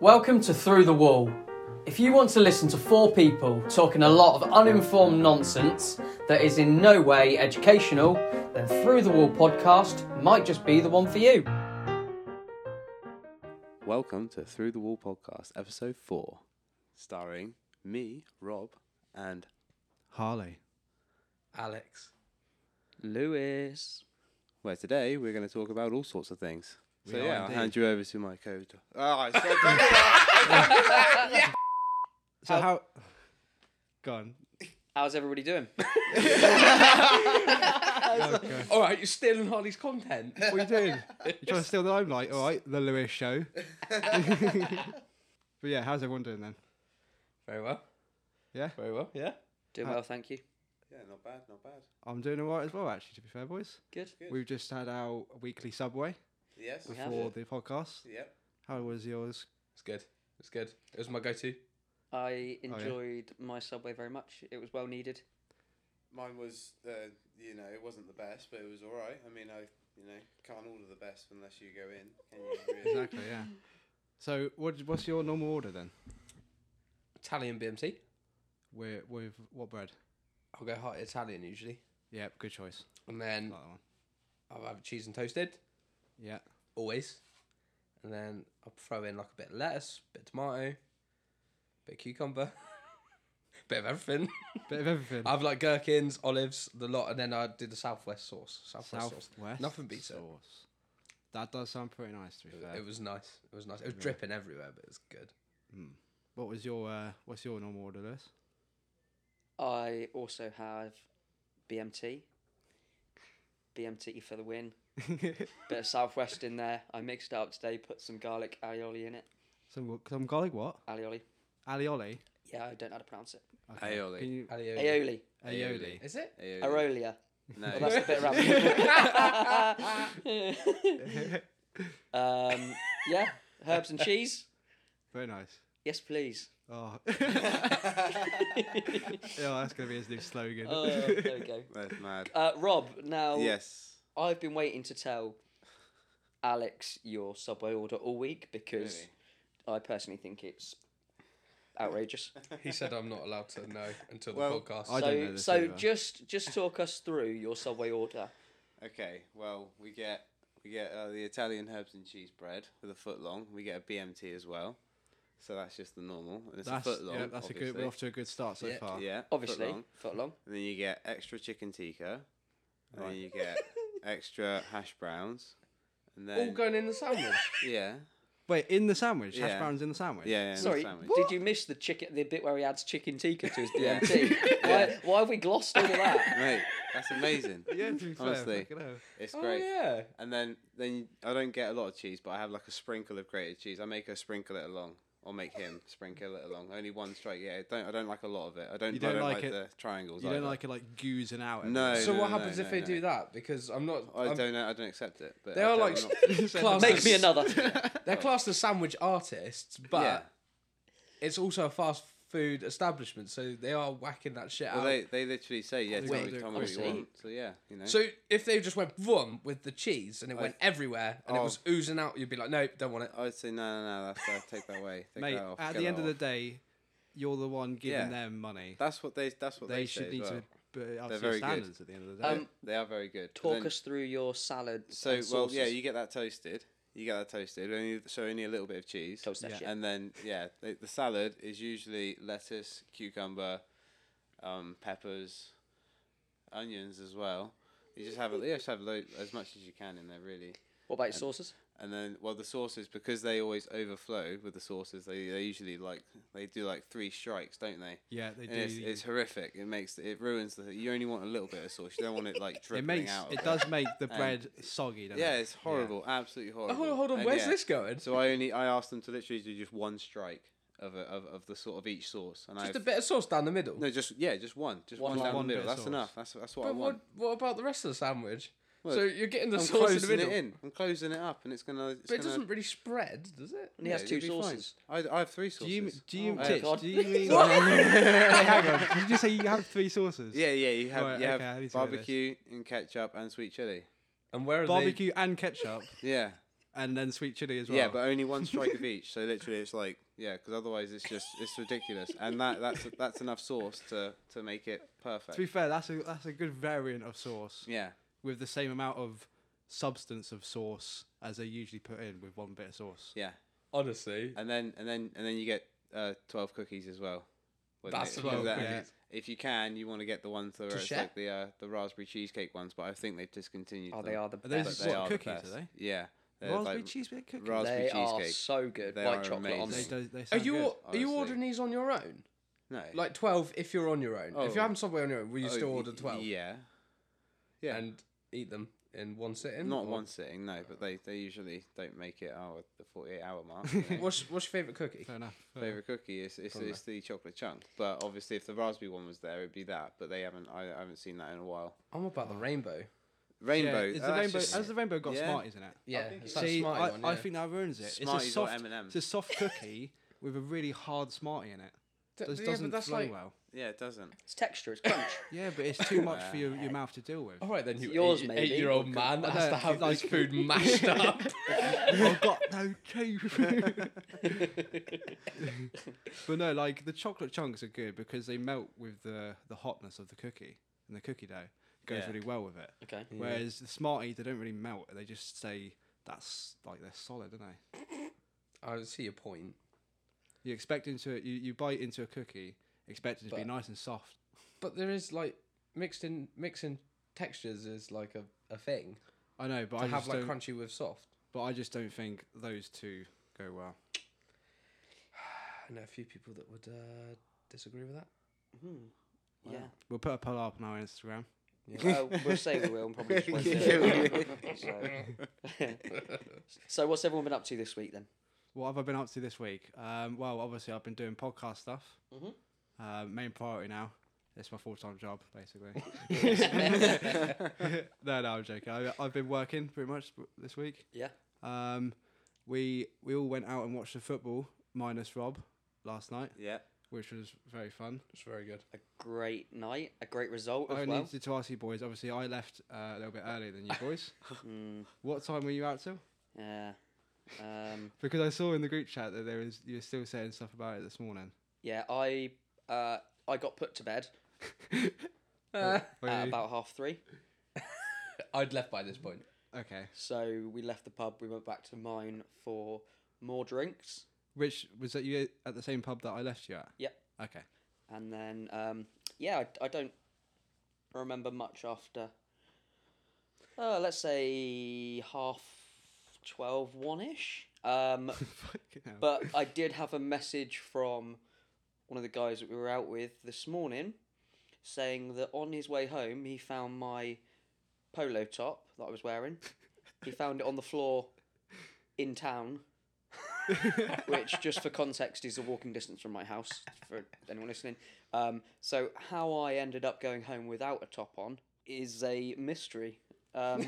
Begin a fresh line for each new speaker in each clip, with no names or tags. Welcome to Through the Wall. If you want to listen to four people talking a lot of uninformed nonsense that is in no way educational, then Through the Wall podcast might just be the one for you.
Welcome to Through the Wall podcast, episode four, starring me, Rob, and
Harley.
Alex.
Lewis. Where today we're going to talk about all sorts of things. So
are
yeah, I'll
indeed.
hand you over to my code.
So how? Gone.
How's everybody doing?
Okay.
All right, you're stealing Harley's content.
What are you doing? You trying to steal the limelight? All right, the Lewis show. but yeah, how's everyone doing then?
Very well.
Yeah,
Very well. Yeah.
Doing well, thank you.
Yeah, not bad, not bad.
I'm doing all right as well. Actually, to be fair, boys,
Good.
we've just had our weekly subway
Yes.
have.
before the podcast.
Yep.
How was yours?
It's good. It's good. It was my go-to.
I enjoyed my subway very much. It was well needed.
Mine was, uh, you know, it wasn't the best, but it was all right. I mean, I, you know, can't order the best unless you go in. Can you really?
Exactly. Yeah. So what, what's your normal order then?
Italian BMT.
With, with what bread?
I'll go hot Italian usually,
Yep, good choice.
and then
Like that one.
I'll have cheese and toasted
Yeah.
always, and then I'll throw in like a bit of lettuce, bit of tomato, bit of cucumber, bit of everything.
Bit of everything.
I have like gherkins, olives, the lot, and then I do the southwest sauce. Southwest sauce.
Southwest.
Nothing beats it.
sauce. That does sound pretty nice. To be fair.
It was nice. It was nice. It was dripping everywhere, but it was good.
What was your uh, what's your normal order list?
I also have BMT. BMT for the win. Bit of Southwest in there. I mixed it up today, put some garlic aioli in it.
Some some garlic what?
Alioli.
Alioli.
Yeah, I don't know how to pronounce it.
Aioli.
Can you,
Aioli.
Aioli.
aioli.
Is it?
Arolia.
No.
Well, that's a bit random. um, yeah, herbs and cheese.
Very nice.
Yes, please.
Oh. yeah, that's gonna be his new slogan.
Oh, there we go.
That's mad.
Uh, Rob, now
Yes.
I've been waiting to tell Alex your subway order all week because
Really?
I personally think it's outrageous.
He said I'm not allowed to know until the
Well,
podcast.
I don't know
so
this
so
either.
just just talk us through your subway order.
Okay, well, we get we get uh, the Italian herbs and cheese bread with a foot long. We get a BMT as well, so that's just the normal. And it's
that's
a foot long.
yeah, that's a good. We're off to a good start so
Yeah.
far.
yeah,
Obviously,
footlong.
foot long.
And then you get extra chicken tikka, and
Right.
then you get extra hash browns, and then
All going in the sandwich.
yeah,
Wait, in the sandwich,
Yeah.
hash browns in the sandwich.
yeah, yeah, and a
Sorry,
sandwich.
did you miss the chicken? The bit where he adds chicken tikka to his
Yeah.
BMT. why, why have we glossed all of that?
Mate, that's amazing.
Yeah, to be fair,
Honestly.
fucking hell.
It's
Oh
great.
yeah.
And then then you- I don't get a lot of cheese, but I have like a sprinkle of grated cheese. I make her sprinkle it along. Or make him sprinkle it along. Only one strike. Yeah, I don't I don't like a lot of it. I don't.
You
I
don't
don't
like
like,
it-
the triangles.
You don't
either.
like it like goozing out.
No.
So what
no,
happens
no,
if they
no.
do that? Because I'm not.
I
I'm-
don't know. I don't accept it. But
They
I
are
don't-
like
I'm not-
classed
Make
as-
me another.
They're classed as sandwich artists, but
yeah.
it's also a fast food establishment, so they are whacking that shit
Well,
out.
they they literally say yeah. Tell
Wait,
me, tell me what you
obviously.
want. So yeah, you know.
So if they just went vroom with the cheese and it went everywhere and it
oh.
was oozing out, you'd be like, no, don't want it.
I'd say no, no, no. That's uh, take that away. Take
Mate,
that off.
at
get
the
that
end of the
off.
day, you're the one giving
Yeah.
them money.
that's what they that's what
they,
they, say
should need
as well.
to be
They're
up to your
very good.
standards at the end of the day.
Um,
They are very good. But
Talk
then-
us through your salad.
So
and
well, yeah,
sauces.
you get that toasted. You get that toasted. Only so only a little bit of cheese.
Toast that Yeah. shit.
And then yeah, the, the salad is usually lettuce, cucumber, um, peppers, onions as well. You just have a, you just have lo- as much as you can in there really.
What about your sauces?
And then, well, the sauces because they always overflow with the sauces. They they usually like they do like three strikes, don't they?
yeah, they do.
And it's, it's horrific. It makes it ruins the. You only want a little bit of sauce. You don't want it like
it
dripping
makes
out. of
it does make the bread soggy. Doesn't
Yeah,
it?
it's horrible. Absolutely horrible.
Hold on, hold on.
And
Where's
yeah,
this going?
So I only I asked them to literally do just one strike of a, of of the sort of each sauce, and
just
I
a bit of sauce down the middle.
no, just yeah, just one, just one,
One-
down
one
the middle.
bit of
That's
sauce.
enough. That's that's what I
but
want.
what, what about the rest of the sandwich?
Well,
so you're getting the
I'm
sauce in the
closing
middle,
it in. I'm closing it up, and it's gonna. It's
but it
gonna,
doesn't really spread, does it?
And he has
yeah,
two
it'll be fine.
sauces.
I, I have three Oh, sauces.
Do you do you,
my
Titch,
God.
do you mean? Hey, hang on. Did you just say you have three sauces?
Yeah, yeah, you have
Right,
you
okay, I need
have
to know this.
barbecue and ketchup and sweet chili.
And where are
Barbecue and ketchup.
Yeah,
and then sweet chili as well.
Oh.
Yeah, but only one strike of each. So literally, it's like yeah, because otherwise it's just it's ridiculous, and that that's that's enough sauce to to make it perfect.
to be fair, that's a that's a good variant of sauce
yeah,
with the same amount of substance of sauce as they usually put in with one bit of sauce.
yeah,
Honestly,
and then and then and then you get uh, twelve cookies as well. wouldn't
That's
it?
12
That-
cookies.
If you can, you want to get the ones that
To
are it's
share?
like the uh, the raspberry cheesecake ones, but I think they've discontinued.
Oh,
them.
they are the
Are
But
those
best.
what,
they are the
cookies, are
best.
they?
Yeah, they're
Raspberry
like
cheesecake cookies.
ras-
They are
cheesecake.
so good.
They are
White chocolate
amazing.
on
they,
them.
do- they
are
sound
you
good.
are you
honestly.
ordering these on your own?
no
Like twelve if you're on your own. If
Oh.
you're having Subway on your own, will you
Oh,
still
y-
order twelve
Yeah, yeah,
and eat them in one sitting?
not
or-
one sitting, no, but they, they usually don't make it out at the 48 hour mark.
What's what's your favorite cookie?
Fair enough. fair enough.
Favorite cookie is it's, it's the chocolate chunk, but obviously if the raspberry one was there, it'd be that. But they haven't. I, I haven't seen that in a while.
I'm about the rainbow.
Rainbow.
Yeah, is
uh,
the
that's
rainbow
just-
has the rainbow got
yeah.
Smarties in it?
Yeah,
think
it's
it's-
that
See,
Smartie
I,
one.
I
yeah.
think that ruins it.
Smarties or
it's a soft,
M&M?
It's a soft cookie with a really hard Smartie in it.
Th-
This
yeah, but
doesn't
that's
flow
like-
well.
yeah, it doesn't.
It's texture. It's crunch.
Yeah, but it's too much for your, your mouth to deal with.
All right, then you
yours,
eight,
maybe.
eight-year-old man that has
don't
to have
like
this food mashed up.
I've got no teeth. but no, like the chocolate chunks are good because they melt with the, the hotness of the cookie and the cookie dough goes
Yeah.
really well with it.
okay.
Whereas the Smarties, they don't really melt; they just stay. That's like they're solid, aren't they?
I see your point,
You expect into you, you bite into a cookie, expecting it to be
But-
nice and soft.
but there is like mixed in mixing textures is like a, a thing.
I know, but
I
I
have
just
like
don't.
crunchy with soft.
but I just don't think those two go well.
I know a few people that would uh, disagree with that.
Hmm. Yeah.
We'll put a poll up on our Instagram.
well, Uh, we'll say we will and probably just won't do it. so. so what's everyone been up to this week then?
What have I been up to this week? Um, well, obviously I've been doing podcast stuff.
Mhm.
Uh, main priority now. It's my full time job, basically. no, no, I'm joking. I, I've been working pretty much this week.
Yeah.
Um, we we all went out and watched the football, minus Rob, last night,
Yeah.
which was very fun.
It's very good.
A great night, a great result
I
as well.
needed to ask you boys. Obviously, I left uh, a little bit earlier than you boys.
Mm,
what time were you out till?
yeah. Um,
Because I saw in the group chat that there is you're still saying stuff about it this morning.
yeah, I uh, I got put to bed
Were
at
you-
about half three.
I'd left by this point.
okay.
So we left the pub, we went back to mine for more drinks.
Which was that you at the same pub that I left you at?
Yep.
Okay.
And then, um, yeah, I, I don't remember much after, uh, let's say, half 12, 1 ish. Um,
Fucking hell.
but I did have a message from one of the guys that we were out with this morning saying that on his way home he found my polo top that I was wearing. he found it on the floor in town, which, just for context, is a walking distance from my house for anyone listening. Um, so, how I ended up going home without a top on is a mystery. Um,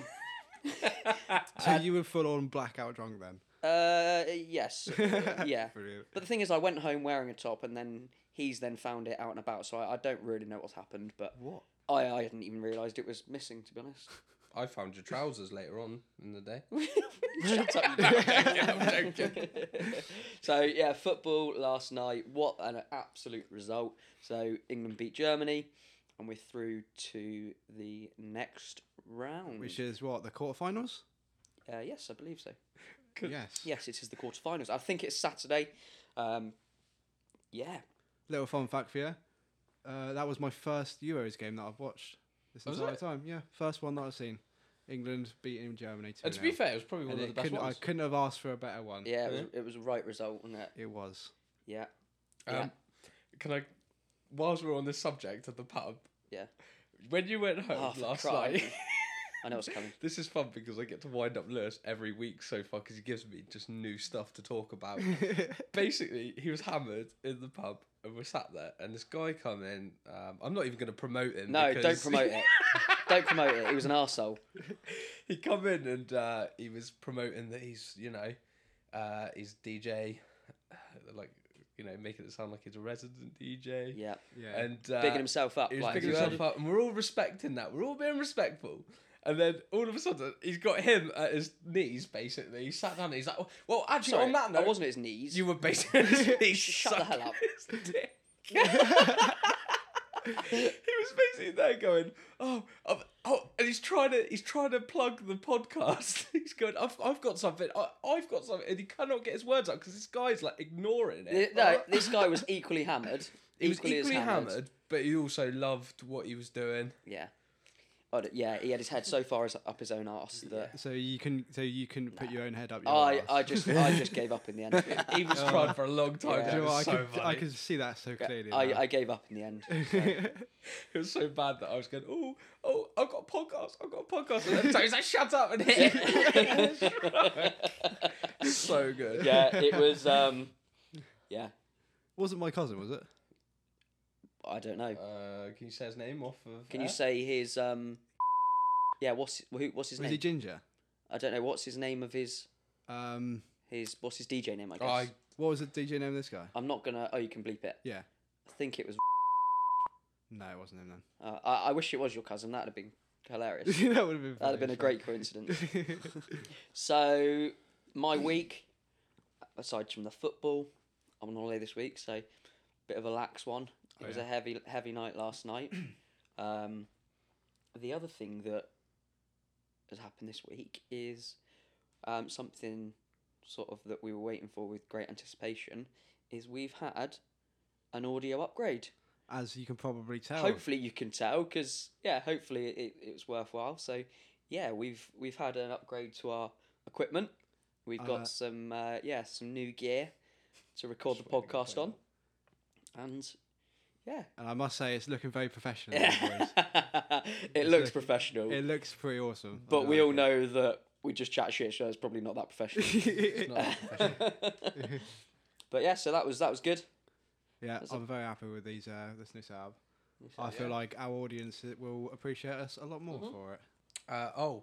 so you were full on blackout drunk then?
uh, yes, yeah.
Brilliant.
But the thing is, I went home wearing a top, and then he's then found it out and about. So I, I don't really know what's happened, but
What?
I, I hadn't even realised it was missing. To be honest,
I found your trousers later on in the day.
Shut up, you dickhead. so yeah, football last night. What an absolute result! So England beat Germany, and we're through to the next round.
Which is what the quarterfinals?
uh, yes, I believe so.
Yes.
Yes, it is the quarterfinals. I think it's Saturday. Um, yeah,
Little fun fact for you. Uh, that was my first Euros game that I've watched this
Was
entire
it?
time. Yeah, first one that I've seen. England beating Germany. 2
And Uh, to be fair, it was probably one
and it
of the best
couldn't, I
ones.
couldn't have asked for a better one.
yeah, it was, it was a right result, wasn't it?
It was.
Yeah.
Um, Can I, whilst we're on this subject at the pub,
Yeah.
when you went home
Oh, for
last
crying.
night,
I know it's coming.
this is fun because I get to wind up Lewis every week so far because he gives me just new stuff to talk about. Basically, he was hammered in the pub and we're sat there, and this guy come in. Um, I'm not even going to promote him.
No, don't
because-
promote it. don't promote it. He was an arsehole.
he come in and uh, he was promoting that he's you know uh, he's DJ, like you know making it sound like he's a resident DJ.
Yeah.
Yeah.
And uh,
Bigging himself up.
he was
like,
bigging
as you
himself
should.
up, and we're all respecting that. We're all being respectful. And then all of a sudden, he's got him at his knees, basically. He sat down and he's like, well, actually,
Sorry,
on that note,
I wasn't at his knees.
you were basically at his knees.
Shut the hell up.
sucking his dick. he was basically there going, oh, I've, oh, and he's trying to he's trying to plug the podcast. he's going, I've, I've got something, I, I've got something, and he cannot get his words out because this guy's like ignoring
Th-
it.
No, this guy was equally hammered.
he was
as
equally hammered. but he also loved what he was doing.
Yeah. Oh, d- yeah, he had his head so far as up his own arse that
So you can so you can put your own head up. Your
I,
arse.
I just I just gave up in the end.
He was trying for a long time.
Yeah.
Oh. Yeah.
Do you know what, I,
so
could, I
funny.
could see that so clearly.
I,
now.
I gave up in the end.
It was so bad that I was going, oh, oh, I've got a podcast, I've got a podcast. And then Tony's like, shut up and hit it. so good.
Yeah, it was. Um, yeah,
Wasn't my cousin, was it?
I don't know.
Uh, can you say his name off of?
Can you
air?
say his? Um, yeah, what's who, what's his
Was
name?
he ginger?
I don't know. What's his name of his
Um,
his what's his DJ name? I guess.
I,
what was the DJ name of this guy?
I'm not gonna. Oh, you can bleep it.
Yeah.
I think it was.
No, it wasn't him
Uh, I, I wish it was your cousin. That'd have been hilarious.
then. that would have been.
That'd have been a great coincidence. So my week, aside from the football, I'm on holiday this week, so bit of a lax one. It was a heavy, heavy night last night. um, the other thing that has happened this week is um, something sort of that we were waiting for with great anticipation. Is we've had an audio upgrade.
As you can probably tell.
Hopefully you can tell, because yeah, hopefully it, it was worthwhile. So yeah, we've we've had an upgrade to our equipment. We've got
Uh,
some uh, yeah some new gear to record the podcast on, and yeah,
And I must say, it's looking very professional. boys.
it looks
look-
professional.
it Oh, looks pretty awesome. I
but we all
like
know that we just chat shit, so it's probably not that professional.
it.
but yeah, so that was that was good.
yeah,
That's a-
I'm very happy with these. Uh, this new setup. I feel like our audience will appreciate us a lot more
Mm-hmm.
for it.
uh, oh,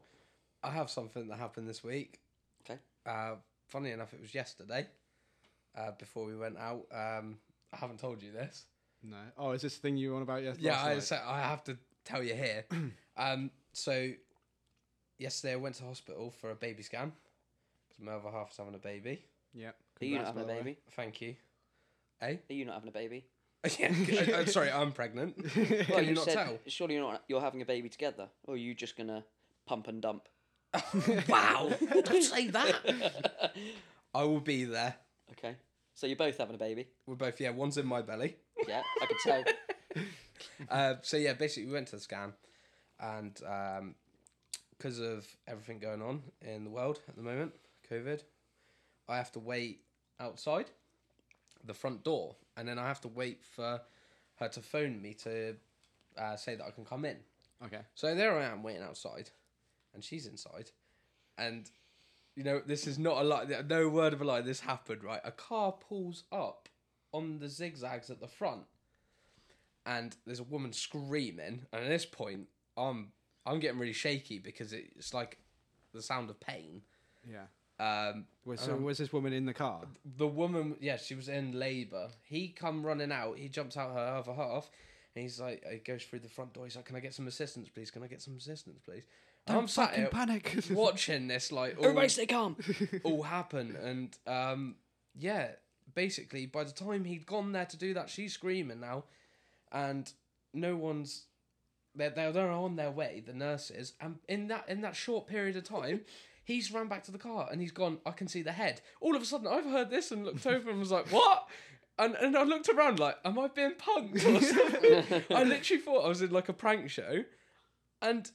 I have something that happened this week.
Okay.
Uh, funny enough, it was yesterday. Uh, before we went out, um, I haven't told you this.
No. Oh, is this the thing you were on about yes-
Yeah,
last
I,
night?
so I have to tell you here. um, so yesterday I went to hospital for a baby scan because my other half was having a baby.
Yeah.
Are you not
congrats, by
having a
the way.
baby?
Thank you. Eh?
Are you not having a baby?
yeah, I, am sorry, I'm pregnant. Can
Well,
you, not tell?
Surely you're not. You're having a baby together, or are you just gonna pump and dump?
wow! Don't say that. I will be there.
Okay. So you're both having a baby.
We're both yeah. One's in my belly.
Yeah, I could tell.
Uh, so yeah, basically we went to the scan, and because of everything going on in the world at the moment, COVID, I have to wait outside the front door, and then I have to wait for her to phone me to uh, say that I can come in.
Okay.
So there I am waiting outside, and she's inside, and you know this is not a lie. No word of a lie. This happened right. A car pulls up on the zigzags at the front, and there's a woman screaming. And at this point, I'm I'm getting really shaky because it, it's like the sound of pain.
Yeah.
Um,
Was, so was this woman in the car?
the woman, yeah, she was in labour. He come running out. He jumps out her other half, and he's like, he goes through the front door. He's like, "Can I get some assistance, please? Can I get some assistance, please?" And I'm sat
fucking
here
panic.
watching this like all,
Everybody stay calm.
all happen, and um, yeah, basically by the time he'd gone there to do that, she's screaming now, and no one's. They're, they're they're on their way, the nurses, and in that in that short period of time, he's ran back to the car and he's gone. I can see the head. All of a sudden, I've heard this and looked over and was like, "What?" And and I looked around like, "Am I being punked?" Or something? I literally thought I was in like a prank show, and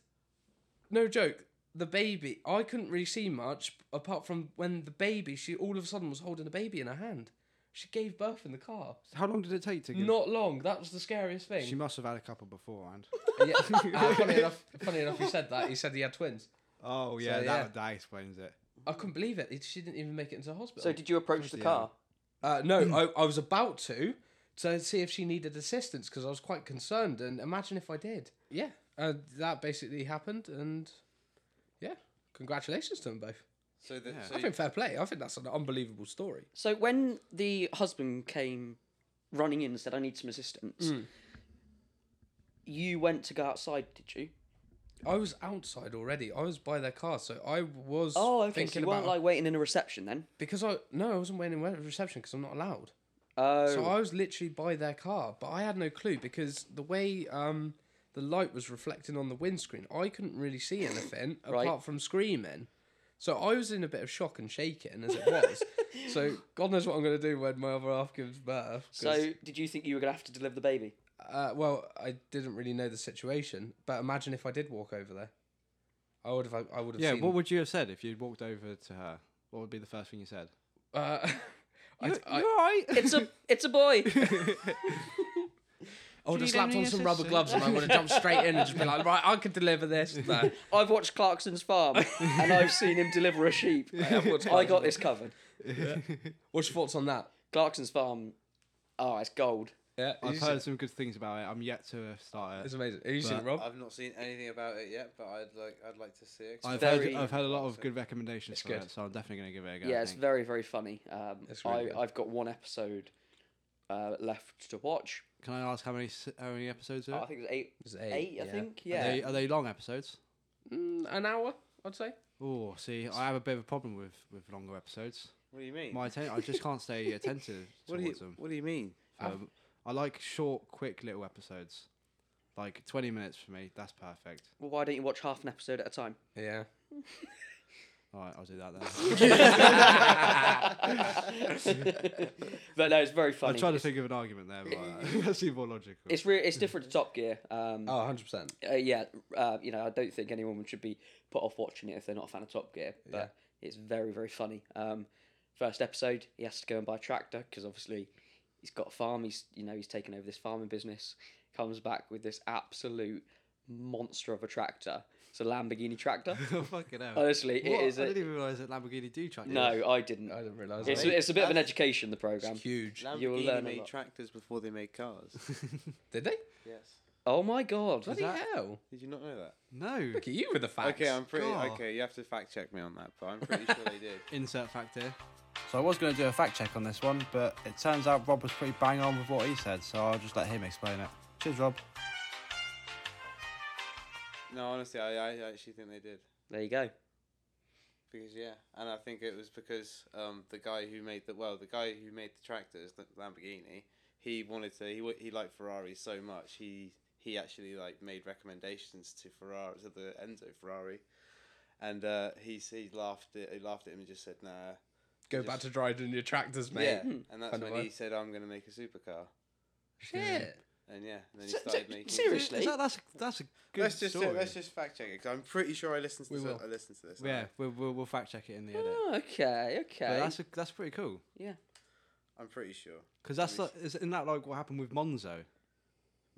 no joke, the baby. I couldn't really see much apart from when the baby. She all of a sudden was holding a baby in her hand. She gave birth in the car.
How long did it take to get?
Not long. That was the scariest thing.
She must have had a couple beforehand.
Yeah. Uh, funny enough, funny enough, you said that. He said he had twins.
oh yeah,
yeah.
That, that explains it.
I couldn't believe it. It- She didn't even make it into hospital.
So did you approach the car?
Uh, no, I, I was about to to see if she needed assistance because I was quite concerned. And imagine if I did. Yeah, uh, that basically happened. And yeah, congratulations to them both.
So the, so
I think fair play. I think that's an unbelievable story.
So when the husband came running in and
Hmm.
said, "I need some assistance," you went to go outside, did you?
I was outside already. I was by their car, so I was
Oh, okay. So
thinking
you
about
weren't like waiting in a reception then?
because I no, I wasn't waiting in reception because I'm not allowed.
Oh,
So I was literally by their car, but I had no clue because the way um the light was reflecting on the windscreen, I couldn't really see anything
Right.
apart from screaming. So I was in a bit of shock and shaking as it was. so God knows what I'm going to do when my other half gives birth. 'cause,
so did you think you were gonna have to deliver the baby?
uh, well, I didn't really know the situation, but imagine if I did walk over there, I would have. I would have.
Yeah,
Seen,
what would you have said if you'd walked over to her? What would be the first thing you said?
Uh, I,
You're,
I,
you're all right.
It's a it's a boy.
I would have
need
slapped
any
on some rubber
assistance?
gloves and I would have jumped straight in and just been like, right, I could deliver this. No.
I've watched Clarkson's Farm and I've seen him deliver a sheep. I got this covered.
What's your thoughts on that?
Clarkson's Farm. Oh, it's gold.
Yeah,
I've
it's-
heard some good things about it. I'm yet to start
It's
it.
amazing. Have you seen it,
But-
Rob?
I've not seen anything about it yet, but I'd like I'd like to see it.
I've
very-
heard I've heard a lot of good recommendations for
good.
it, so I'm definitely going to give it a go.
Yeah,
I
it's
think.
very very funny. Um,
It's really good.
I I've got one episode uh, left to watch.
Can I ask how many s- how many episodes are?
Oh, I think it was eight.
It's
Eight, I
yeah.
think.
Are,
Yeah.
they, are they long episodes?
Mm, an hour, I'd say.
Oh, see, I have a bit of a problem with, with longer episodes.
What do you mean?
My atten- I just can't stay attentive
what do you
towards them.
What do you mean?
Um, I like short, quick little episodes. Like 20 minutes for me, that's perfect.
Well, why don't you watch half an episode at a time?
Yeah.
All right, I'll do that then.
But no, it's very funny.
I'm trying to
it's,
think of an argument there, but uh, that seemed more logical.
it's, re- it's different to Top Gear. Um,
Oh, 100%.
uh, yeah, uh, you know, I don't think anyone should be put off watching it if they're not a fan of Top Gear, but it's very, very funny. Um, first episode, he has to go and buy a tractor because obviously he's got a farm. He's you know he's taken over this farming business. Comes back with this absolute monster of a tractor. It's a Lamborghini tractor.
Oh, fucking hell.
Honestly,
What?
Oh, it is.
I
A,
didn't even realise that Lamborghini do track.
no, I didn't.
I didn't realise
It's
that.
a, it's a bit of an education. The program.
It's huge.
You will
Lamborghini
learn a
made
lot.
tractors before they made cars.
Did they?
yes.
Oh my god!
Bloody hell.
Did you not know that?
No.
Look at you with the facts.
Okay, I'm pretty.
God.
Okay, you have to fact check me on that, but I'm pretty sure they did.
Insert fact here. So I was going to do a fact check on this one, but it turns out Rob was pretty bang on with what he said, so I'll just let him explain it. Cheers, Rob.
No, honestly, I, I actually think they did
There you go.
because yeah, and I think it was because um the guy who made the well the guy who made the tractors the Lamborghini he wanted to he wa- he liked Ferrari so much he he actually like made recommendations to Ferrari to the Enzo Ferrari. And uh, he s- he laughed at, he laughed at him and just said nah
Go back to driving your tractors, mate.
Hmm.
yeah and that's
Kind of
when he
vibe.
said I'm gonna make a supercar
Shit.
and yeah and then he
So-
started
so-
making
seriously?
Is that- that's a, that's a good
let's just
story.
let's just fact check it because I'm pretty sure I listened to
We
this,
will.
I listened to this
yeah, we'll, we'll, we'll fact check it in the edit.
Oh, okay,
But
okay.
that's a, that's pretty cool.
Yeah.
I'm pretty sure
Because that's
Nice.
like, isn't that like what happened with Monzo,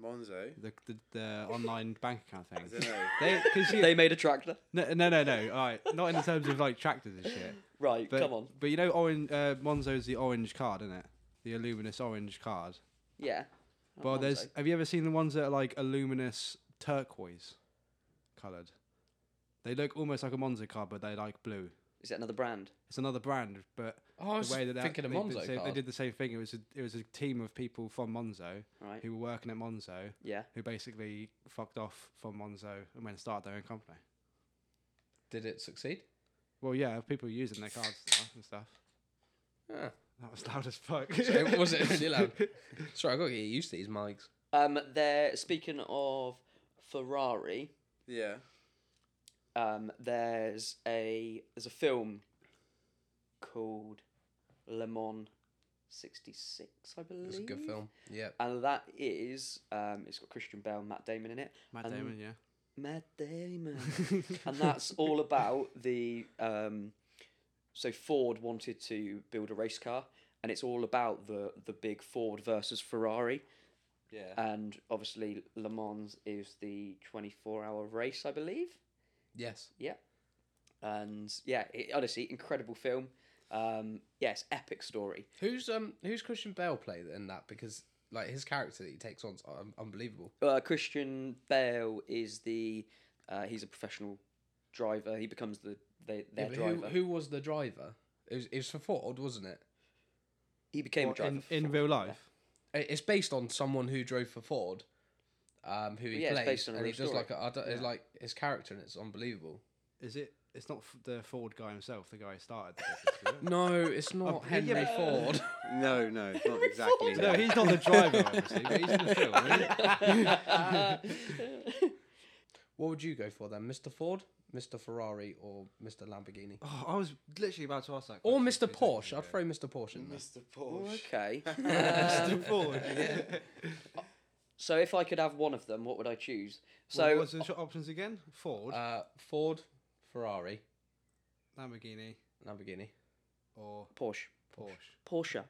Monzo
the the, the online bank account
I
thing?
don't know
They, cause you,
They made a tractor.
no, no, no, no. All right, not in terms of like tractors and shit.
Right,
But,
come on.
But you know, orange uh, Monzo's the orange card, isn't it? The luminous orange card.
Yeah.
Well,
Monzo.
there's. Have you ever seen the ones that are like a luminous turquoise coloured? They look almost like a Monzo card, but they're like blue.
Is it another brand?
It's another brand, but
Oh, I was
the way that they-
thinking of
they, did-
Monzo
they, they
card.
did the same thing. It was a, it was a team of people from Monzo
Right.
who were working at Monzo
Yeah.
who basically fucked off from Monzo and went and started their own company.
Did it succeed?
Well, yeah, people were using their cards and stuff. And stuff.
Ah.
That was loud as fuck.
it wasn't really loud. Sorry, I've got to get used to these mics.
Um, they're speaking of Ferrari.
yeah
Um, there's a there's a film called Le Mans '66, I believe.
It's a good film. Yeah.
And that is um, it's got Christian Bale, and Matt Damon in it.
Matt
And-
Damon, yeah.
Matt Damon. and that's all about the. Um, so Ford wanted to build a race car, and it's all about the the big Ford versus Ferrari.
yeah
And obviously, Le Mans is the twenty four hour race, I believe.
Yes.
Yeah. And yeah, it, honestly, incredible film. Um, yes, epic story.
Who's um who's Christian Bale played in that? Because like his character that he takes on's un- unbelievable.
Uh, Christian Bale is the uh, he's a professional driver. He becomes the they,
Yeah,
their
but
driver.
who, who was the driver? It was, it was for Ford, wasn't it?
he became
Or
a driver
in,
for
in
Ford.
real life.
It- It's based on someone who drove for Ford, um, who he
Yeah, it's
plays,
based on a
and he
real
does
story.
like a, I don't, it's
Yeah.
like his character, and it's unbelievable.
Is it? It's not f- the Ford guy himself, the guy who started the business, is it?
No, it's not Henry
Henry
Ford.
No, no, it's not exactly.
No,
that.
he's not the driver, obviously, but he's in the film. Isn't he?
what would you go for then, Mr. Ford, Mr. Ferrari, or Mr. Lamborghini,
Oh, I was literally about to ask that.
or
question
Mr.
two seconds
Porsche? I'd
ago.
throw Mr. Porsche in there.
Mr.
Oh,
Porsche.
okay.
Mr.
Um,
Ford.
so if I could have one of them, what would I choose?
So
So
what was the options again? Ford,
Uh, Ford, Ferrari,
Lamborghini,
Lamborghini.
or
Porsche,
Porsche.
Porsche.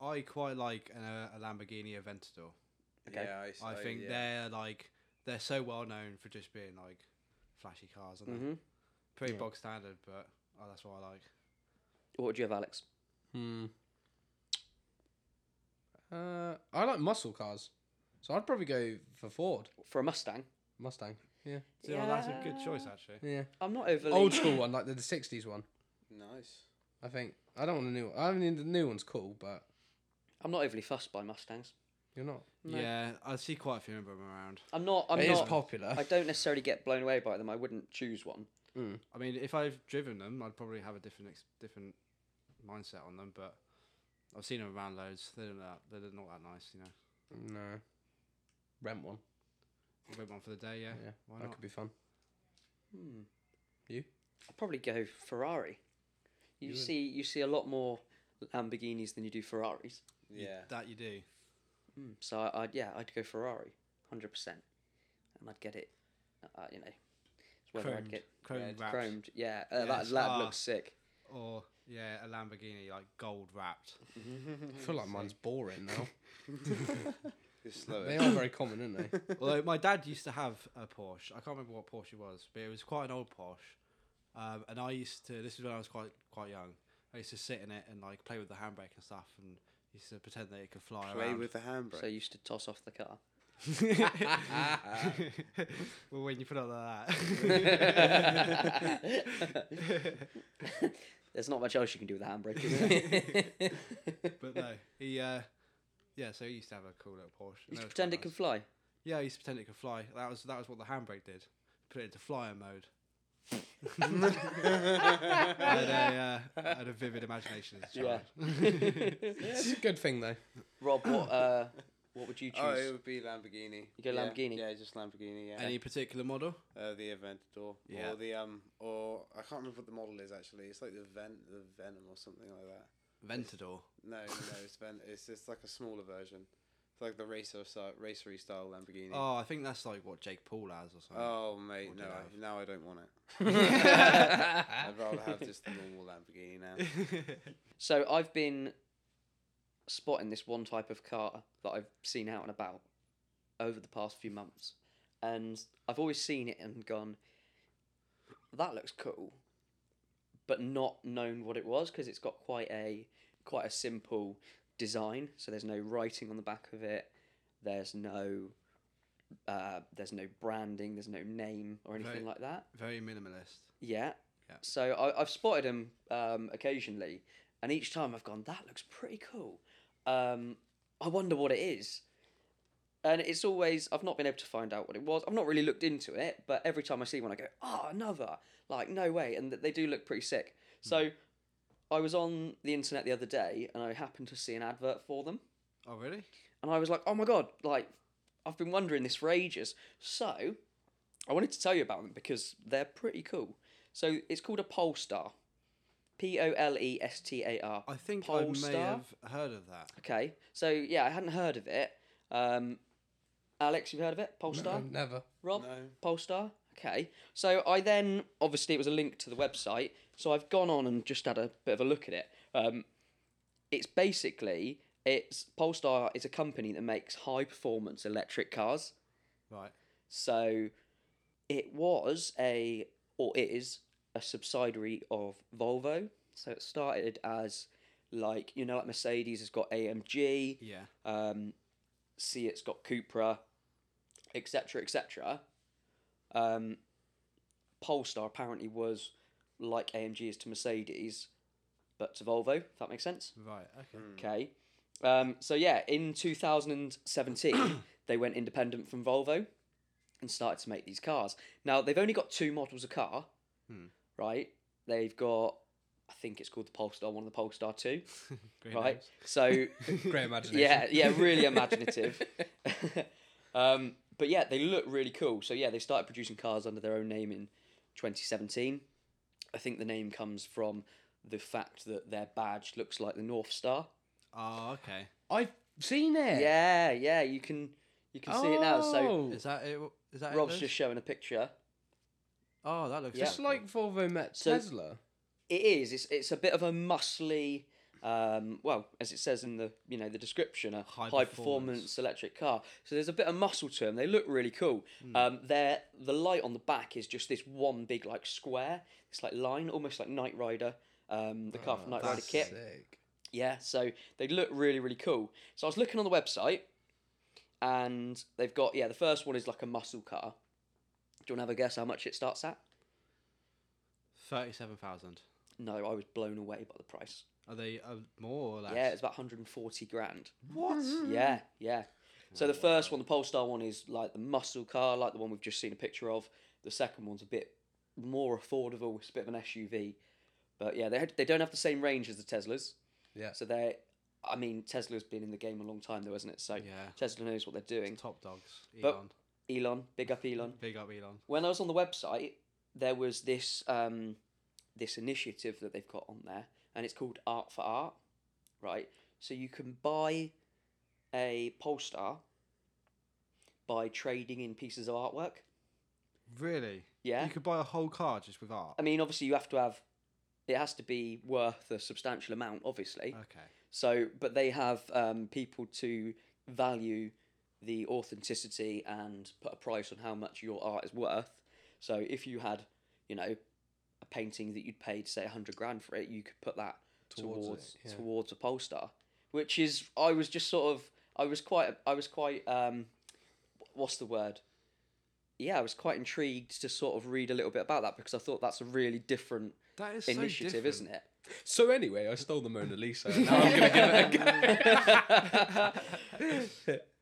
I quite like an, uh, a Lamborghini Aventador.
Okay.
Yeah, I,
I
I-
think
yeah.
they're like they're so well known for just being like flashy cars, aren't
Mm-hmm.
they? Pretty
Yeah.
bog standard, but oh, that's what I like.
What would you have, Alex?
Hmm. Uh, I like muscle cars, so I'd probably go for Ford
For a Mustang?
Mustang. Yeah,
So yeah. oh, that's a good choice actually.
yeah.
I'm not overly.
Old school one, like the '60s one.
Nice.
I think I don't want a new. one. I mean, the new one's cool, but
I'm not overly fussed by Mustangs.
you're not.
No.
Yeah, I see quite a few of them around.
I'm not. I'm
It is
not.
popular.
I don't necessarily get blown away by them. I wouldn't choose one.
I mean, if I've driven them, I'd probably have a different ex- different mindset on them, but I've seen them around loads. They're not that, they're not that nice, you know.
no, rent one.
I'll rent one for the day, yeah.
Yeah,
Why
that
not?
could be fun.
Hmm.
You?
I'd probably go Ferrari. You,
You would.
see, you see a lot more Lamborghinis than you do Ferraris.
You-
Yeah.
that you do.
Mm. So I, I'd yeah, I'd go Ferrari, hundred percent, and I'd get it. Uh, you know, it's whether I'd
Chromed.
get
Chrome
Red,
wrapped,
chromed. Yeah, uh, that
Yes.
that
Ah.
looks sick.
or yeah, a Lamborghini like gold wrapped.
Mm-hmm.
I feel like mine's boring now.
Just slow
they
it.
are very common, aren't they?
Although my dad used to have a Porsche. I can't remember what Porsche it was, but it was quite an old Porsche. Um, and I used to. This is when I was quite quite young. I used to sit in it and like play with the handbrake and stuff, and used to pretend that it could fly
Play
around.
with the handbrake.
So you used to toss off the car.
well, when you put it like that.
There's not much else you can do with a handbrake. Is there?
but no, he. Uh, yeah, so he used to have a cool little Porsche. and
you
that
used to
was quite
pretend it can
nice.
fly.
Yeah, I used to pretend it could fly. That was that was what the handbrake did. Put it into flyer mode. I, had a, uh, I had a vivid imagination as a
Yeah.
child.
it's a good thing though.
Rob, what uh, what would you choose?
Oh, it would be Lamborghini.
You go
yeah.
Lamborghini?
Yeah, just Lamborghini. Yeah.
Any particular model?
uh, the Aventador.
Yeah.
Or the um, or I can't remember what the model is actually. It's like the Ven, the Venom or something like that.
Ventador.
No, no, no, it's Ven. It's just like a smaller version. It's like the racer style, racery style Lamborghini.
Oh, I think that's like what Jake Paul has or something.
Oh, mate,
What do
no,
you
I,
have?
now I don't want it. I'd rather have just the normal Lamborghini now.
Oh. So I've been spotting this one type of car that I've seen out and about over the past few months, and I've always seen it and gone, "That looks cool," but not known what it was because it's got quite a quite a simple design. So there's no writing on the back of it. There's no uh, there's no branding. There's no name or anything
Right.
like that.
Very minimalist.
Yeah.
Yeah.
So I, I've spotted them um, occasionally, and each time I've gone, that looks pretty cool. Um, I wonder what it is. And it's always, I've not been able to find out what it was. I've not really looked into it, but every time I see one, I go, oh, another. Like, no way. And th- they do look pretty sick. So I was on the internet the other day, and I happened to see an advert for them.
Oh, really?
And I was like, oh my god, like, I've been wondering this for ages. So, I wanted to tell you about them because they're pretty cool. So, it's called a Polestar. P O L E S T A R.
I think I may
Polestar?
have heard of that.
Okay, so yeah, I hadn't heard of it. Um, Alex, you've heard of it? Polestar?
No, never.
Rob?
No.
Polestar? Okay. So I then, obviously, it was a link to the website. So I've gone on and just had a bit of a look at it. Um, it's basically, it's Polestar is a company that makes high performance electric cars.
Right.
So it was a, or it is a subsidiary of Volvo. So it started as like, you know, like Mercedes has got AMG,
Yeah.
um, see it's got Cupra, etc., etc. Um, Polestar apparently was like AMG is to Mercedes, but to Volvo. If that makes sense.
Right. Okay.
Okay. Um, so yeah, in 2017 they went independent from Volvo and started to make these cars. Now they've only got two models of car,
Hmm.
right? They've got, I think it's called the Polestar One and the Polestar Two,
Great
right?
names.
So
Great imagination.
yeah, yeah, really imaginative. um, but yeah, they look really cool. So yeah, they started producing cars under their own name in 2017. I think the name comes from the fact that their badge looks like the North Star.
Oh, okay.
I've seen it.
Yeah, yeah, you can you can see it now. So
Oh.
Is that it? Is that it,
Rob's
Liz?
just showing a picture.
Oh, that looks.
Yeah.
It's like Volvo met
So-
Tesla.
It is. It's it's a bit of a muscly. Um, well, as it says in the you know the description, a high,
High
performance.
performance.
electric car. So there's a bit of muscle to them. They look really cool. Um, they're, the light on the back is just this one big like square. It's like line, almost like Knight Rider, um, the car from Knight Rider
that's
kit.
Sick.
Yeah, so they look really, really cool. So I was looking on the website, and they've got yeah. The first one is like a muscle car. Do you want to have a guess how much it starts at?
Thirty-seven thousand.
No, I was blown away by the price.
Are they uh, more or less?
Yeah, it's about 140 grand.
What?
Yeah, yeah. So the first one, the Polestar one, is like the muscle car, like the one we've just seen a picture of. The second one's a bit more affordable. It's a bit of an SUV, but yeah, they had, they don't have the same range as the Teslas.
Yeah.
So they, I mean, Tesla's been in the game a long time though, hasn't it? So
Yeah.
Tesla knows what they're doing.
Top dogs.
But-
Elon.
Elon, big up Elon.
Big up Elon.
When I was on the website, there was this um, this initiative that they've got on there, and it's called Art for Art, right? So you can buy a Polestar by trading in pieces of artwork.
Really?
Yeah. Um,
You could buy a whole car just with art.
I mean, obviously, you have to have it has to be worth a substantial amount, obviously.
Okay.
So, but they have um, people to value the authenticity and put a price on how much your art is worth. So, if you had, you know, a painting that you'd paid say hundred grand for it, you could put that
Towards
towards
it,
towards,
yeah.
a Polestar, which is I was just sort of I was quite I was quite um, what's the word? Yeah, I was quite intrigued to sort of read a little bit about that because I thought that's a really different
That is
initiative, isn't it?
So anyway, I stole the Mona Lisa. and Now I'm gonna give it a go.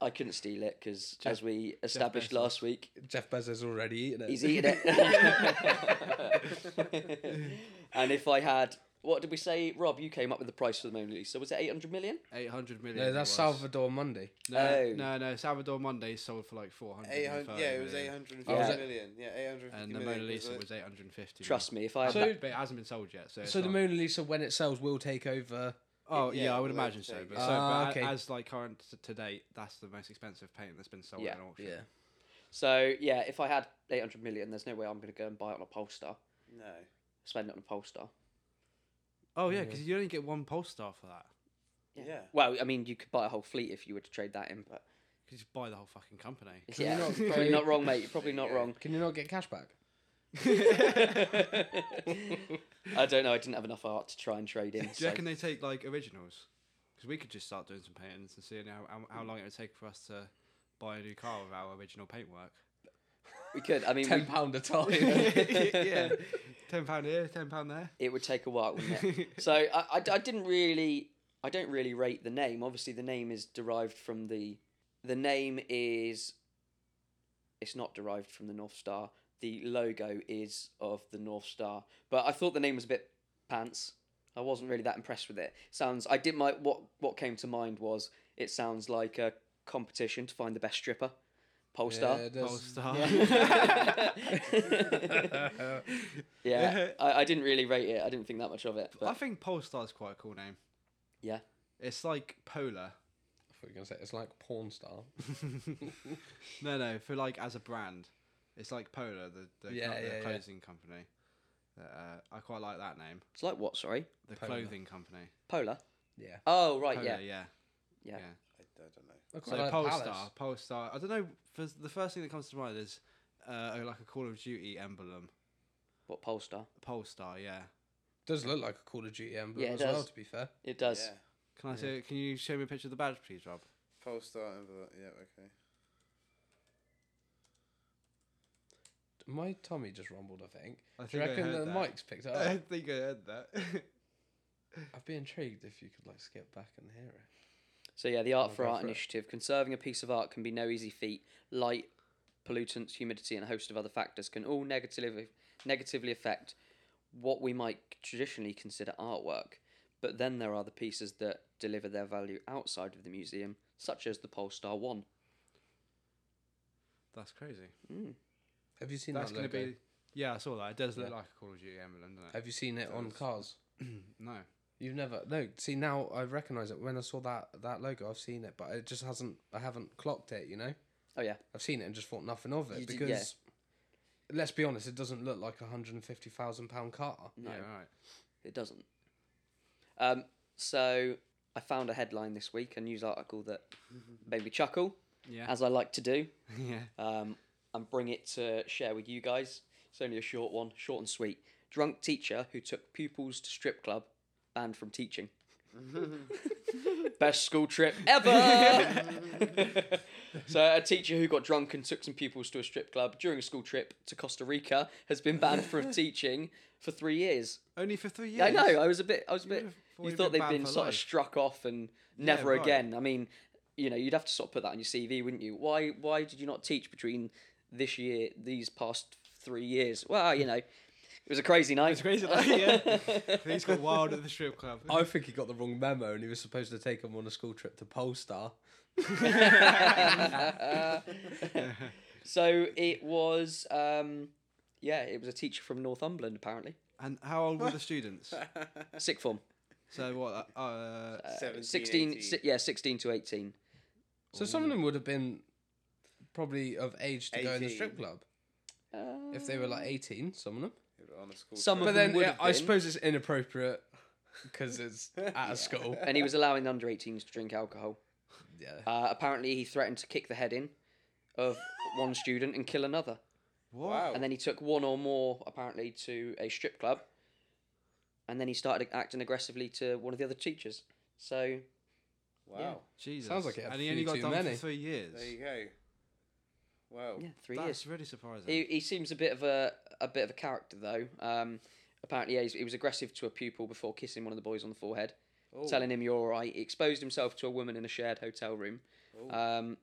I couldn't steal it because, as we established
Bezos.
last week,
Jeff Bezos already eaten it.
he's eating it. and if I had, what did we say, Rob? You came up with the price for the Mona Lisa. Was it eight hundred million?
Eight hundred million.
No,
it
that's
was.
Salvador Monday.
No,
Oh.
no, no. Salvador Monday sold for like four hundred.
Eight hundred. Yeah, it was eight hundred and fifty
Yeah.
million. Yeah, eight hundred fifty
And the
million.
Mona Lisa
it?
was eight hundred and fifty.
Trust me, if I had
So-
that,
but it hasn't been sold yet. So, it's
So the
not-
Mona Lisa, when it sells, will take over.
Oh yeah,
yeah,
I would
well,
imagine
they'd
so.
take
But,
it.
so,
Ah,
but a-
okay.
as like current t- to date, that's the most expensive paint that's been sold
Yeah.
at an auction.
Yeah.
so yeah, if I had eight hundred million, there's no way I'm going to go and buy it on a Polestar,
No.
spend it on a Polestar.
Oh yeah, because you only get one Polestar for that.
Yeah.
Well, I mean, you could buy a whole fleet if you were to trade that in, but
You could just buy the whole fucking company.
Can you
yeah,
not
probably
trade-
not wrong, mate. You're probably not wrong.
Can you not get cash back?
I don't know. I didn't have enough art to try and trade in.
Do you
So.
reckon they take like originals? Because we could just start doing some paintings and seeing how, how how long it would take for us to buy a new car with our original paintwork.
We could. I mean,
Ten
we,
pound a time.
yeah, ten pound here, ten pound there.
it would take a while, wouldn't it? so I, I, I didn't really, I don't really rate the name. Obviously, the name is derived from the, the name is, it's not derived from the North Star. The logo is of the North Star, but I thought the name was a bit pants. I wasn't really that impressed with it. Sounds. I did my what. What came to mind was it sounds like a competition to find the best stripper, Polestar.
Yeah, there's-
Polestar.
yeah, I, I didn't really rate it. I didn't think that much of it.
I
But
think Polestar's quite a cool name.
yeah,
It's like polar.
I thought you were gonna say it's like porn star.
No, no, for like as a brand, it's like Polar, the the,
Yeah,
co- the
yeah, yeah.
clothing company. Uh, I quite like that name.
it's like what? Sorry,
The
Polar.
clothing company.
Polar.
Yeah.
Oh right,
Polar,
yeah.
yeah.
Yeah.
I, I don't know.
I quite
So
like
Polestar,
Palace.
Polestar. I don't know. For the first thing that comes to mind is uh, like a Call of Duty emblem.
What Polestar?
Polestar, yeah.
Does look like a Call of Duty emblem
Yeah, it
as well.
does.
To be fair.
It does.
Yeah.
Can I say? Can you show me a picture of the badge, please, Rob?
Polestar envelope. Yeah. Okay.
My tummy just rumbled. I think.
I
Do
think
you
I
reckon
heard
the
that.
mic's picked it
Uh,
up?
think I heard that.
I'd be intrigued if you could like skip back and hear it.
So yeah, the Art for
go
Art
for it.
initiative. Conserving a piece of art can be no easy feat. Light, pollutants, humidity, and a host of other factors can all negatively negatively affect what we might traditionally consider artwork. But then there are the pieces that deliver their value outside of the museum, such as the Polestar One.
That's crazy.
Mm.
Have you seen
That's gonna
that logo?
be. Yeah, I saw that. It does look
Yeah.
like a Call of Duty emblem, doesn't it?
Have you seen it on
Those-
cars?
no.
You've never no. See now I recognise it. When I saw that that logo, I've seen it, but it just hasn't. I haven't clocked it. You know,
Oh yeah,
I've seen it and just thought nothing of it
You did-
because.
yeah.
Let's be honest, it doesn't look like a hundred and fifty thousand pound car.
no,
Yeah, right.
it doesn't. Um, so I found a headline this week, a news article that
Mm-hmm.
made me chuckle,
Yeah.
as I like to do.
yeah.
um, and bring it to share with you guys. It's only a short one, short and sweet. Drunk teacher who took pupils to strip club banned from teaching. Best school trip ever! so, a teacher who got drunk and took some pupils to a strip club during a school trip to Costa Rica has been banned from teaching for three years.
Only for three years.
I know. I was a bit. I was a bit.
would've thought
You
he'd been
thought they'd
banned
been
for
sort
life.
of struck off and never
right.
again. I mean, you know, you'd have to sort of put that on your CV, wouldn't you? Why? Why did you not teach between this year, these past three years? Well, you know, it was a crazy night. It was
crazy night, yeah. Things got wild at the strip club.
I think he got the wrong memo, and he was supposed to take him on a school trip to Polestar.
so it was. Um, yeah, it was a teacher from Northumberland apparently.
And how old were the students?
Sick form.
So what? Uh, uh,
Uh,
17,
16
18.
si- yeah, 16 to 18.
So some of them would have been probably of age to go in the strip
18.
club if they were like eighteen. Some of them,
on a school
Some
but
trip.
of
then
them would
yeah,
have
I
been.
suppose it's inappropriate because it's at a school.
And he was allowing under 18s to drink alcohol.
Yeah.
Uh, apparently, he threatened to kick the head in of one student and kill another.
what?
wow.
And then he took one or more, apparently, to a strip club. And then he started acting aggressively to one of the other teachers. So,
wow.
Jesus.
Sounds like it had
And
a
he only
few
got
too
done
many.
for three years.
There you go. Wow.
yeah, three
That's
years.
really surprising.
He, he seems a bit of a, a bit of a character though. Um, apparently, yeah, he's- he was aggressive to a pupil before kissing one of the boys on the forehead,
oh,
telling him "you're all right." He exposed himself to a woman in a shared hotel room. Um,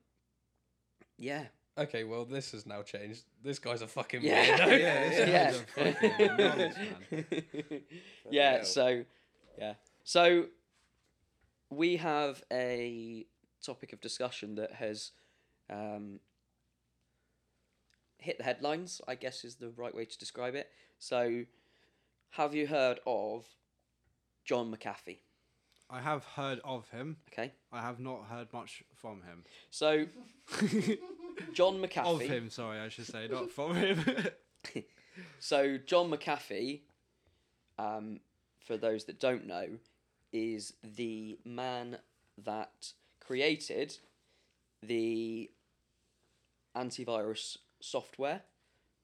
yeah,
Okay, well, this has now changed. This guy's a fucking
Yeah.
weirdo.
Yeah, this
Yeah.
is a fucking nonsense, man.
yeah,
hell.
so yeah. So we have a topic of discussion that has um, hit the headlines, I guess is the right way to describe it. So have you heard of John McAfee?
I have heard of him.
Okay.
I have not heard much from him.
So John McAfee
Of him, sorry, I should say, not from him.
So John McAfee, um, for those that don't know, is the man that created the antivirus software,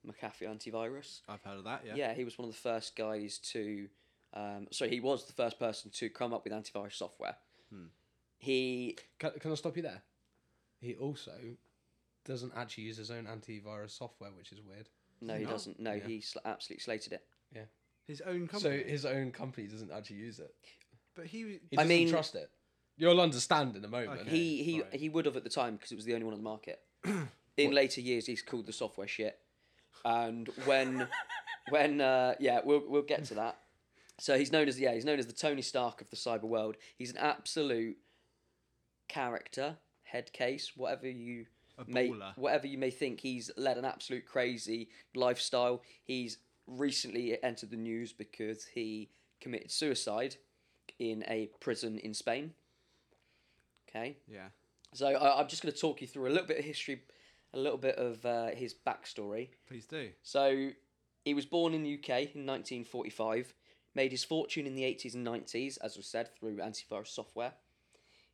McAfee antivirus.
I've heard of that. Yeah.
Yeah, he was one of the first guys to. Um, so he was the first person to come up with antivirus software. He
Can, can I stop you there? He also doesn't actually use his own antivirus software, which is weird.
no, he
No.
doesn't. No, he sl- absolutely slated it.
His own company.
So his own company doesn't actually use it.
but he.
He
I
doesn't
mean-
trust it. You'll understand in a moment.
Okay.
He he
Right.
he would have at the time because it was the only one on the market. In later years, he's called the software shit, and when when uh, yeah, we'll we'll get to that. So he's known as yeah, he's known as the Tony Stark of the cyber world. He's an absolute character, head case, whatever you
A
may
baller.
whatever you may think. He's led an absolute crazy lifestyle. He's recently entered the news because he committed suicide in a prison in Spain. Okay.
Yeah.
So I, I'm just going to talk you through a little bit of history, a little bit of uh, his backstory.
Please do.
So he was born in the UK in 1945, made his fortune in the 80s and 90s, as was said, through antivirus software.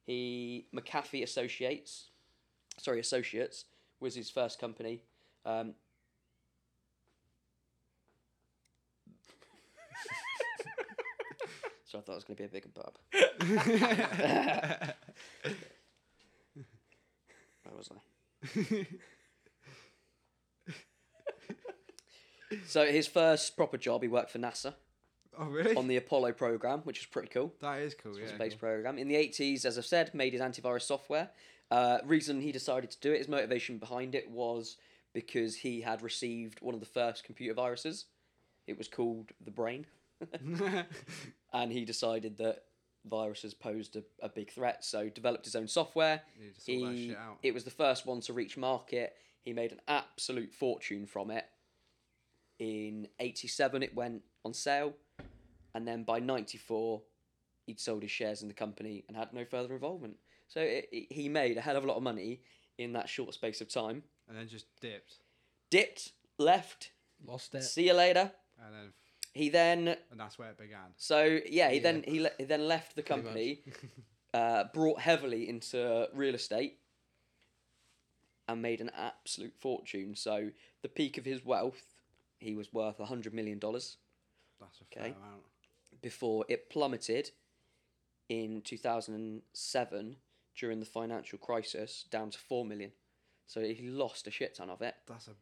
He McAfee Associates, sorry Associates, was his first company. Um, so I thought it was going to be a bigger bub. Where was I? So his first proper job, he worked for NASA.
Oh really?
on the Apollo program, which is pretty cool.
that is cool. Yeah.
space program. In the 80s, as I've said, made his antivirus software. Uh, reason he decided to do it, his motivation behind it was because he had received one of the first computer viruses. It was called the Brain, and he decided that viruses posed a, a big threat, so developed his own software.
Need to sort that
He-
shit out.
It was the first one to reach market. He made an absolute fortune from it. In 87, it went on sale. And then by 94, he'd sold his shares in the company and had no further involvement. So it, it- he made a hell of a lot of money in that short space of time.
and then just dipped.
Dipped, left,
Lost it.
see you later.
And then
He then,
and that's where it began.
so yeah, he
Yeah.
then he, le- he then left the
Pretty
company, uh, brought heavily into real estate, and made an absolute fortune. So the peak of his wealth, he was worth hundred million dollars.
That's a fair
Okay.
amount.
before it plummeted in 2007 during the financial crisis down to 4 million. So he lost a shit ton of it.
That's a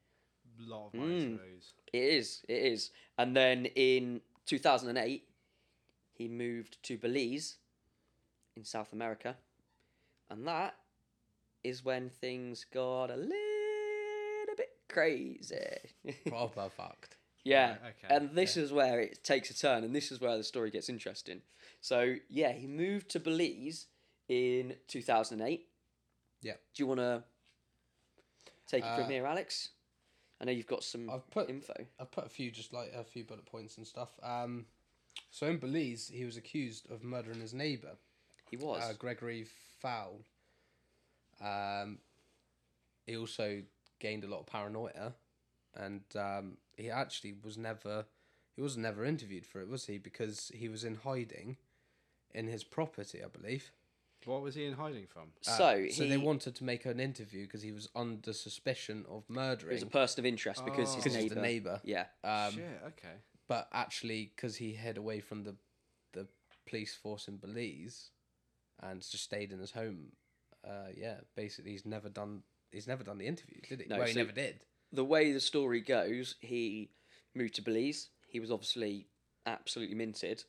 lot of money to lose.
It is, it is. And then in 2008, he moved to Belize in South America. And that is when things got a little bit crazy.
Proper fucked.
Yeah.
Right, okay,
And this is where it takes a turn, and this is where the story gets interesting. So, yeah, he moved to Belize in 2008.
Yeah.
Do you want to take it
Uh,
from here, Alex? I know you've got some
I've put-
info.
I've put a few just like a few bullet points and stuff. Um, so in Belize, he was accused of murdering his neighbour.
He was.
uh, Gregory Fowl. Um, he also gained a lot of paranoia, and um, he actually was never he was never interviewed for it, was he? Because he was in hiding in his property, I believe.
What was he in hiding from?
Uh,
so, he
so they wanted to make an interview because he was under suspicion of
he was a
murdering
person of interest because
Oh.
his
because he's
neighbour.
the neighbor.
Yeah.
Um,
shit. Okay.
but actually, because he hid away from the the police force in Belize, and just stayed in his home. Uh, yeah, basically, he's never done. He's never done the interview, did he?
No,
well, he
so-
never did.
the way the story goes, he moved to Belize. He was obviously absolutely minted.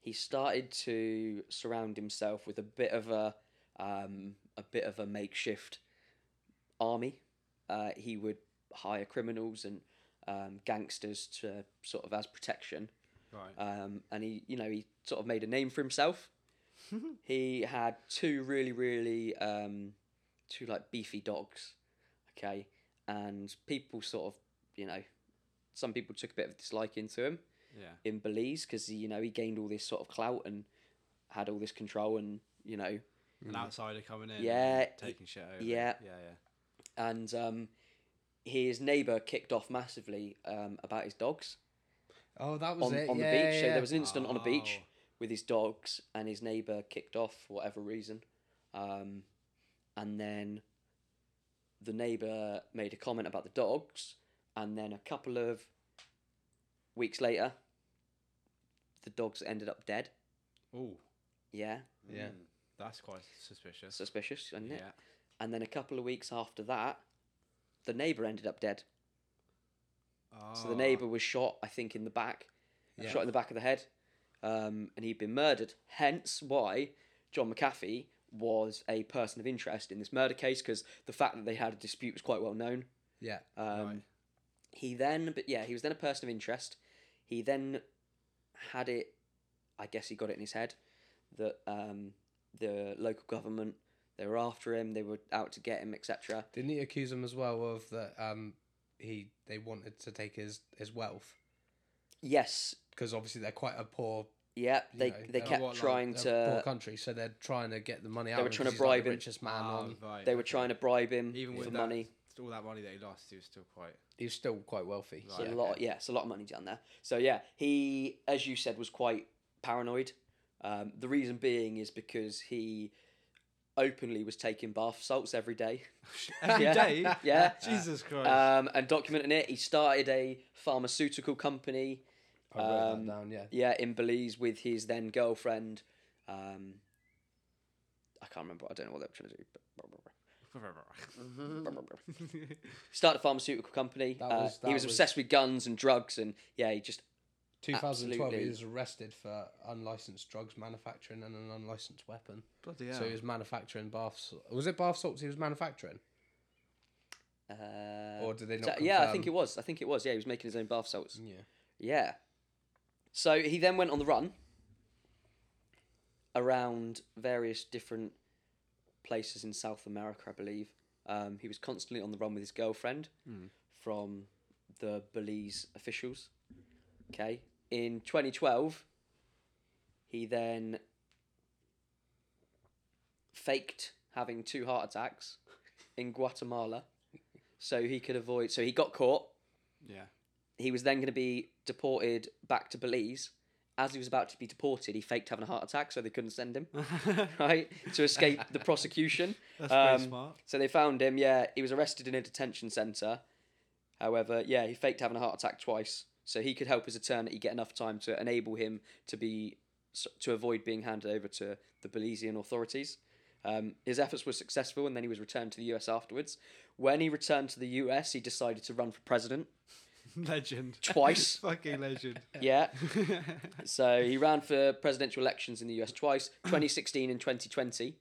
He started to surround himself with a bit of a um, a bit of a makeshift army. Uh, he would hire criminals and um, gangsters to sort of as protection
Right.
um, and he you know he sort of made a name for himself. he had two really really um, two like beefy dogs, okay, and people sort of you know some people took a bit of disliking to him
yeah.
in Belize because you know he gained all this sort of clout and had all this control and you know
An outsider coming in.
Mm. Yeah,
and
y-
Taking shit over.
yeah.
Yeah. Yeah.
and um, his neighbor kicked off massively um, about his dogs.
Oh, that was
on,
it.
on
yeah,
the beach.
Yeah,
So
yeah.
there was an incident on a beach
Oh.
with his dogs, and his neighbour kicked off for whatever reason. Um, and then the neighbour made a comment about the dogs, and then a couple of weeks later, the dogs ended up dead.
Oh,
Yeah,
Yeah.
Mm. that's quite suspicious.
suspicious, isn't
yeah.
it? And then a couple of weeks after that, the neighbour ended up dead. So the
Ah,
neighbour was shot, I think, in the back,
Yeah.
shot in the back of the head, um, and he'd been murdered. Hence why John McAfee was a person of interest in this murder case because the fact that they had a dispute was quite well known.
Yeah.
Um,
Right.
He then, but yeah, he was then a person of interest. He then had it. I guess he got it in his head that um, the local government they were after him, they were out to get him, etc.
Didn't he accuse him as well of that? Um, he they wanted to take his his wealth
Yes,
because obviously they're quite a poor,
yeah,
You
they
know,
they
uh,
kept
what, like,
trying
they're a poor
to.
country, so they're trying to get the money out.
uh, were
of him
trying to
'cause he's, like,
bribe him. Um,
ah,
the richest man on.
right,
They were
okay.
trying to bribe him
Even
for
with that,
money.
All that money that he lost, he was still quite.
He's still quite wealthy.
It's
so-
a
Right,
lot,
okay.
yeah, it's a lot of money down there. So yeah, he, as you said, was quite paranoid. Um, the reason being is because he openly was taking bath salts every day.
Every
Yeah.
day.
Yeah. Uh,
Jesus Christ.
Um, and documenting it, he started a pharmaceutical company.
I wrote
Um,
that down. Yeah.
Yeah, in Belize with his then girlfriend. Um, I can't remember. I don't know what they were trying to do. But started a pharmaceutical company.
That
uh,
was-
he
that
was
was-
obsessed with guns and drugs, and yeah, he just
2012, he
Absolutely.
was arrested for unlicensed drugs manufacturing and an unlicensed weapon.
Bloody hell.
So he was manufacturing bath. s- Was it bath salts he was manufacturing?
Uh,
Or did they
so-
not
yeah, I think it
confirm?
was. I think it was. Yeah, he was making his own bath salts.
Yeah.
Yeah. So he then went on the run around various different places in South America, I believe. Um, he was constantly on the run with his girlfriend from the Belize officials. Okay. In 2012, he then faked having two heart attacks in Guatemala so he could avoid, so he got caught
Yeah.
he was then going to be deported back to Belize. As he was about to be deported, he faked having a heart attack so they couldn't send him, right? To escape the prosecution.
That's pretty
Um,
smart.
So they found him, yeah. He was arrested in a detention centre. However, yeah, he faked having a heart attack twice so he could help his attorney get enough time to enable him to be to avoid being handed over to the Belizean authorities. Um, his efforts were successful, and then he was returned to the US afterwards. When he returned to the US, he decided to run for president
Legend.
twice.
Fucking legend.
Yeah. so he ran for presidential elections in the US twice, 2016 and 2020.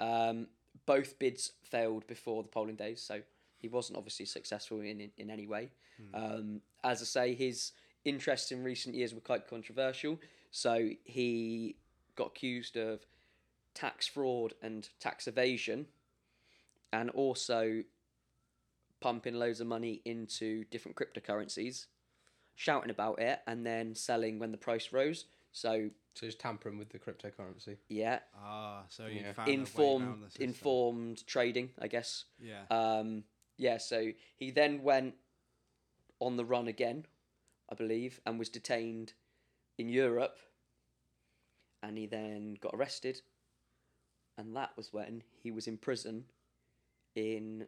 Um, both bids failed before the polling days, so he wasn't obviously successful in, in, in any way. Um, as I say, his interests in recent years were quite controversial, so he got accused of tax fraud and tax evasion, and also pumping loads of money into different cryptocurrencies shouting about it and then selling when the price rose. So
So he's tampering with the cryptocurrency.
yeah,
Ah, so you
Yeah.
found a way around
informed
the system.
informed trading, I guess.
Yeah.
Um, yeah, so he then went on the run again, I believe, and was detained in Europe. And he then got arrested, and that was when he was in prison in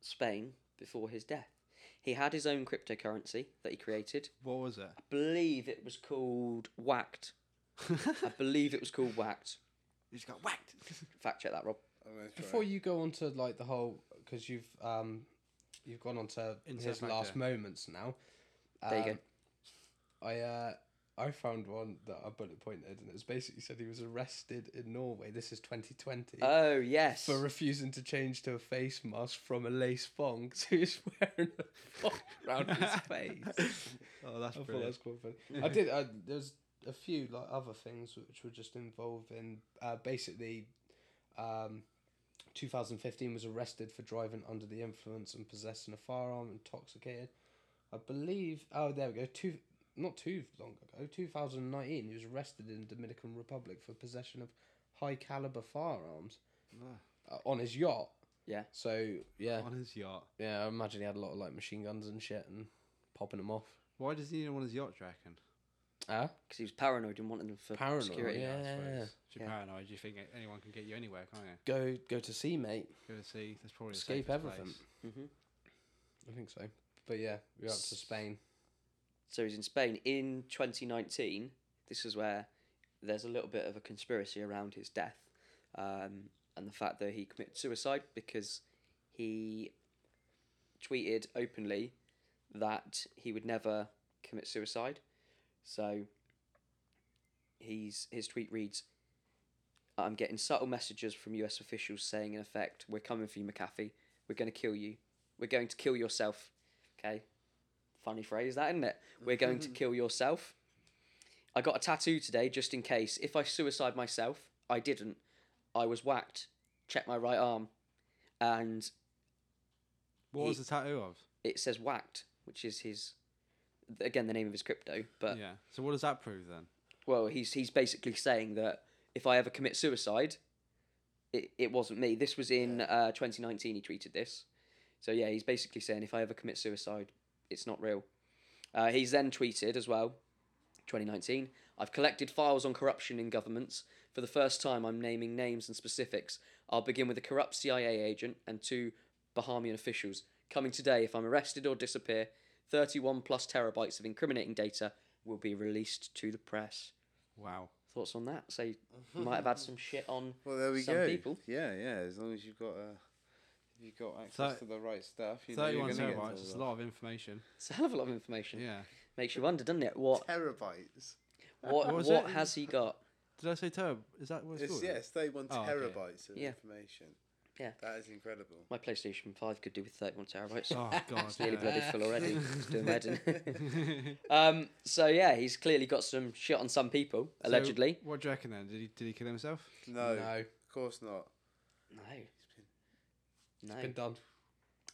Spain before his death. He had his own cryptocurrency that he created.
What was it?
believe it was called Whacked. I believe it was called Whacked.
You just got whacked.
Fact check that, Rob.
I'm gonna try.
Before you go on to like the whole, because you've um, you've gone on to
Insert
his
factor.
last moments now. Um,
There you go.
I uh, I found one that I bullet pointed, and it was basically said he was arrested in Norway. This is 2020
Oh yes.
for refusing to change to a face mask from a lace thong, so he's wearing a thong round his face.
Oh, that's
I thought that
brilliant.
was quite funny. I did. I, there's a few like other things which were just involved in uh, basically. Um, 2015 was arrested for driving under the influence and possessing a firearm, intoxicated. I believe. Oh, there we go. Two, not too long ago, 2019, he was arrested in Dominican Republic for possession of high caliber firearms
Ah.
uh, on his yacht.
Yeah.
So yeah,
On his yacht.
yeah. I imagine he had a lot of like machine guns and shit and popping them off.
Why does he need one on his yacht, do you reckon?
Ah.
Because he was paranoid and wanted them for
Paranoid,
security.
yeah.
If you're
Yeah.
paranoid, you think anyone can get you anywhere, can't you?
go go to sea, mate.
Go to sea. That's probably the
Escape
safest
everything.
place.
hmm
I think so. But yeah, we're up to Spain.
So he's in Spain in 2019. This is where there's a little bit of a conspiracy around his death um, and the fact that he committed suicide because he tweeted openly that he would never commit suicide. So he's his tweet reads, "I'm getting subtle messages from U.S. officials saying, in effect, we're coming for you, McAfee. We're going to kill you. We're going to kill yourself." Okay, funny phrase that, isn't it? We're going to kill yourself. I got a tattoo today just in case. If I suicide myself, I didn't. I was whacked. Check my right arm, and
What was the tattoo of?
it says whacked, which is his again the name of his crypto. But
yeah. So what does that prove then?
well, he's he's basically saying that if I ever commit suicide, it, it wasn't me. This was in uh, 2019. He tweeted this, so yeah, he's basically saying if I ever commit suicide, it's not real. Uh, he's then tweeted as well, 2019. I've collected files on corruption in governments. For the first time, I'm naming names and specifics. I'll begin with a corrupt CIA agent and two Bahamian officials. Coming today, if I'm arrested or disappear, 31 plus terabytes of incriminating data will be released to the press.
Wow.
Thoughts on that? So you might have had some shit on
Well, there we
some
go.
people.
Yeah, yeah. As long as you've got uh, if you've got access
Thir-
to the right stuff, you know you're
31
gonna get
terabytes
told
is
off.
a lot of information.
It's a hell of a lot of information.
Yeah.
Makes you wonder, doesn't it? What
Terabytes.
what
What
what,
was it?
has he got?
Did I say terrible? Is that what it's,
It's,
called?
yeah, it's 31
Oh, okay.
terabytes of
Yeah.
information.
Yeah.
That is incredible.
My PlayStation Five could do with thirty-one terabytes.
Oh god.
It's nearly
yeah.
bloody full already. Just doing my head in. um, so yeah, he's clearly got some shit on some people,
So,
allegedly.
what do you reckon then? Did he did he kill himself?
No,
No.
of course not.
no,
It's
no.
been done.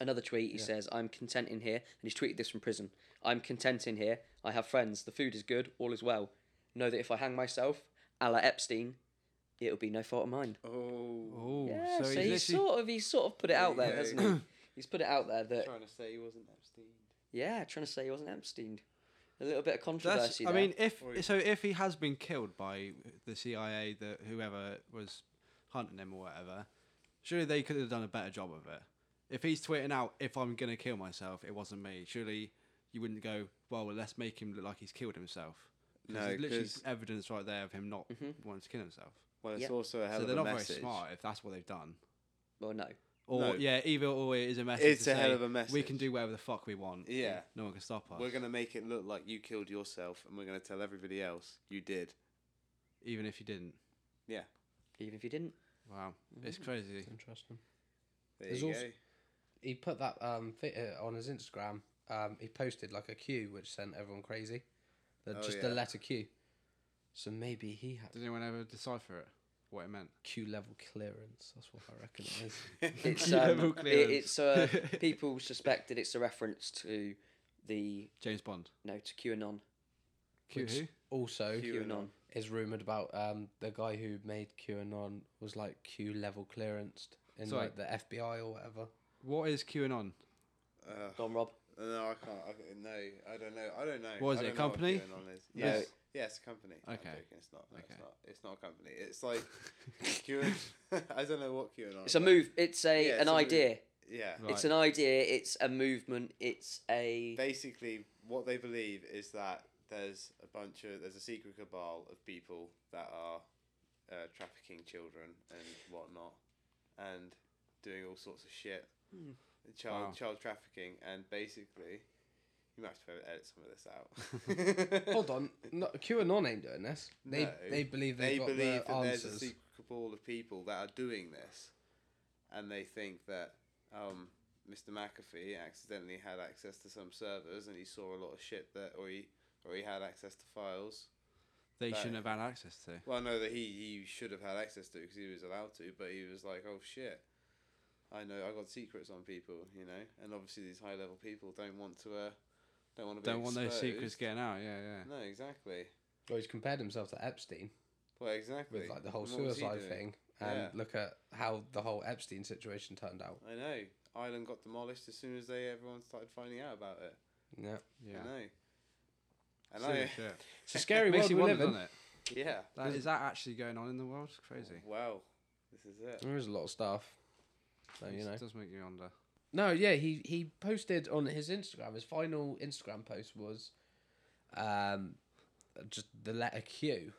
Another tweet. He says, "I'm content in here," and he's tweeted this from prison. "I'm content in here. I have friends. The food is good. All is well. Know that if I hang myself, a la Epstein, it'll be no fault of mine."
Oh,
Oh,
yeah, so,
so, he's
he's,
literally
sort of he's sort of put it out there,
Yeah.
hasn't he? He's put it out there that
trying to say he wasn't Epstein.
yeah, trying to say he wasn't Epstein. A little bit
That's,
of controversy.
I
there.
mean, if
Or he-
so, if he has been killed by the CIA, the whoever was hunting him or whatever, surely they could have done a better job of it. If he's tweeting out, "If I'm gonna kill myself, it wasn't me," surely you wouldn't go, "Well, let's make him look like he's killed himself."
No,
there's literally
'cause-
evidence right there of him not wanting to kill himself.
Well, it's
Yep.
also a hell
so
of
they're
a
not
message.
very smart if that's what they've done.
well, no.
Or
No.
yeah, either or it is a message.
It's
to
a hell
say,
of a
We
message.
can do whatever the fuck we want.
Yeah.
no one can stop us.
We're gonna make it look like you killed yourself, and we're gonna tell everybody else you did.
even if you didn't.
Yeah,
Even if you didn't,
Wow,
Mm-hmm.
it's crazy.
Interesting.
there
There's
you
also- He put that um, fit uh, on his Instagram. Um, he posted like a Q, which sent everyone crazy. That
Oh,
just
yeah.
the letter Q. So maybe he had
Did anyone ever decipher it? What it meant?
Q level clearance. That's what I reckon it is.
it's
Yeah,
um,
full
it-
clearance.
it's uh, people suspect that it's a reference to the
James Bond.
no to QAnon.
Q
Which
who?
Also,
QAnon.
QAnon.
is rumored about um, the guy who made QAnon was like Q level clearanced in
Sorry.
like the FBI or whatever.
What is QAnon?
go. Uh,
Gone, Rob.
no, I can't. I, can't- no, I don't know. I don't know.
What is
I
it, a
don't know what
company?
QAnon is.
No.
Yes, yes, a company. No, I'm
Okay.
joking, it's not. No,
Okay.
It's not. It's not a company. It's like QAnon. I don't know what QAnon.
It's a
is.
move. It's a
Yeah,
an
it's a move.
idea.
Yeah.
Right.
It's an idea. It's a movement. It's a
basically what they believe is that there's a bunch of there's a secret cabal of people that are uh, trafficking children and whatnot and doing all sorts of shit child
Wow.
child trafficking and basically you might have to edit some of this out
Hold on, no, QAnon ain't doing this. They
No.
they believe
they
they've got
believe
the
that there's a
answers.
secret cabal of people that are doing this, and they think that um, Mr. McAfee accidentally had access to some servers and he saw a lot of shit that, or he or he had access to files.
They
Right.
shouldn't have had access to.
Well, no, that he he should have had access to because he was allowed to, but he was like, oh shit. I know I got secrets on people, you know, and obviously these high level people don't want to, uh, don't want to.
Don't
be
want those secrets
exposed.
getting out. Yeah, yeah.
No, exactly.
Well, he's compared himself to Epstein
Well, exactly.
with like the whole
And what was he
suicide
doing?
thing, and
Yeah.
look at how the whole Epstein situation turned out.
I know. Ireland got demolished as soon as they everyone started finding out about it.
Yeah,
Yeah.
I know. And
Serious
I,
shit.
it's a scary
Makes
world
you
we
wonder,
live in.
doesn't it?
yeah.
That, is that actually going on in the world? It's crazy.
Wow. This is it.
There is a lot of stuff. So you
It
know.
does make you wonder.
No, yeah, he he posted on his Instagram. His final Instagram post was, um, just the letter Q.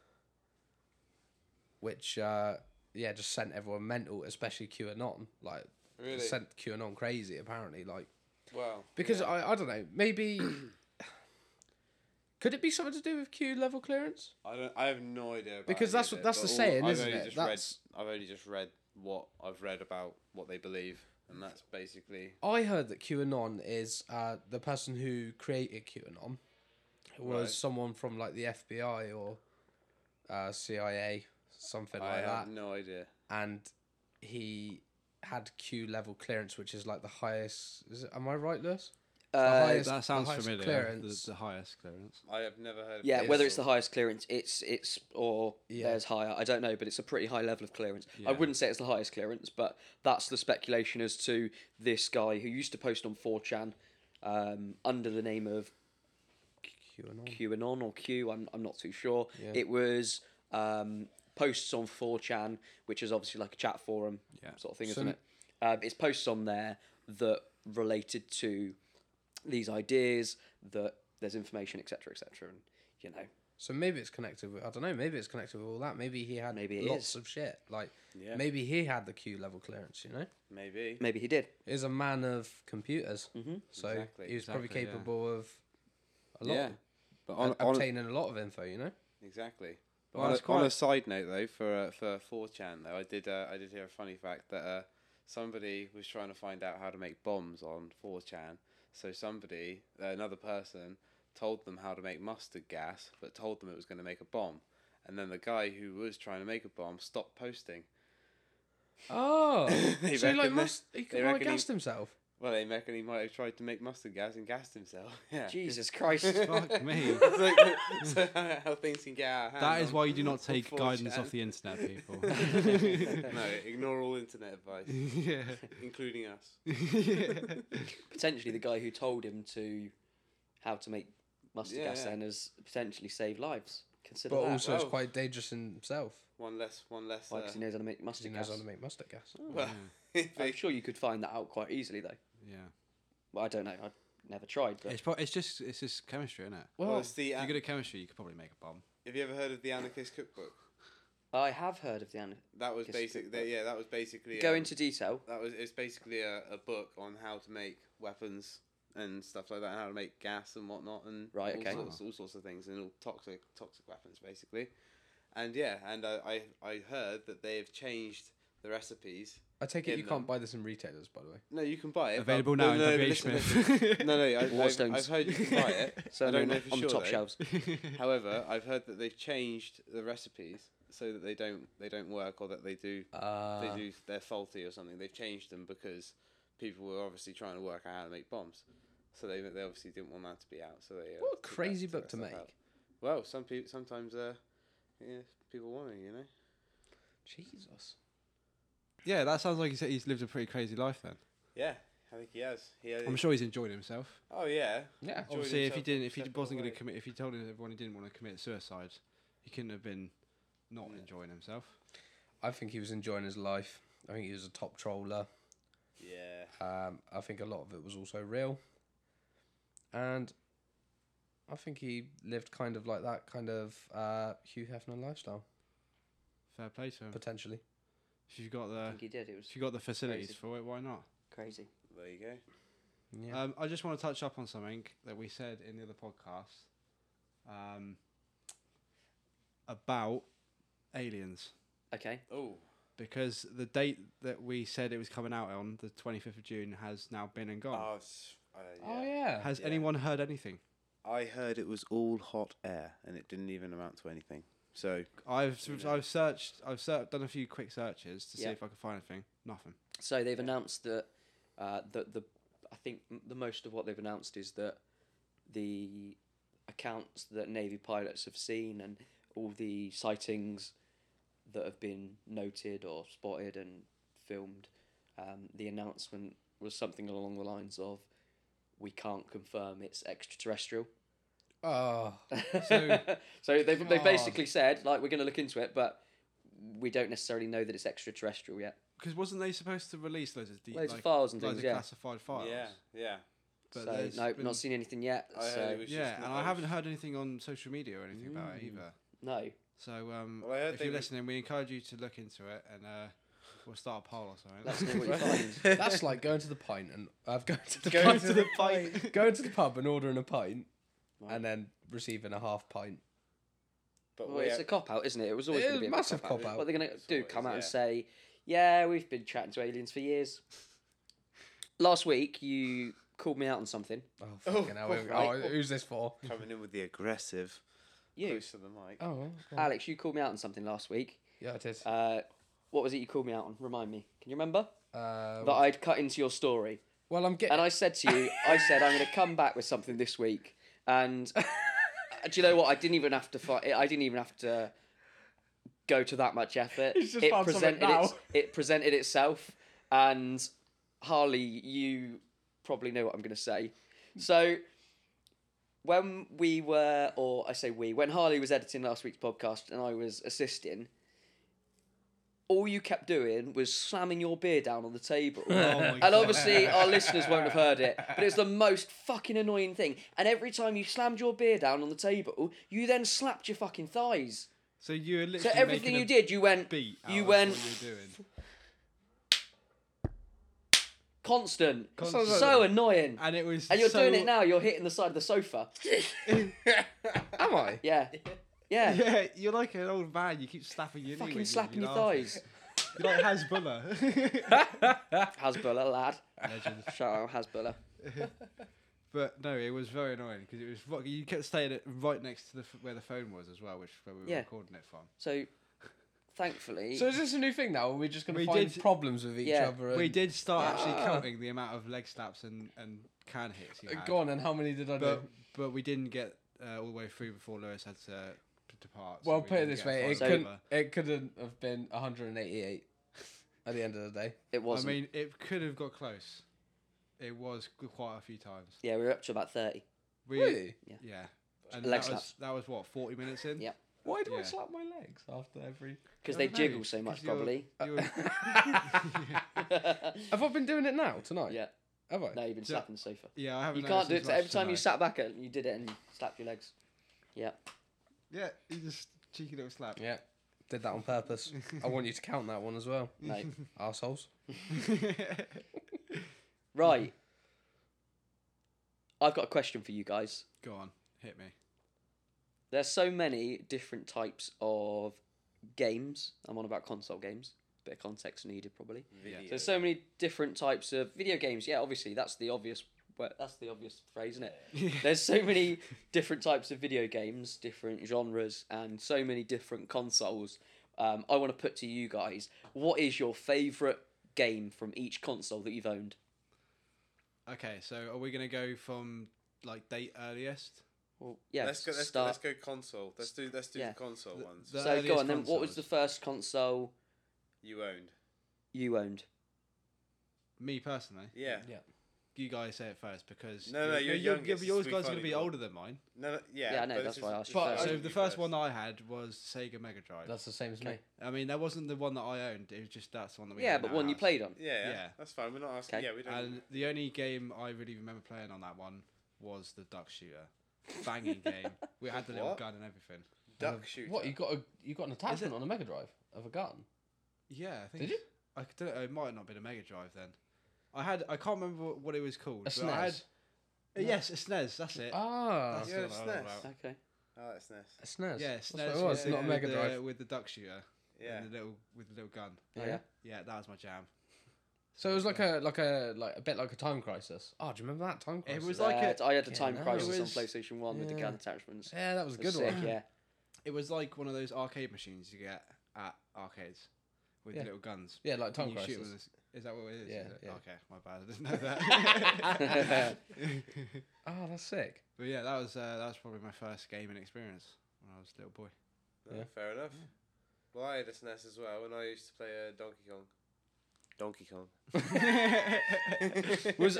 Which uh, yeah, just sent everyone mental, especially QAnon. Like
Really?
sent QAnon crazy. Apparently, like
Wow.
because
yeah.
I I don't know maybe. Could it be something to do with Q level clearance?
I don't. I have no idea. About
Because
any
that's
of
what-
it,
that's
but
the
all-
saying,
I've
isn't
only
it?
Just
That's-
Read, I've only just read what I've read about what they believe, and that's basically.
I heard that QAnon is uh, the person who created QAnon was
Right.
someone from like the FBI or uh, CIA, something
I
like
have
that,
no idea.
and he had Q level clearance, which is like the highest. Is it, am I right, Lewis?
uh,
highest-
That sounds
highest
familiar.
clearance.
The, the highest clearance.
I have never heard. Of
yeah.
this.
Whether it's the highest clearance, it's it's or
Yeah.
there's higher. I don't know, but it's a pretty high level of clearance. I
Yeah.
wouldn't say it's the highest clearance, but that's the speculation as to this guy who used to post on 4chan um, under the name of
QAnon.
QAnon or Q, I'm, I'm not too sure.
Yeah.
It was um, posts on 4chan, which is obviously like a chat forum
Yeah.
sort of thing,
So-
isn't it? Um, it's posts on there that related to these ideas, that there's information, etc., etc. And, you know,
So maybe it's connected with I don't know. Maybe it's connected with all that. Maybe he had
Maybe it
lots
is.
of shit. Like
Yeah.
maybe he had the Q level clearance. You know,
Maybe.
maybe he did.
is a man of computers, so
Exactly,
he
exactly,
was probably
yeah.
capable of a lot.
Yeah. But on, on
obtaining a lot of info, you know.
exactly. But
Well,
on,
that's
a, on
quite-
a side note though, for uh, for 4chan though, I did uh, I did hear a funny fact that uh, somebody was trying to find out how to make bombs on 4chan. So somebody, uh, another person, told them how to make mustard gas, but told them it was going to make a bomb. And then the guy who was trying to make a bomb stopped posting.
Oh,
They
so he,
reckon
like
they-
must he
they
could have
reckon he-
gassed himself.
Well, they reckon he might have tried to make mustard gas and gassed himself. Yeah.
Jesus Christ.
Fuck me.
It's like- so how things can get out of hand.
That is
on-
why you do not
on
take guidance
4chan.
off the internet, people.
no, ignore all internet advice,
yeah.
including us.
potentially the guy who told him to how to make mustard
Yeah,
gas
yeah.
then has potentially saved lives. Consider
But
that.
also, it's
well.
quite dangerous in himself.
One less, one less.
Why?
Uh,
'Cause he knows how to make mustard
He
gas.
knows how to make mustard gas.
well,
Hmm.
I'm sure you could find that out quite easily though.
Yeah.
Well, I don't know. I've never tried, but
It's, pro- it's just it's just chemistry, isn't it?
well, it's the,
If
uh,
you're good at chemistry, you could probably make a bomb.
have you ever heard of the Anarchist Cookbook?
I have heard of the an-
That was
Anarchist
basic.
Cookbook.
That, yeah, that was basically.
Go
um,
into detail.
That was it's basically a, a book on how to make weapons and stuff like that, and how to make gas and whatnot, and
Right,
all
okay.
sorts, all sorts of things, and all toxic toxic weapons basically. And yeah, and I I, I heard that they have changed the recipes.
I take it
Give
you
them.
can't buy this in retailers, by the way.
No, you can buy it. but-
Available now
no, no,
in WH
listen, listen.
Smith.
No, no, I've, I've,
Waterstones.
I've heard you can buy it.
So
I don't know
on,
for
on
sure.
the top
though.
shelves.
However, I've heard that they've changed the recipes so that they don't they don't work or that they do they
Uh,
do they're faulty or something. They've changed them because people were obviously trying to work out how to make bombs, so they they obviously didn't want that to be out. So they uh,
What a
took that-
crazy
took
book
that
to
stuff
make.
out. Well, some people sometimes uh, yeah, people want to you know.
Jesus.
yeah, that sounds like he's, he's lived a pretty crazy life then.
Yeah, I think he has. He has.
I'm sure he's enjoyed himself.
Oh yeah,
Yeah.
Enjoyed
Obviously, if he
himself
didn't,
every
if he
step of the
wasn't going
way.
to commit, if he told everyone he didn't want to commit suicide, he couldn't have been not enjoying himself.
I think he was enjoying his life. I think he was a top troller.
yeah.
Um, I think a lot of it was also real. And I think he lived kind of like that kind of uh, Hugh Hefner lifestyle,
Fair play
Mm.
to him.
potentially.
if you've got
I
the
think he did. It was
if you've got the facilities
Crazy.
for it, why not?
crazy.
There you go. Uh,
Yeah.
Um, I just want to touch up on something that we said in the other podcast um, about aliens
Okay.
Oh
because the date that we said it was coming out on, the 25th of June, has now been and gone.
Oh, it's- uh,
Oh, yeah.
has
yeah.
anyone heard anything?
I heard it was all hot air, and it didn't even amount to anything. So
I've
You know.
I've searched, I've ser- done a few quick searches to see
Yeah.
if I could find anything. Nothing.
So they've announced that uh, the the I think m- the most of what they've announced is that the accounts that Navy pilots have seen and all the sightings that have been noted or spotted and filmed, um, the announcement was something along the lines of, "We can't confirm it's extraterrestrial."
Oh,
So, they've, they
God.
basically said, like, we're going to look into it, but we don't necessarily know that it's extraterrestrial yet.
Because wasn't they supposed to release loads of deep,
Loads
like,
of files and
loads
things,
of
yeah.
classified files?
yeah, yeah.
but
so,
there's
no,
been-
not seen anything yet.
I heard
so,
it was just
Yeah,
not-
and I haven't heard anything on social media or anything about it
Mm.
either.
no.
So um,
Well, I heard
if
they
you're
were-
listening, we encourage you to look into it, and uh, we'll start a poll or something.
Let us know what you
Right.
find.
that's like going to the pint and I've going to the
Going
pint,
to the pint.
going to the pub and ordering a pint
Right.
and then receiving a half pint.
But
Well,
we
it's a
have-
cop out, isn't it? It was always
It
going
is
to be a
massive
cop out.
cop-out.
What they're going to
It's
do,
always,
come out and
yeah.
say, "Yeah, we've been chatting to aliens for years." Last week, you called me out on something.
Oh fucking hell!
right.
Oh, who's this for?
coming in with the aggressive
You,
close to the mic.
Oh, well, go on.
Alex, you called me out on something last week.
yeah, it is.
Uh, what was it you called me out on? Remind me. Can you remember?
Uh,
That I'd cut into your story.
well, I'm getting.
And I said to you, I said I'm going to come back with something this week. And uh, do you know what? I didn't even have to fight. I didn't even have to go to that much effort.
He's just found something now.
its- it presented itself, and Harley, you probably know what I'm going to say. So when we were, or I say we, when Harley was editing last week's podcast and I was assisting. All you kept doing was slamming your beer down on the table.
Oh my
and
God.
obviously, our listeners won't have heard it, but it's the most fucking annoying thing. And every time you slammed your beer down on the table, you then slapped your fucking thighs.
So you were literally
So everything
making a
you did, you went,
beat. out
you
of
went,
What you're doing.
Constant.
Constant.
So annoying.
and it was.
And you're
so-
doing it now. You're hitting the side of the sofa.
Am I?
Yeah. Yeah.
Yeah, you're like an old man. You keep slapping your knee when
Fucking
you-
slapping
you
your
laugh.
thighs.
You're like Hasbullah.
Hasbulla, lad.
Legend.
Shout out Hasbulla.
But no, it was very annoying because it was ro- you kept staying at, right next to the f- where the phone was as well, which where we were
Yeah.
recording it from.
So, thankfully,
So is this a new thing now? and We're just going
We
to find
did-
problems with each
Yeah,
other. And,
we did start actually
Ah.
counting the amount of leg slaps and, and can hits. He
Uh,
had.
Go on, and how many did I do?
but but we didn't get uh, all the way through before Lewis had to p- depart. so
well,
we
put it
didn't
this
get a
way, it
final
So-
couldn't,
number.
it couldn't have been 188 at the end of the day.
it
I
wasn't.
mean, it could have got close. It was g- quite a few times.
yeah, we were up to about 30.
We,
Really?
Yeah. And
Leg
that was,
slaps.
that was what forty minutes in.
Yeah.
Why do I
Yeah.
slap my legs after every?
Because
I
they
don't know,
jiggle so
'cause
much,
you're-
probably.
you were-
Have I been doing it now tonight?
yeah.
Have I?
No, you've been
Yeah.
slapping the sofa.
yeah, I haven't.
You
noticed
can't do
as
it.
much
Every time you
tonight.
sat back, uh, you did it and you slapped your legs. Yeah.
Yeah, you just cheeky little slap.
Yeah. Did that on purpose. I want you to count that one as well.
No.
Assholes.
right. I've got a question for you guys.
Go on, hit me.
There's so many different types of games. I'm on about console games. Bit of context needed, probably. So There's so many different types of video games. Yeah, obviously that's the obvious. well, That's the obvious phrase, isn't it? There's so many different types of video games, different genres, and so many different consoles. Um, I want to put to you guys, what is your favourite game from each console that you've owned?
Okay, so are we gonna go from like date earliest?
Well, yeah,
let's go. Let's, go-
start.
let's go console. Let's do. Let's do
Yeah.
the console
The-
ones
the-
so go
earliest
on. Then, what was
consoles.
the first console
you owned.
you owned?
Me personally,
Yeah.
Yeah.
you guys say it first because
No, no,
you-
you're
you-
youngest,
yours
it's
guys are gonna
funny,
be
but-
older than mine.
No. no yeah.
Yeah, I know,
but
that's
this
why I
is-
asked
this
you
is
first.
you
so the first
first.
one I had was Sega Mega Drive.
That's the same as me.
I mean, that wasn't the one that I owned. It was just that's the one that we.
yeah,
had in
but
our
one you
house.
played on.
Yeah, yeah,
Yeah.
that's fine. We're not asking.
'Kay.
Yeah, we don't.
And the only game I really remember playing on that one was the duck shooter, banging game. We had the little
What?
gun and everything.
duck shooter.
What you got? A, you got an attachment on a Mega Drive of a gun.
Yeah, I think.
Did you?
I c- don't know. It might not have been a Mega Drive then. I had. I can't remember what- what it was called.
A
but I had,
SNES.
Uh, Yes, a SNES. That's it.
Ah,
That's
Yeah,
the one I was
SNES.
about.
Okay.
Oh, that's nice.
a SNES.
Yeah,
That's what it
SNES.
was,
with
not a
the-
Mega
with
Drive.
The, with the duck shooter.
Yeah.
And the little with the little gun.
Oh,
Yeah.
yeah.
Yeah, that was my jam.
So it was like a like a like a bit like a time crisis. Oh, do you remember that time crisis?
It was like a.
Uh, I had the Time
Yeah,
Crisis
it
on
was-
PlayStation One with the
yeah.
gun attachments.
yeah, that was a
It was
good
sick,
one.
Yeah.
It was like one of those arcade machines you get at arcades with
Yeah.
little guns.
Yeah, like
And
time
you shoot with
crisis.
this- Is that what it is?
Yeah,
Is it?
yeah.
Okay, my bad. I didn't know that.
Oh, that's sick.
but yeah, that was uh, that was probably my first gaming experience when I was a little boy.
No,
Yeah.
Fair enough. Well, I had a SNES as well, and I used to play uh, Donkey Kong. Donkey Kong.
Was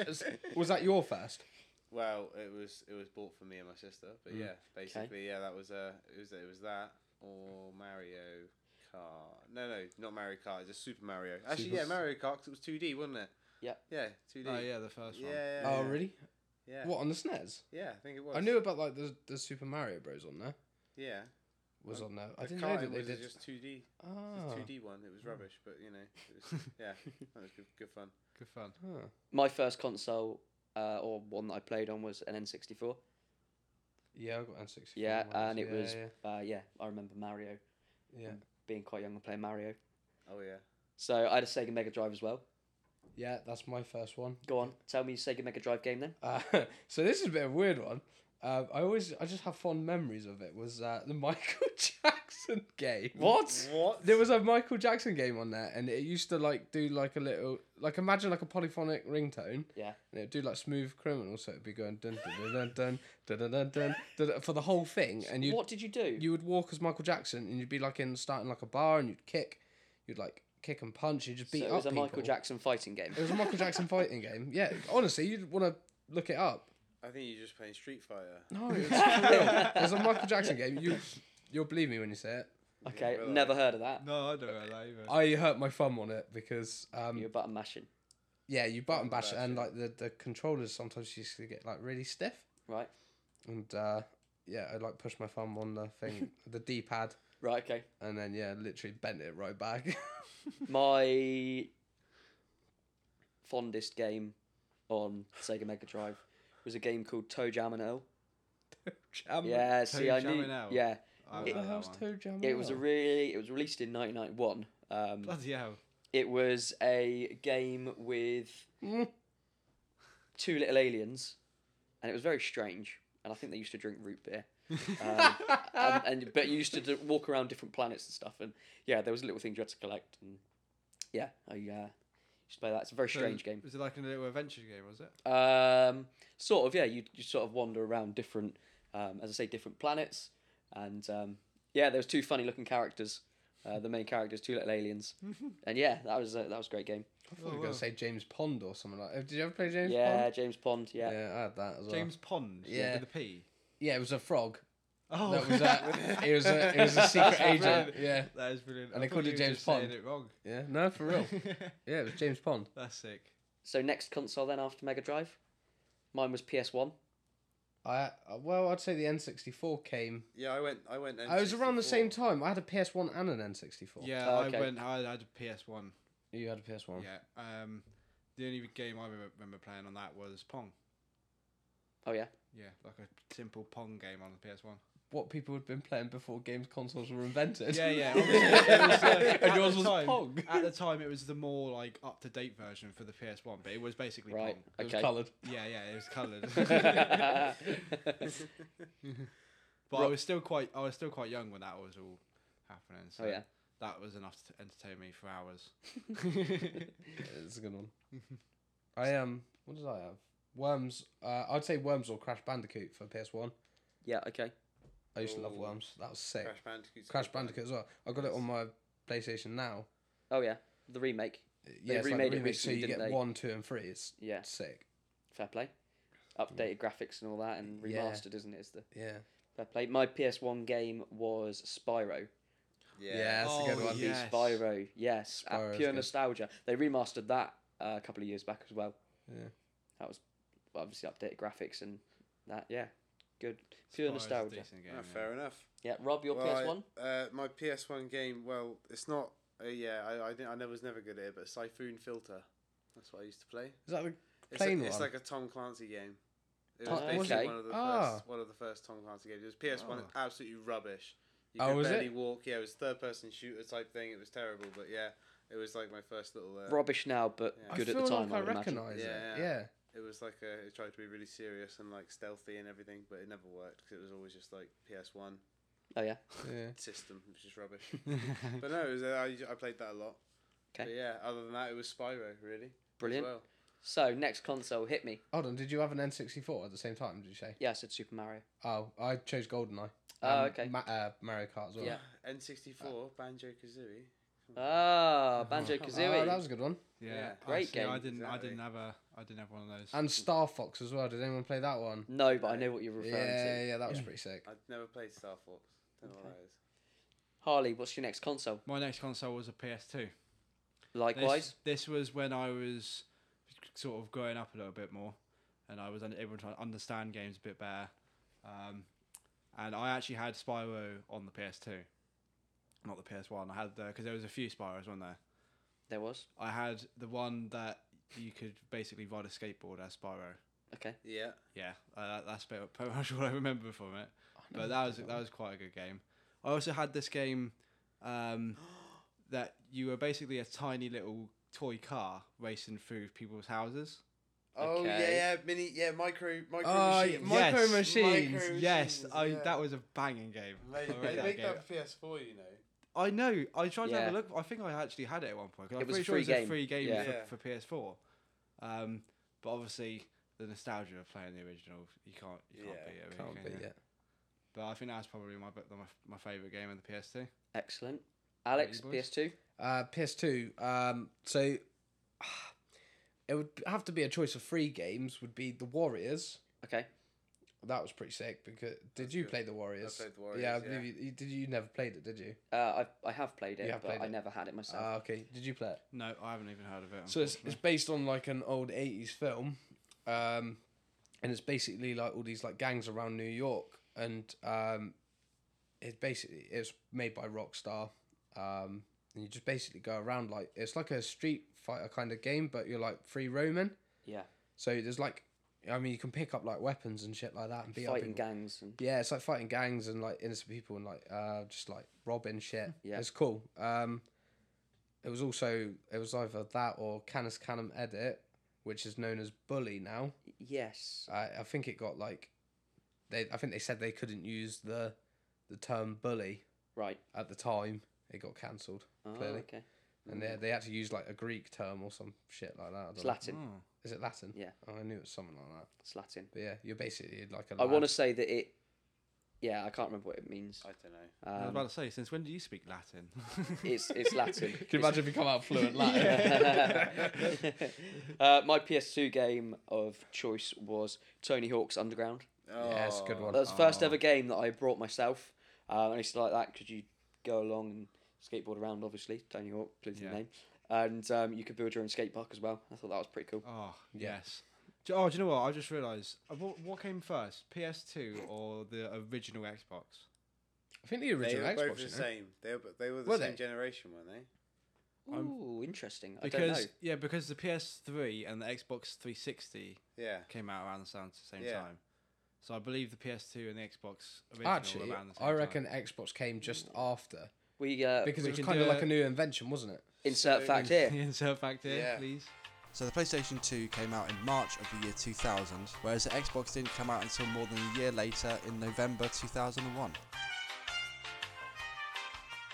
was that your first?
Well, it was it was bought for me and my sister, but
Mm.
yeah, basically, yeah, that was uh, it was it was that or Mario Kart. No, no, not Mario Kart. Just Ah, Super Mario. Actually,
Super
yeah,
S-
Mario Kart. 'cause it was two D, wasn't it?
Yep.
Yeah, two D.
Oh yeah, the first
yeah,
one.
yeah,
Oh,
yeah.
really?
Yeah.
What on the SNES?
Yeah, I think it was.
I knew about like the the Super Mario Bros on there.
Yeah,
Was
Um,
on there. I
the
didn't know
kart
that they
was
did.
just two D.
Ah.
Two D one. It was rubbish, but you know, it was, yeah, that was good, good fun.
Good fun.
Huh.
My first console, uh, or one that I played on, was an N64.
Yeah, I got N64.
Yeah,
ones,
and it
yeah,
was,
yeah,
uh, yeah, I remember Mario.
yeah.
Being quite young and playing Mario.
Oh yeah.
So I had a Sega Mega Drive as well.
Yeah, that's my first one.
Go on, tell me your Sega Mega Drive game then.
Uh, so this is a bit of a weird one. Um, I always, I just have fond memories of it. Was uh, the Michael Jackson game?
What?
What?
There was a Michael Jackson game on there, and it used to like do like a little, like imagine like a polyphonic ringtone,
Yeah.
and it'd do like smooth criminal, so it'd be going dun dun dun dun dun dun dun, dun, dun, dun for the whole thing, and you
what did you do?
you would walk as Michael Jackson, and you'd be like in starting like a bar, and you'd kick, you'd like kick and punch, you'd just beat
so it
up
was a
people.
Michael Jackson fighting game.
It was a Michael Jackson fighting game. Yeah, honestly, you'd want to look it up.
I think you're just playing Street Fighter.
No, it was for real. It was a Michael Jackson game. You, you'll believe me when you say it.
okay,
well,
never heard of that.
No, I don't know that either.
I hurt my thumb on it because, um,
You're button mashing,
yeah, you button
Button
bash it,
bash
and
it.
like the, the controllers sometimes used to get like really stiff,
right?
and uh, yeah, I like pushed my thumb on the thing, the D pad,
Right. Okay.
and then yeah, literally bent it right back.
My fondest game on Sega Mega Drive was a game called Toe Jam and Earl.
Jam.
Yeah,
Toe
see, I
Jam
knew.
and Earl?
Yeah,
I
What
It-
the
like that
hell's
one.
Toe Jam?
it was a
Earl?
really. It was released in 1991. Um,
Bloody hell.
it was a game with
Mm.
two little aliens, and it was very strange. And I think they used to drink root beer. Um, and, and but you used to do, walk around different planets and stuff, and yeah, there was little things you had to collect, and yeah, I uh, used to play that. It's a very
So
strange game.
Was it like a little adventure game, was it?
Um, sort of, yeah. You you sort of wander around different, um, as I say, different planets, and um, yeah, there was two funny looking characters, uh, the main characters, two little aliens, and yeah, that was a, that was a great game.
I thought you
Oh,
were
wow.
going to say James Pond or something like that. Did you ever play James
yeah,
Pond?
James Pond. Yeah,
Yeah, I had that as well.
James Pond.
Yeah.
With a P.
Yeah, it was a frog.
Oh.
That was that. it was a it was a secret
That's
agent.
brilliant.
Yeah,
That is brilliant.
And
I
they
thought
called it
you were
James
just saying
Pond.
it wrong.
yeah. No, for real. Yeah, it was James Pond.
That's sick.
So next console then after Mega Drive, mine was PS One.
I uh, well, I'd say the N64 came.
Yeah, I went. I went.
I was around the same
N64.
time. I had a PS1 and an N64.
Yeah,
Oh,
I
okay.
went. I had a PS One.
you had a PS1.
Yeah. Um, the only game I remember- remember playing on that was Pong.
Oh yeah,
Yeah, like a simple Pong game on the PS One.
What people had been playing before games consoles were invented.
Yeah, yeah. Obviously, it was, uh,
and
at
yours
the
was
time,
Pog.
At the time, it was the more like up to date version for the PS One, but it was basically
right.
It was
Okay.
coloured.
Pong. Yeah, yeah. It was coloured.
oh
but I
Right.
was still quite. I was still quite young when that was all happening. So
Oh,
yeah.
That was enough to entertain me for hours.
It's a good one. I um, what did I have? Worms. Uh, I'd say Worms or Crash Bandicoot for PS1.
Yeah. Okay.
I used to love
Ooh.
Worms. That was sick.
Crash Bandicoot.
Crash Bandicoot as well. I got it on my PlayStation now.
Oh yeah. The remake.
Yeah, it's like
remade it
the remake, so
recently,
you get
didn't they?
one, two, and three. It's
Yeah.
sick.
Fair play. Updated graphics and all that, and
Yeah.
remastered, isn't it? Is the
Yeah,
fair play. My PS1 game was Spyro.
Yeah.
Yeah. That's a good
Oh,
one.
The
yes.
Spyro, yes, at
Spyro's
pure
good.
nostalgia. They remastered that uh, a couple of years back as well.
Yeah.
that was obviously updated graphics and that. Yeah, good, pure
Spyro's a
nostalgia.
decent game,
Ah,
yeah.
fair enough.
Yeah, Rob, your
Well, I-
PS1.
Uh, my PS1 game. Well, it's not. Uh, yeah, I I, didn't, I never was never good at it, but Siphon Filter. That's what I used to play.
is that the
It's,
plain
a, it's
one?
like a Tom Clancy game. It
Oh,
was basically
okay.
one of the
Ah.
first one of the first Tom Clancy games. It was PS1,
Oh.
absolutely rubbish. You
Oh,
could
was
barely
it?
walk. Yeah, it was third person shooter type thing. It was terrible, but yeah, it was like my first little. Uh,
Rubbish now, but
yeah.
good
I
at
feel
the time.
like I,
would imagine.
recognise
Yeah, yeah.
it. Yeah.
It was like a, it tried to be really serious and like stealthy and everything, but it never worked because it was always just like PS1
Oh yeah,
yeah.
system, which is rubbish. but no, it was, uh, I, I played that a lot.
'Kay.
But yeah, other than that, it was Spyro really. as
brilliant.
well.
So next console, hit me.
Hold on, did you have an N64 at the same time? Did you say?
Yeah, I said Super Mario.
Oh, I chose GoldenEye.
Oh,
Um,
okay.
Ma- uh, Mario Kart as well.
Yeah.
N64, Banjo Kazooie.
Ah, Banjo Kazooie.
Oh, that was a good one.
Yeah,
Yeah.
Great
actually, I
game.
didn't. I
Exactly.
didn't have a. I didn't have one of those.
And Star Fox as well. Did anyone play that one?
No, but I know what you're referring
Yeah,
to.
yeah, that was pretty sick.
I'd never played Star Fox. Don't know what
Okay.
that is.
Harley, what's your next console?
my next console was a PS2.
Likewise.
This, this was when I was sort of growing up a little bit more, and I was un- able to understand games a bit better. Um, and I actually had Spyro on the PS2, not the PS1. I had because there was a few Spyros on there.
There was.
I had the one that you could basically ride a skateboard as Spyro.
Okay.
Yeah.
Yeah, uh, that- that's about pretty much what I remember from it.
Oh,
But that was that was quite a good game. I also had this game um, that you were basically a tiny little toy car racing through people's houses.
Oh
Okay.
yeah, yeah, mini, yeah, micro, micro
Oh,
machines.
yeah, Micro
Yes.
Machines.
Micro
Yes,
machines,
I,
yeah.
that was a banging game.
Mate,
I, rate
they
that
make
game.
that for PS4, you know.
I know. I tried to have
Yeah.
a look. I think I actually had it at one point. 'cause
It
I'm
was a
pretty sure
free
it was
game.
a free game
Yeah.
Yeah.
For, for PS4. Um, but obviously, the nostalgia of playing the original, you can't, you can't
Yeah,
beat it. really,
Can't
can
beat
you?
it.
But I think that's probably my be- my, my favourite game on the PS2.
Excellent. Alex,
you boys?
PS2.
Uh, PS2. Um, so it would have to be a choice of three games. Would be the Warriors.
Okay.
That was pretty sick. Because did you
good.
play the Warriors?
played The Warriors,
Yeah, I
yeah.
believe you, you. Did you you never played it? Did you?
Uh, I I have played it,
You have
but
played
I
it.
never had it myself.
Ah, okay. Did you play it?
No, I haven't even heard of it.
So it's, it's based on like an old eighties film, um, and it's basically like all these like gangs around New York, and um, it's basically it's made by Rockstar, um, and you just basically go around like it's like a Street Fighter kind of game, but you're like free roaming.
Yeah.
So there's like, I mean, you can pick up like weapons and shit like that and be up
Fighting
in-
gangs and
yeah, it's like fighting gangs and like innocent people and like uh just like robbing shit.
Yeah.
It's cool. Um it was also it was either that or Canis Canum Edit, which is known as Bully now.
yes,
I, I think it got like they I think they said they couldn't use the the term bully
right.
at the time. It got cancelled.
Oh,
Clearly.
okay.
And
Mm.
they they had to use like a Greek term or some shit like that. I don't
It's
know.
Latin.
Oh.
Is it Latin?
Yeah.
Oh, I knew it was something like that.
It's Latin.
But yeah, you're basically like a
I want to
lad.
say that it. Yeah, I can't remember what it means.
I don't know.
I was
Um,
about to say, since when do you speak Latin?
it's it's Latin.
Can you imagine if you come out fluent Latin?
uh, my PS2 game of choice was Tony Hawk's Underground.
Yeah, it's a good
Oh,
one.
That was the first ever game that I brought myself. Um, and I used to like that because you go along and skateboard around, obviously. Tony Hawk, please
Yeah.
the name. And um, you could build your own skate park as well. I thought that was pretty cool.
oh,
Yeah.
yes. Do- Oh, do you know what? I just realised. uh, What, what came first, PS2 or the original Xbox?
I think the
They
original
were
Xbox.
both the
you know?
same. They were, they were the
Were
same
they?
generation, weren't they?
I'm-
Ooh, interesting. I don't know.
Um, Because yeah, because the PS3 and the Xbox 360
Yeah.
came out around the sound at the same
Yeah.
time. So I believe the PS2 and the Xbox original were
Actually,
around the same
I
time.
reckon Xbox came just after
We uh,
because
we
it was
can
kind of
do
like
a-
a new invention, wasn't it?
insert
so-
fact here.
Insert fact here,
Yeah.
please. So the PlayStation 2 came out in March of the year 2000, whereas the Xbox didn't come out until more than a year later in November 2001.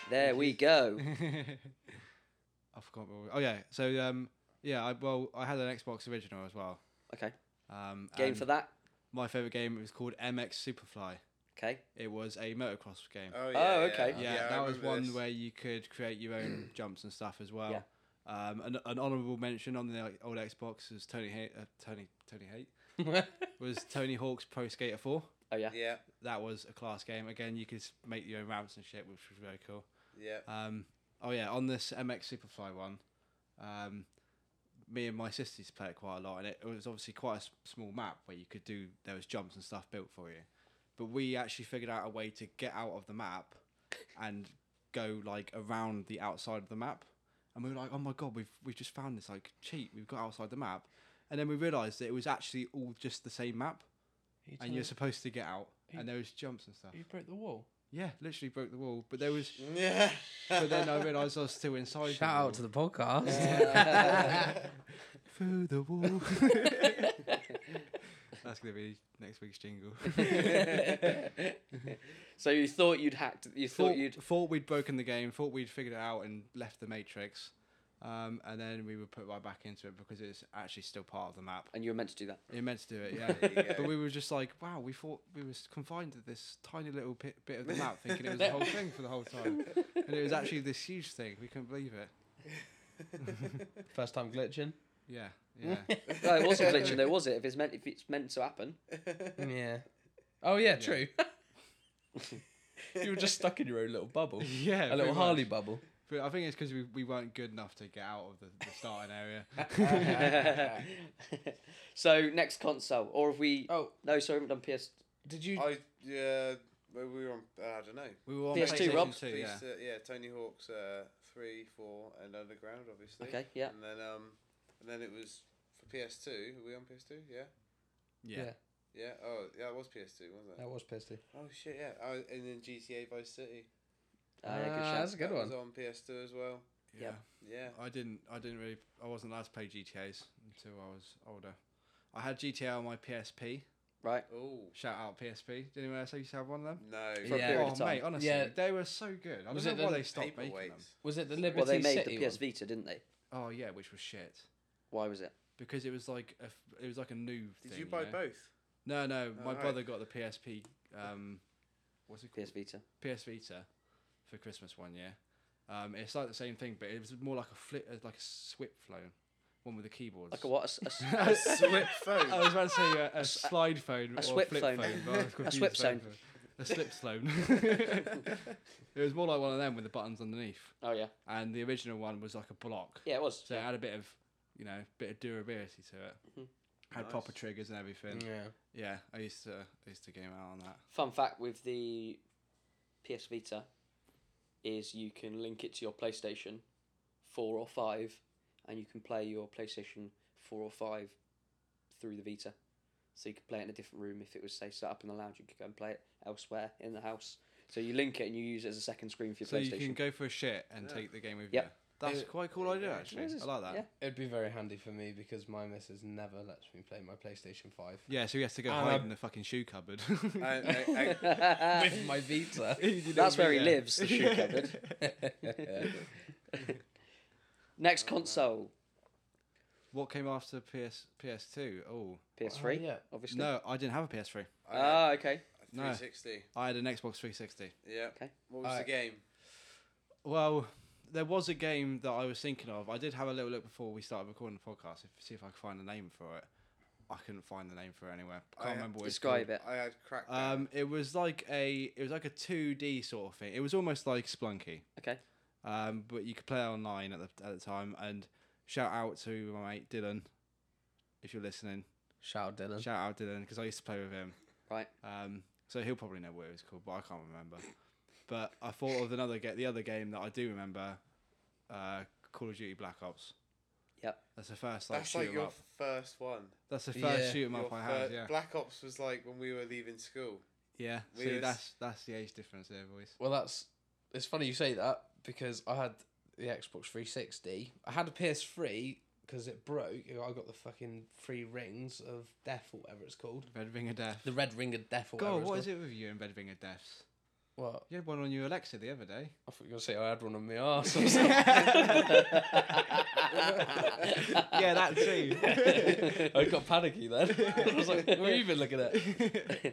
There we go.
I forgot. What we, oh yeah, so um, yeah, I, well, I had an Xbox original as well.
Okay.
Um,
Game
and
for that.
My favorite game was called MX Superfly.
Okay.
It was a motocross game.
Oh, yeah.
Oh, okay.
yeah,
I
that was
remember
one
this.
where you could create your own jumps and stuff as well. Um, an, an honourable mention on the like, old Xbox is Tony Hay- uh, Tony Tony Hate was Tony Hawk's Pro Skater Four.
Oh yeah.
Yeah,
That was a class game. Again, you could s- make your own ramps and shit, which was very cool.
yeah.
Um, oh yeah, on this MX Superfly one, um, me and my sisters used to play it quite a lot, and it, it was obviously quite a s- small map where you could do there was jumps and stuff built for you. But we actually figured out a way to get out of the map and go like around the outside of the map, and we were like, oh my god, we've we've just found this like cheat. We've got outside the map, and then we realised that it was actually all just the same map, and you're supposed to get out, and there was jumps and stuff.
you broke the wall.
Yeah, literally broke the wall, but there was
Yeah.
but then I realised I was still inside.
Shout out to the podcast.
through the wall. That's gonna be next week's jingle.
so you thought you'd hacked. You thought
thought,
you'd.
thought we'd broken the game. Thought we'd figured it out and left the matrix. Um, and then we were put right back into it because it's actually still part of the map.
And you were meant to do that.
You're meant to do it, yeah.
There you go.
but we were just like, wow, we thought we was confined to this tiny little bit, bit of the map, thinking it was the whole thing for the whole time, and it was actually this huge thing. We couldn't believe it.
First time glitching.
Yeah, yeah.
No, it wasn't glitching though, was it? If it's meant, if it's meant to happen.
yeah. Oh yeah, true. you were just stuck in your own little bubble,
Yeah,
a little
pretty
Harley
much.
bubble.
But I think it's because we, we weren't good enough to get out of the, the starting area.
so next console, or have we?
Oh,
No, sorry, we haven't done PS.
did you?
I yeah. We were on. Uh, I don't know.
We were on
PS2,
PlayStation
Rob.
2, yeah.
Please, uh, yeah, Tony Hawk's uh, three, four, and Underground, obviously.
Okay, yeah.
And then um, and then it was for PS2. Were we on PS2? Yeah.
yeah.
Yeah.
Yeah. Oh, yeah. It was PS2, wasn't it?
That was pissed.
Oh shit, yeah. Oh, and then GTA Vice City.
Ah, yeah, good
Ah,
shout.
that's a good
that
one.
Was on PS2 as well.
yeah,
Yeah.
Yeah.
I didn't. I didn't really. I wasn't allowed to play GTA's until I was older. I had GTA on my PSP.
Right.
Oh
Shout out PSP. Did anyone else used to have one of them?
no.
For a
Yeah.
period
Oh
of time.
mate, honestly,
Yeah.
they were so good. I
Was
don't
it
know why
the
they stopped making them.
Paperweights.
Was it the Liberty
well, they made
City
the PS
one?
Vita, didn't they?
Oh yeah, which was shit
Why was it?
because it was like a, f- it was like a new.
Did
thing,
you buy
know?
both?
No, no.
Oh,
My
right.
brother got the PSP. Um, what's it called?
PS Vita.
PS Vita for Christmas one year. Um, it's like the same thing, but it was more like a flip, uh, like a swip phone, one with the keyboards.
Like a what? A, s- a
A
s-
Swip
Oh.
I
phone. Uh,
was about to say uh, a, a slide phone, or
swip
flip
phone.
phone, but I was confused
swip
with phone
phone.
for- a slip phone. it was more like one of them with the buttons underneath,
oh yeah.
and the original one was like a block,
Yeah, it was.
so it had a bit of, you know, bit of durability to it.
Mhm.
Had
Nice.
proper triggers and everything.
Yeah.
Yeah, I used to I used to game out on that.
Fun fact with the PS Vita, is you can link it to your PlayStation 4 or 5 and you can play your PlayStation 4 or 5 through the Vita. So you could play it in a different room. If it was, say, set up in the lounge, you could go and play it elsewhere in the house. So you link it and you use it as a second screen for your
So
PlayStation.
you can go for a shit and
Yeah.
take the game with
Yep.
you. That's
Yeah.
quite a cool idea, actually.
This is-
I like that.
yeah.
Yeah,
It'd be very handy for me because my missus never lets me play my PlayStation 5.
so he has to go
And um,
hide
I-
in the fucking shoe cupboard.
I, I,
With my Vita.
That's where he lives, the shoe cupboard. Next
Oh, man.
console,
What came after PS PS2? Oh
PS3,
Uh, yeah.
obviously.
no, I didn't have a PS3.
I,
Ah, okay.
No.
360.
I had an Xbox 360.
Yeah.
Okay.
What was
Alright.
the game?
Well, there was a game that I was thinking of. I did have a little look before we started recording the podcast, if, see if I could find a name for it. I couldn't find the name for it anywhere.
I
Oh,
Can't
ha-
remember what it's called.
Describe it.
I had Crackdown.
Um, it was like a it was like a two D sort of thing. It was almost like Splunky.
Okay.
Um, but you could play online at the at the time. And shout out to my mate Dylan, if you're listening.
Shout out Dylan.
Shout out Dylan because I used to play with him.
Right.
Um, so he'll probably know what it was called, but I can't remember. but I thought of another get the other game that I do remember, uh, Call of Duty Black Ops.
Yep.
That's the first like
That's like
shoot 'em
your
up.
first one.
That's the
Yeah.
first shoot 'em
Your
up I had.
fir-
Yeah.
Black Ops was like when we were leaving school.
Yeah.
we
See,
was-
that's that's the age difference there, boys.
Well, that's it's funny you say that because I had the Xbox 360. I had a PS3 because it broke. You know, I got the fucking three rings of death or whatever it's called.
Red Ring of Death.
The red ring of death. Or
God,
whatever
what
it's
is it with you and Red Ring of Deaths?
called. What?
You had one on your Alexa the other day.
I thought you were gonna say I had one on my arse.
yeah, that too.
I got panicky then. I was like, "What are you even looking at?"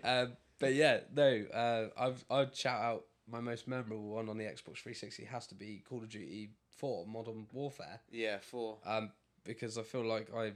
um, but yeah, no. Uh, I've I'd shout out my most memorable one on the Xbox 360 has to be Call of Duty 4 Modern Warfare.
Yeah, four.
Um, because I feel like I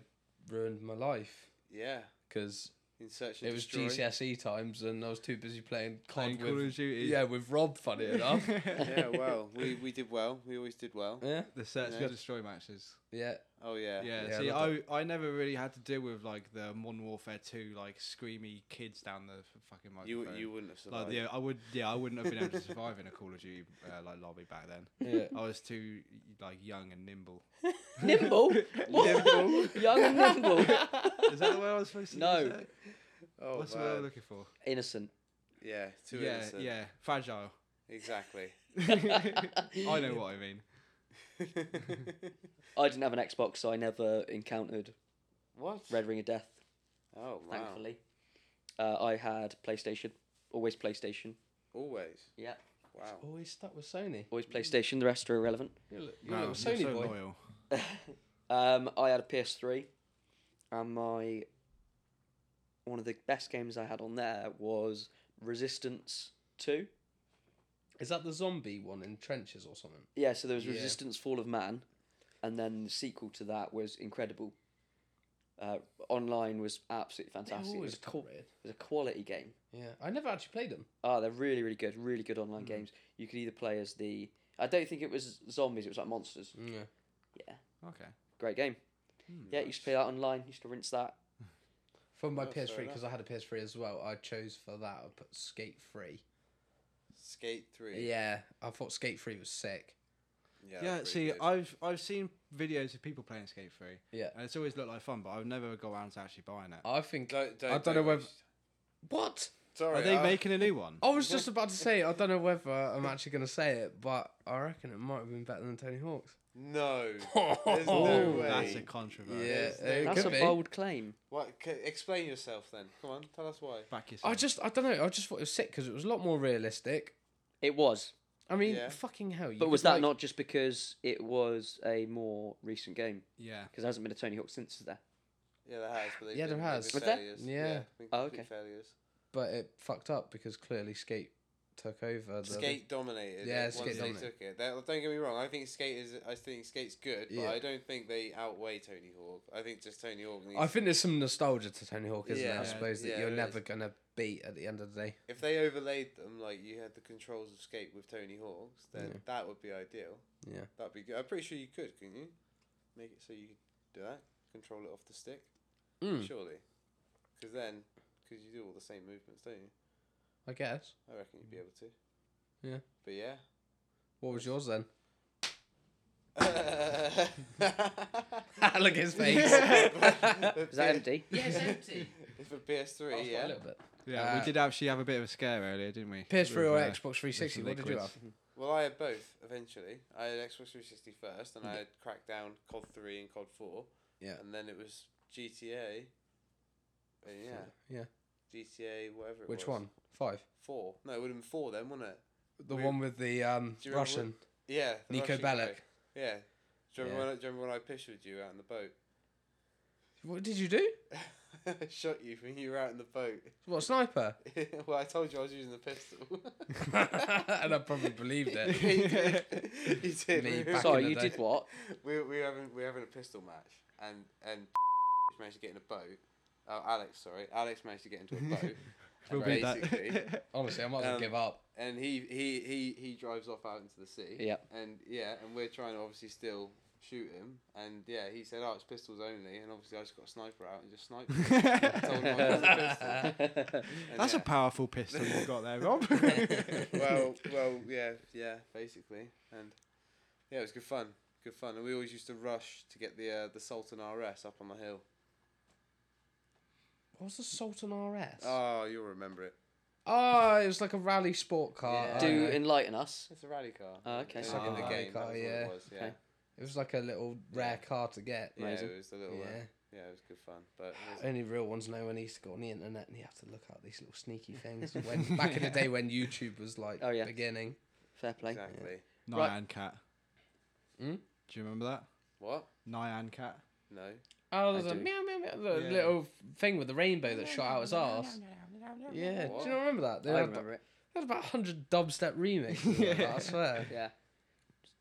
ruined my life
Yeah.
because
In search and
it was
destroy.
GCSE E times and I was too busy playing COD
Playing Call
with
of Duty.
yeah with Rob. Funny enough,
yeah, well, we, we did well. We always did well.
yeah,
The search
Yeah.
and destroy matches.
yeah.
Oh yeah.
Yeah,
Yeah,
see,
I
I, I never really had to deal with like the Modern Warfare two like screamy kids down the f- fucking
You
microphone.
you wouldn't have
like
survived.
yeah, I would yeah I wouldn't have been able to survive in a Call of Duty uh, like lobby back then.
yeah.
I was too like young and nimble.
Nimble? What? Young and nimble.
Is that the way I was supposed to?
No.
use it?
Oh
What's the word I'm
man.
looking for?
Innocent.
Yeah. Too
yeah,
innocent.
yeah, fragile.
Exactly.
I know what I mean.
I didn't have an Xbox, so I never encountered
what?
Red Ring of Death,
Oh wow.
thankfully. Uh, I had PlayStation, always PlayStation.
Always.
Yeah.
Wow.
Always Oh, stuck with Sony.
Always PlayStation, the rest are irrelevant.
You're, a li- you're a
Wow,
little
you're
Sony
so
boy.
loyal.
Um, I had a PS3, and my one of the best games I had on there was Resistance Two.
Is that the zombie one in trenches or something?
Yeah, so there was
Yeah.
Resistance Fall of Man, and then the sequel to that was Incredible. Uh, online was absolutely fantastic. It was, a qu-
cool.
it was a quality game.
Yeah, I never actually played them.
Ah, they're really, really good. Really good online
Mm-hmm.
games. You could either play as the. I don't think it was zombies. It was like monsters.
Mm, Yeah.
Okay.
Great game.
Hmm,
yeah, used to play that online. Used to rinse that.
For my
Oh, fair
PS3, because I had a PS3 as well, I chose for that. I put Skate Free.
Skate three.
Yeah, I thought Skate Free was sick.
Yeah.
Yeah,
that's
see,
pretty good.
I've I've seen videos of people playing Skate Free.
Yeah. Oh,
and it's always looked like fun, but I've never got around to actually buying it.
I think.
Don't, don't,
I don't know whether.
watch-
What?
Sorry. uh,
Are they
I-
making a new one?
I was just about to say, I don't know whether I'm actually going to say it, but I reckon it might have been better than Tony Hawk's.
No.
There's
no
Ooh,
way.
Oh, that's a
Yeah,
controversy.
There's-
it
That's
could
a
be.
bold claim.
What? C- explain yourself then. Come on, tell us why.
Back yourself.
I just, I don't know. I just thought it was sick because it was a lot more realistic.
It was,
I mean,
Yeah.
fucking hell. You
but was
could,
that
like-
not just because it was a more recent game?
yeah.
Because there hasn't been a Tony Hawk since is there.
Yeah, there has. But they've
Yeah,
been,
there has.
Been
Was there?
failures.
Yeah.
been
Oh,
complete
okay.
Failures.
But it fucked up because clearly Skate took over. The,
Skate dominated.
Yeah,
it
Skate
once
dominated.
They took it. They- don't get me wrong. I think skate is. I think skate's good, but
Yeah.
I don't think they outweigh Tony Hawk. I think just Tony Hawk. Needs
I think there's some nostalgia to Tony Hawk, isn't
Yeah.
there? I
Yeah.
suppose that
Yeah,
you're
there
never
is.
gonna beat at the end of the day.
If they overlaid them like you had the controls of skate with Tony Hawk's, then
Yeah.
that would be ideal.
Yeah.
That'd be good. I'm pretty sure you could, couldn't you? Make it so you could do that. Control it off the stick,
Hmm.
surely. Because then, because you do all the same movements, don't you?
I guess.
I reckon you'd be able to.
Yeah.
But yeah,
What was yours then?
Is
Look at his face.
Is that empty?
Yeah, it's empty.
For PS3,
A
yeah.
little bit.
Yeah,
Uh,
we did actually have a bit of a scare earlier, didn't we?
PS3
With,
or
uh,
Xbox 360?
with
What did you have?
liquids.
Well, I had both eventually. I had Xbox 360 first, and I had Crackdown, COD 3, and COD 4.
Yeah.
And then it was GTA. And Uh, yeah,
Yeah.
GTA, whatever it was.
Which one? Five.
Four. No, it would have been four then, wouldn't it?
The
We-
one with the um,
Do you remember
Russian
Yeah. the
Nico
Russian
Bellic.
guy. Yeah. Do you, remember
Yeah.
When I, do you remember when I pictured you out in the boat?
What did you do?
Shot you when you were out in the boat.
What sniper?
well, I told you I was using the pistol.
and I probably believed
you
it.
did. You did.
Me
We were-
back
Sorry, Oh,
in the
you
day.
did what?
we we were having we were having a pistol match, and and managed to get in a boat. Oh, Alex, sorry, Alex managed to get into a boat.
We'll
and
beat
basically-
that.
Honestly, I might as well
Um,
give up.
and he, he he he drives off out into the sea.
Yep.
And yeah, and we're trying to obviously still shoot him. And yeah, he said, "Oh, it's pistols only." And obviously, I just got a sniper out and just sniped. Him. Told him I was a pistol. And
That's
yeah.
a powerful pistol you've got there, Rob.
well, well, yeah, yeah, basically, and yeah, it was good fun, good fun, and we always used to rush to get the uh, the Sultan RS up on the hill.
What was the Sultan RS?
Oh, you'll remember it.
oh, it was like a rally sport car.
Yeah.
I
Do
know.
enlighten us.
It's a rally car.
Oh, okay.
It's
It's like
in
a
the
rally
game.
car,
that was all
yeah.
It was, yeah.
Okay.
It was like a little rare car to get.
Yeah,
Amazing.
it was the little. Yeah.
Yeah.
yeah, it was good fun, but it was,
Only real ones now when you used to go on the internet and you have to look out these little sneaky things. when back in the day when YouTube was like
Oh, yeah.
beginning.
Fair play.
exactly.
Nyan
Right.
Cat.
Hmm?
Do you remember that?
What?
Nyan Cat.
No.
Oh,
I
there's a
do.
meow meow meow, the
Yeah.
little thing with the rainbow that shot out his ass. Yeah,
What?
do you not remember that? They
I
had,
remember it.
they had about hundred dubstep remixes. yeah. I swear.
Yeah.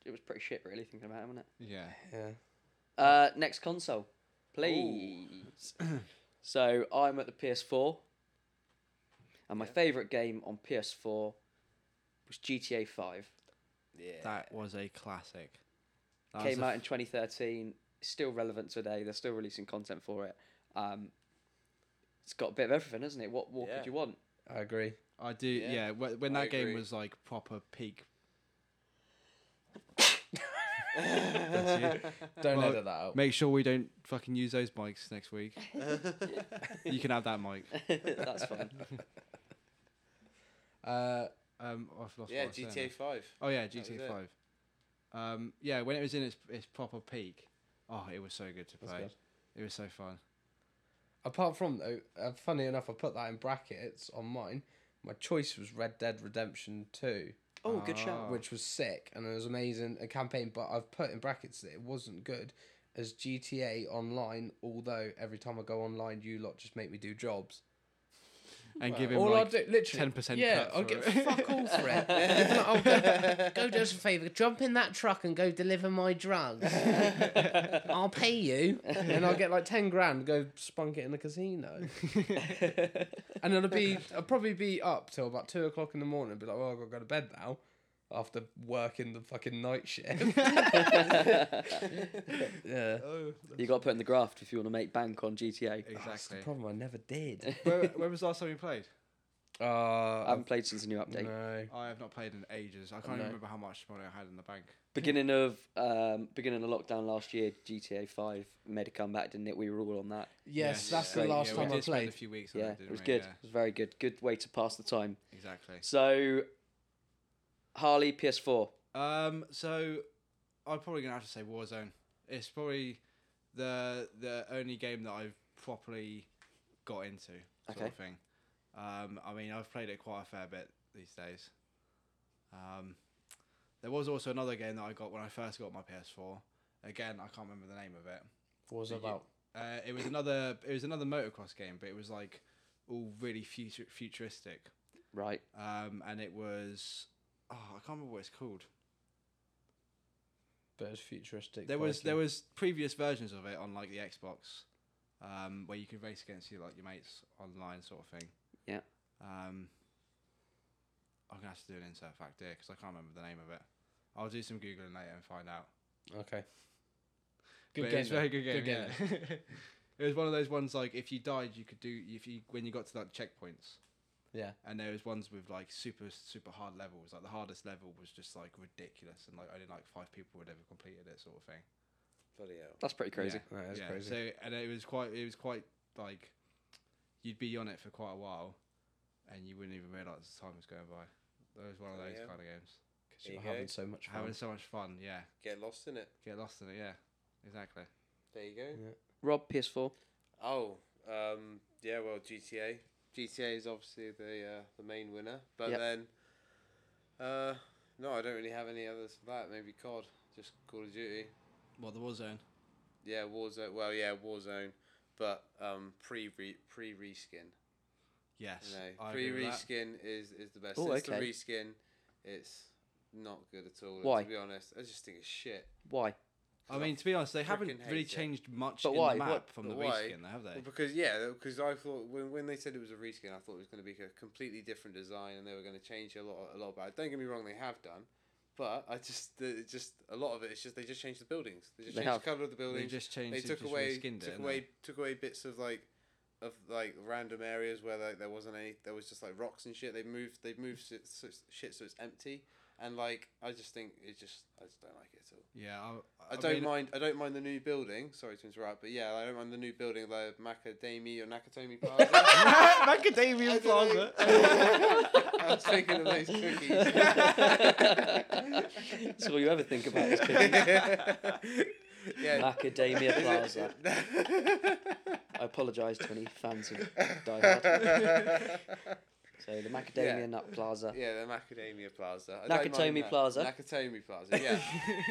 It was pretty shit, really, thinking about it, wasn't it?
Yeah.
Yeah.
Uh, next console, please. so I'm at the PS4, and my favourite game on PS4 was GTA 5.
Yeah.
That was a classic. That was
Came
the
out in 2013. Still relevant today. They're still releasing content for it. Um, it's got a bit of everything, hasn't it? What more
Yeah.
could you want?
I agree.
I do.
Yeah.
Yeah. wh- when
I
that game
agree.
was like proper peak.
Don't
Well,
edit that out.
Make sure we don't fucking use those mics next week. you can have that mic.
That's fun.
Uh,
Um, I've lost
yeah,
what I was saying
GTA Five.
now. Oh yeah,
was
GTA
it.
Five. Um, yeah, when it was in its its proper peak, oh, it was so good to
That's
play.
good.
It was so fun.
apart from though, uh, funny enough, I put that in brackets on mine. My choice was Red Dead Redemption Two,
Oh, good shout.
Ah.
which was sick and it was amazing a campaign. But I've put in brackets that it wasn't good as GTA Online. Although every time I go online, you lot just make me do jobs.
And give him
All
like
I do, literally,
10%
Yeah,
cut
I'll
for
get
it.
fuck all for it. I'll go, go do us a favour, jump in that truck and go deliver my drugs. I'll pay you, and I'll get like ten grand. Go spunk it in the casino, and it'll be I'll probably be up till about two o'clock in the morning. Be like, oh, I've got to go to bed now. After working the fucking night shift. yeah.
You got to put in the graft if you want to make bank on GTA.
That's the
exactly.
problem. I never did.
Where, when was the last time you played?
Uh,
I haven't played since the new update.
no.
I have not played in ages. I can't
No.
even remember how much money I had in the bank.
Beginning of um, beginning of lockdown last year, GTA Five made a comeback, didn't it? We were all on that.
Yes, that's the
yeah,
last
yeah,
time
we
I
did spend
played.
A few weeks. on
yeah,
it,
it
didn't
was
we?
good.
Yeah,
It was very good. Good way to pass the time.
exactly.
So, Harley PS4.
Um, so I'm probably gonna have to say Warzone. It's probably the the only game that I've properly got into sort
Okay.
of thing. Um, I mean, I've played it quite a fair bit these days. Um, there was also another game that I got when I first got my PS4. Again, I can't remember the name of it.
What was
Did
it
you-
about?
Uh, it was another it was another motocross game, but it was like all really future, futuristic.
Right.
Um, and it was oh, I can't remember what it's called.
But it was futuristic.
there was
biking.
there was previous versions of it on like the Xbox, um, where you could race against your like your mates online sort of thing.
Yeah.
Um, I'm gonna have to do an insert fact here because I can't remember the name of it. I'll do some googling later and find out.
Okay.
But
Good
it was
game.
very
though.
good game.
Good
yeah. it was one of those ones like if you died, you could do if you when you got to like checkpoints,
Yeah.
And there was ones with like super super hard levels. Like the hardest level was just like ridiculous, and like only like five people would ever completed it, sort of thing.
Bloody hell.
That's pretty crazy.
Yeah.
Right, that's
yeah.
crazy.
So and it was quite it was quite like you'd be on it for quite a while, and you wouldn't even realize the time was going by. That was one of
Oh,
those
yeah.
kind of games.
'Cause
There you
you were
go.
having so much fun.
Having so much fun, yeah.
Get lost in it.
Get lost in it, yeah. Exactly.
There you go.
Rob, PS4.
Oh, um, yeah. Well, GTA. GTA is obviously the uh, the main winner, but
Yep.
then, uh, no, I don't really have any others for that. Maybe COD, just Call of Duty.
What the Warzone?
Yeah, Warzone. Well, yeah, Warzone, but um, pre pre reskin.
Yes.
No,
I
pre
agree with that.
reskin is is the best.
Oh,
Since
okay.
the reskin, it's not good at all.
Why?
To be honest, I just think it's shit.
Why?
I mean, to be honest, they haven't
Frickin'
really
hate it.
changed much
But
in
why?
the map
What-
from
but
the
why?
reskin, have they?
Well, because yeah, because I thought when, when they said it was a reskin, I thought it was going to be a completely different design, and they were going to change a lot a lot about it. Don't get me wrong, they have done, but I just the, just a lot of it. It's just they just changed the buildings. They just
They
changed
have.
the color of the
They
buildings.
just changed.
They,
it,
took
just
away
reskinned it,
took
didn't
away
they?
took away bits of like of like random areas where like there wasn't any. There was just like rocks and shit. They moved they moved shit so, it's- shit so it's empty. And like I just think it just I just don't like it at all.
Yeah, I,
I, don't mind. I don't mind the new building. Sorry to interrupt, but yeah, I don't mind the new building, the Makadami or Nakatomi Plaza.
Macadamia
Plaza. I was thinking of those cookies.
That's all you ever think about is cookies.
yeah.
Macadamia Plaza. I apologise to any fans of Die Hard. So the Macadamia
Yeah.
Nut Plaza.
Yeah, the Macadamia Plaza. I don't mind
Nakatomi
that.
Plaza.
Nakatomi Plaza. Yeah,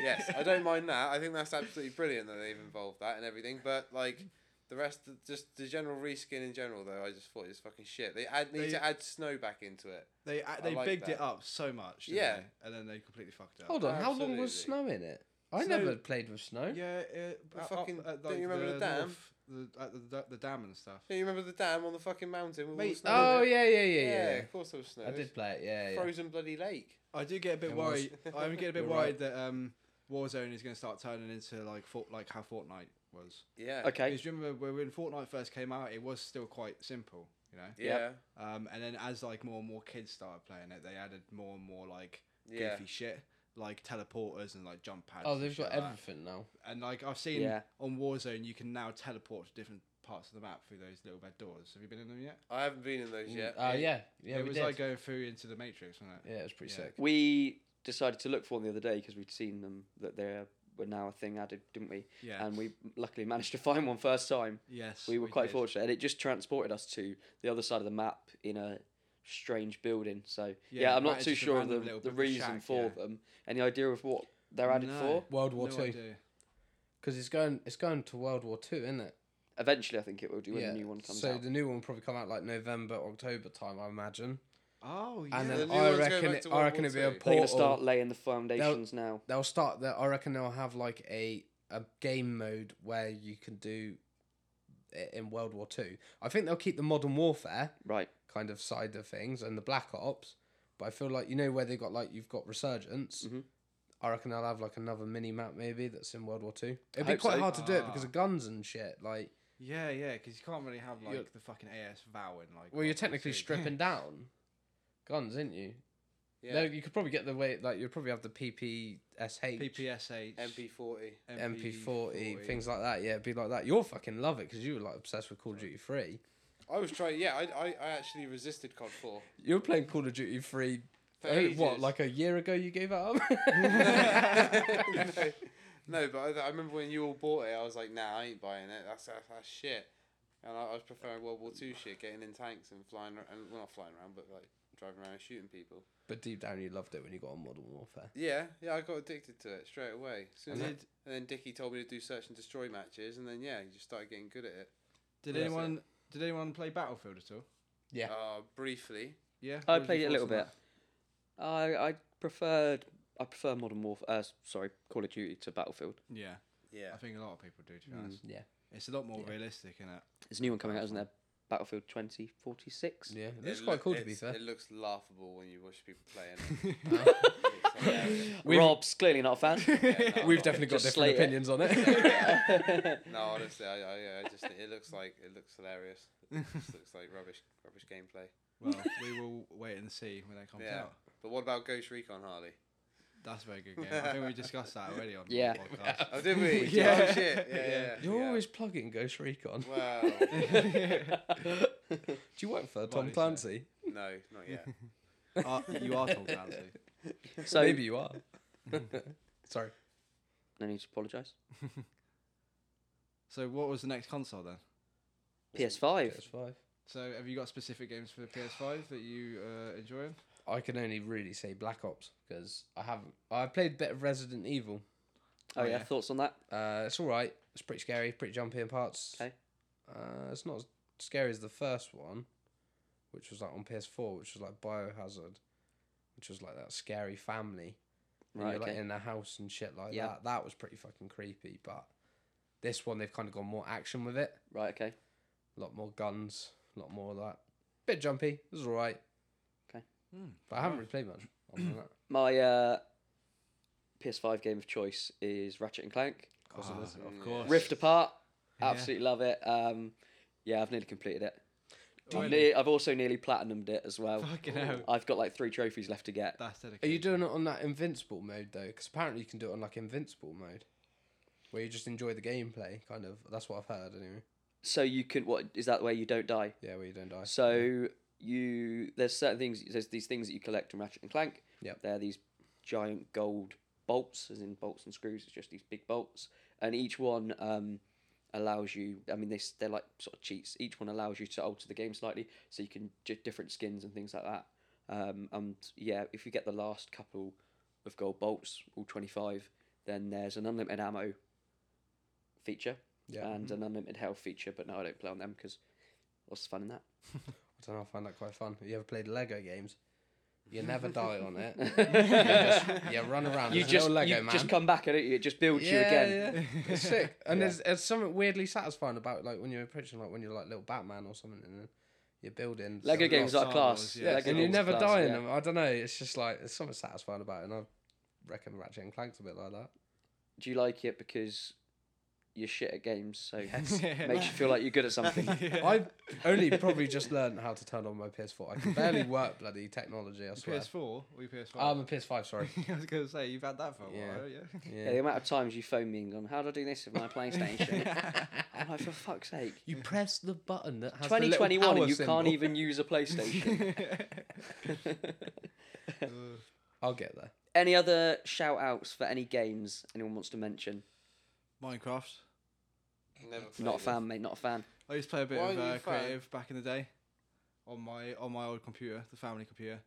yes, I don't mind that. I think that's absolutely brilliant that they've involved that and everything. But like the rest, of- just the general reskin in general, though, I just thought it was fucking shit. They add need
They-
to add snow back into it.
They uh, they
like
bigged
that.
it up so much. didn't
Yeah.
they? and then they completely fucked it up.
Hold on, how long was snow
Absolutely.
in it? I
Snow-
never played with snow.
Yeah, it, uh,
The
up- up
fucking-
at,
don't
like,
you remember the dam?
north- the, at the, the, the dam and stuff.
Yeah, you remember the dam on the fucking mountain with all the
Mate,
snow?
Oh
in it?
yeah, yeah, yeah, yeah.
yeah,
yeah.
Of course there was snow.
I did play it. Yeah, yeah.
Frozen bloody lake.
I do get a bit
It was.
worried. I am getting a bit
You're
worried that um, Warzone is going to start turning into like fort, like how Fortnite was.
Yeah.
Okay.
Because remember when- when Fortnite first came out, it was still quite simple, you know.
Yeah.
Um, and then as like more and more kids started playing it, they added more and more like goofy
Yeah.
shit, like teleporters and like jump pads.
Oh,
and
they've
shit
got
like that.
everything now.
And like I've seen
Yeah.
on Warzone, you can now teleport to different parts of the map through those little red doors. Have you been in them yet?
I haven't been in those yet.
Oh yeah, yeah.
it
we
was
did.
like going through into the Matrix, wasn't it?
yeah, it was pretty
Yeah.
sick.
We decided to look for them the other day because we'd seen them that they were now a thing added, didn't we?
Yeah.
And we luckily managed to find one first time.
yes.
We were quite
did.
fortunate, and it just transported us to the other side of the map in a strange building. So yeah,
Yeah,
I'm
right,
not
it's
too
just a
sure of
random
the,
little
the
bit of a
reason
shack,
for
yeah.
them. Any idea of what they're added
No.
for?
World War
No
Two,
idea.
because it's going, it's going to World War Two, isn't it?
Eventually, I think it will do when the new one comes
so
out.
the new one will probably come out like November, October time, I imagine.
Oh yeah.
And
the
then
new
I
one's going
reckon,
back
it,
to
I
World
reckon
War Two.
it'll be a
They're
They're
portal.
going to start laying the foundations now.
They'll start that. I reckon they'll have like a a game mode where you can do it in World War Two. I think they'll keep the modern warfare
Right.
kind of side of things and the Black Ops, but I feel like you know where they got like you've got Resurgence.
Mhm.
I reckon they'll have like another mini map maybe that's in World War Two. It'd
I
be
hope
quite
so.
hard to do it
Ah.
because of guns and shit. Like,
Yeah, yeah, because you can't really have like
You're-
the fucking AS vow in like.
well, you're
World War
technically
Two.
stripping down guns, aren't you?
Yeah.
No, you could probably get the way like you'd probably have the PPSH.
PPSH,
MP40.
MP40, things like that. Yeah, it'd be like that. You'll fucking love it because you were like obsessed with Call of Duty 3.
I was trying. Yeah, I, I, I actually resisted COD 4.
You were playing Call of Duty 3,
For
oh, what,
ages.
like a year ago you gave that up?
no, no, but I, I remember when you all bought it, I was like, nah, I ain't buying it. That's that's, that's shit. And I, I was preferring World War Two shit, getting in tanks and flying around. And, well, not flying around, but like driving around and shooting people.
but deep down you loved it when you got on Modern Warfare.
Yeah, yeah, I got addicted to it straight away. Soon as I-
Did,
and then Dickie told me to do search and destroy matches, and then yeah, you just started getting good at it.
did
Yeah.
anyone did anyone play Battlefield at all?
Yeah.
Uh, briefly.
Yeah,
I
What was
played
your
it a little
thoughts on
I I preferred I prefer Modern Warfare. Uh, s- sorry, Call of Duty to Battlefield.
that? Yeah,
Yeah.
I think a lot of people do. To be
Mm.
honest,
Yeah.
it's a lot more
Yeah.
realistic, isn't it?
There's a new one coming out, isn't there? Battlefield 2046.
Yeah. It looks quite cool to be fair.
It looks laughable when you watch people playing.
We've-
Rob's clearly not a fan.
We've definitely got
Just
different
slate it.
opinions on it.
no, honestly, I, I, yeah, I just it looks like it looks hilarious. It just looks like rubbish, rubbish gameplay.
Well, we will wait and see when that comes
Yeah.
out.
But what about Ghost Recon Harley?
That's a very good game. I think we discussed that already on
Yeah.
the podcast.
Oh, did we?
Yeah.
Oh, shit. Yeah.
Yeah.
yeah,
You're
yeah.
always plugging Ghost Recon.
Wow.
Do you work for Tom
is it?
Clancy?
no, not yet.
Uh, you are Tom Clancy.
So
Maybe you are. Sorry.
no need to apologise.
So what was the next console then?
PS5.
PS5.
So have you got specific games for the PS5 that you uh, enjoying?
I can only really say Black Ops because I haven't. I played a bit of Resident Evil.
Oh,
Oh,
yeah.
yeah.
thoughts on that?
Uh, it's all right. It's pretty scary, pretty jumpy in parts.
Okay.
Uh, it's not as scary as the first one, which was like on PS4, which was like Biohazard, which was like that scary family. And
Right,
you're like
okay.
in a house and shit like
Yeah.
that. That was pretty fucking creepy. But this one, they've kind of gone more action with it.
Right, okay.
A lot more guns, a lot more of that. Bit jumpy. It was all right.
Okay.
Hmm,
But I haven't really played much. Other than that.
My uh, PS5 game of choice is Ratchet and Clank.
Ah,
Yeah.
of course.
Rift Apart.
Yeah.
Absolutely love it. Um, yeah, I've nearly completed it.
Oh,
I've,
really?
ne- I've also nearly platinumed it as well.
Fucking hell.
I've got like three trophies left to get.
That's
Are
dedicated.
you doing it on that invincible mode though? Because apparently you can do it on like invincible mode, where you just enjoy the gameplay. Kind of. That's what I've heard anyway.
So you can what is that way you don't die?
Yeah, where you don't die.
So you there's certain things there's these things that you collect in Ratchet and Clank.
Yep.
They're these giant gold bolts, as in bolts and screws. It's just these big bolts, and each one um, allows you. I mean, they s- they're like sort of cheats. Each one allows you to alter the game slightly, so you can do different skins and things like that. Um, and yeah, if you get the last couple of gold bolts, all twenty five, then there's an unlimited ammo feature
yeah, Mm-hmm. I
and an unlimited health feature. But no, I don't play on them because what's the fun in that?
don't know. I find that quite fun. You ever played Lego games? You never die on it. you, just, you run around.
you
as a
just
little Lego
you
man.
just come back and it, it just builds
yeah,
you again.
yeah. It's sick. And
Yeah.
there's, there's something weirdly satisfying about like when you're approaching like when you're like little Batman or something and then you're building
Lego
some-
Like a lot
games
of
are
Star
class.
Wars, yeah.
Lego
and you
games are
never
class,
die in
yeah.
them. I don't know. It's just like there's something satisfying about it, and I reckon Ratchet and Clank's a bit like that.
Do you like it because you're shit at games, so
Yes.
makes you feel like you're good at something?
Yeah.
I've only probably just learned how to turn on my PS4. I can barely work bloody technology. I swear. Ah,
PS4 or you PS5?
I'm
Um,
a PS5. Sorry.
I was going to say you've had that for a
Yeah.
while, yeah.
Yeah, the
Yeah.
amount of times you phone me and gone, "How do I do this with my PlayStation?" I'm like, for fuck's sake.
You press the button that has
2021 and you can't even use a PlayStation.
Uh,
I'll get there.
any other shout outs for any games anyone wants to mention?
Minecraft.
Never played
Not a
it.
fan, mate, not a fan.
I used to play a bit
Why
of
are you
uh,
a fan?
creative back in the day on my on my old computer, the family computer.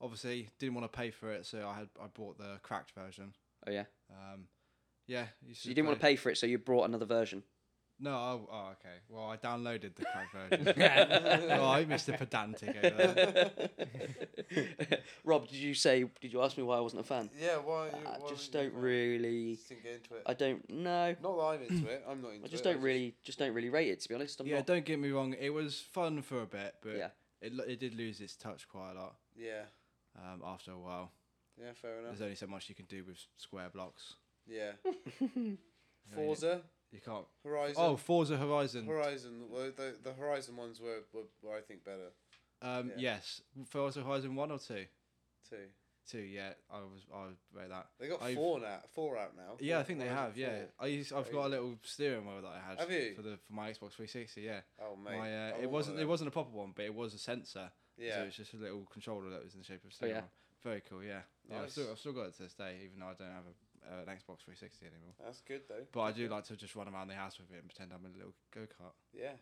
Obviously, didn't want to pay for it, so I had I bought the cracked version.
Oh, yeah.
Um, yeah, used
So you didn't want to pay for it, so you brought another version.
No, oh, oh, okay. Well, I downloaded the cracked version. oh, I missed the pedantic over there.
Rob, did you say, did you ask me why I wasn't a fan?
Yeah, why? Are you,
I
why
just
aren't you
don't really.
Just didn't get into it.
I don't know.
Not that I'm into it. I'm not into
I
it.
just don't really, just don't really rate it. To be honest, I'm
Yeah,
not.
don't get me wrong. It was fun for a bit, but
Yeah.
it lo- it did lose its touch quite a lot
Yeah.
um, after a while.
Yeah, fair enough.
There's only so much you can do with s- square blocks.
Yeah. Forza,
You can't.
Horizon.
Oh, Forza Horizon.
Horizon. Well, the the Horizon ones were, were, were I think better
Um,
Yeah.
Yes, Forza Horizon one or two.
too.
Two, yeah. I was I would rate that.
They got
I've-
four now. Four out now.
Yeah, I
Four-
think they
Horizon
have. Yeah,
four.
I used, I've got a little steering wheel that I had
Have you?
for the for my Xbox 360. Yeah,
Oh mate. I
my uh,
want
it
one
wasn't
of
it
them.
wasn't a proper one, but it was a sensor. so
Yeah.
it was just a little controller that was in the shape of a steering
Oh, yeah.
wheel. Very cool. Yeah, yeah. I've
Nice.
still, I've still got it to this day, even though I don't have a, uh, an Xbox 360 anymore.
That's good though.
But I do like to just run around the house with it and pretend I'm in a little go kart.
Yeah.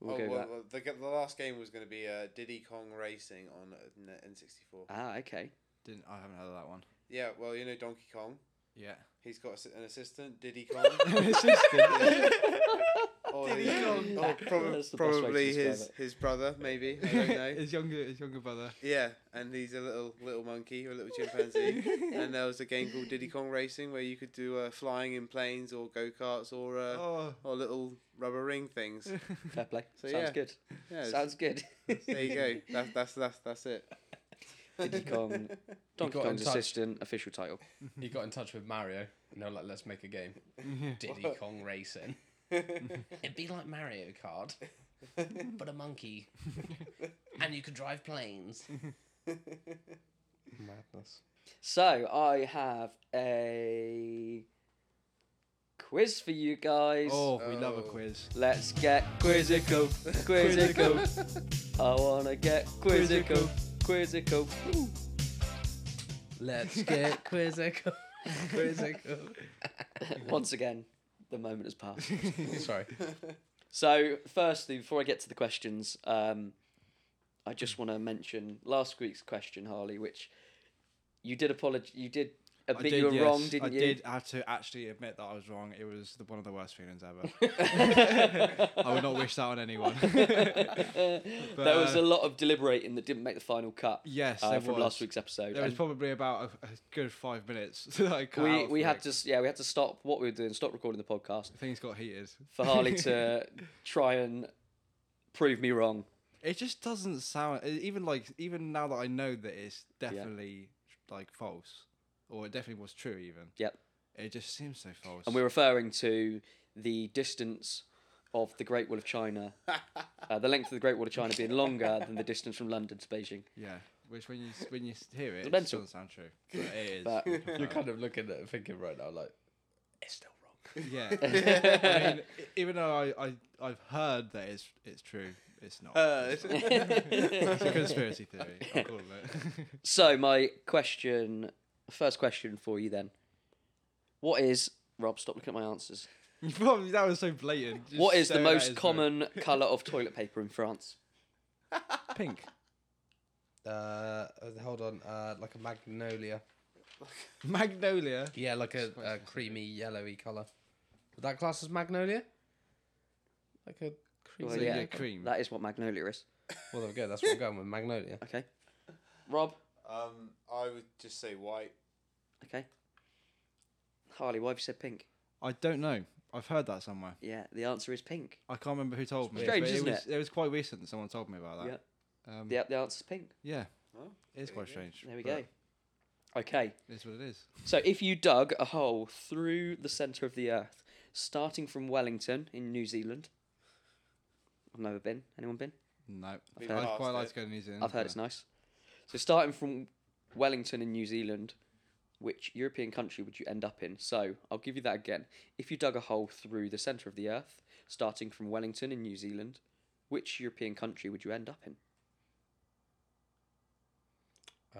We'll
oh,
go
well,
back.
well, the, g- the last game was going to be uh, Diddy Kong Racing on uh, N- N64.
Ah, okay.
Didn't I haven't had that one.
Yeah, well, you know Donkey Kong.
Yeah.
He's got assi- an assistant, Diddy Kong. or
Diddy
the-
Kong.
or prob-
That's the best way to
probably
describe
his,
it.
his brother, maybe. I don't know.
his younger his younger brother.
Yeah, and he's a little little monkey or a little chimpanzee. and there was a game called Diddy Kong Racing where you could do uh, flying in planes or go karts or uh,
Oh.
or little rubber ring things.
Fair play.
So,
Sounds
yeah.
good.
Yeah, it's-
Sounds good.
there you go. That's that's that's that's it.
Diddy Kong, Donkey
got in
Kong's
touch.
assistant, official title.
He got in touch with Mario, and they were like, "Let's make a game, Diddy Kong Racing." It'd be like Mario Kart, but a monkey, and you could drive planes. Madness.
So I have a quiz for you guys.
Oh, we love
Oh.
a quiz.
Let's get quizzical, quizzical. I wanna get quizzical, quizzical.
Let's get quizzical. quizzical.
Once again, the moment has passed.
Sorry.
So, firstly, before I get to the questions, um, I just want to mention last week's question, Harley, which you did apologize. You did
I
admit
did,
you were
yes.
wrong, didn't
I
you?
did have to actually admit that I was wrong. It was the, one of the worst feelings ever. I would not wish that on anyone.
there was
uh,
a lot of deliberating that didn't make the final cut.
Yes,
uh,
there
from
was.
last week's episode.
There was
And
probably about a, a good five minutes that I cut
we
out
we
for
had
it.
to s- yeah we had to stop what we were doing, stop recording the podcast
Things got heated.
for Harley to try and prove me wrong.
It just doesn't sound e- even like even now that I know that it's definitely like false, or it definitely was true. Even
Yep.
it just seems so false.
And we're referring to the distance of the Great Wall of China, uh, the length of the Great Wall of China being longer than the distance from London to Beijing.
yeah, which when you s- when you s- hear it, it just
mental.
doesn't sound true. But it is.
But-
You're kind of looking at it thinking right now, like, it's still wrong.
yeah. I mean, e- even though I, I I've heard that it's it's true, it's not.
Uh,
it's a conspiracy theory. I call it.
So my question, first question for you then, what is Rob? Stop looking at my answers.
You probably that was so blatant. just
what is the
staring at
most
his
common colour of toilet paper in France?
room. pink?
Uh, hold on. Uh, like a magnolia.
Magnolia.
Yeah, like a,
quite
a creamy yellowy color. Would that class as magnolia? Like a creamy.
Well,
So
yeah,
yeah, cream.
that is what magnolia is.
Well, there we go. That's what I'm going with magnolia.
Okay, Rob.
um, I would just say white.
Okay, Harley. Why have you said pink?
I don't know. I've heard that somewhere.
Yeah, the answer is pink.
I can't remember who told me.
Strange,
but
isn't
it, was, it? was quite recent that someone told me about
Yeah,
that. Yeah. Um,
the the answer is pink.
yeah.
Oh,
It is
there
quite
you go.
strange.
There we
but
go. Okay,
It is what it is.
so if you dug a hole through the centre of the earth, starting from Wellington in New Zealand, I've never been. Anyone been?
No.
Big
I'd quite
bastard.
like to go to New Zealand.
I've heard
but
it's nice. So starting from Wellington in New Zealand, which European country would you end up in? So I'll give you that again. If you dug a hole through the centre of the earth, starting from Wellington in New Zealand, which European country would you end up in?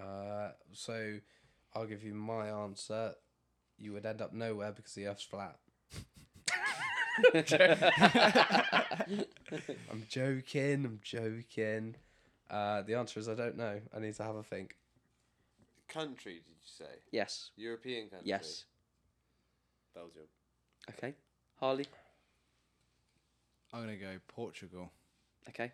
Uh, so I'll give you my answer. You would end up nowhere because the Earth's flat. I'm joking. I'm joking. Uh, the answer is I don't know. I need to have a think.
Country, did you say?
Yes.
European country.
Yes.
Belgium.
Okay. Harley.
I'm going to go Portugal.
Okay.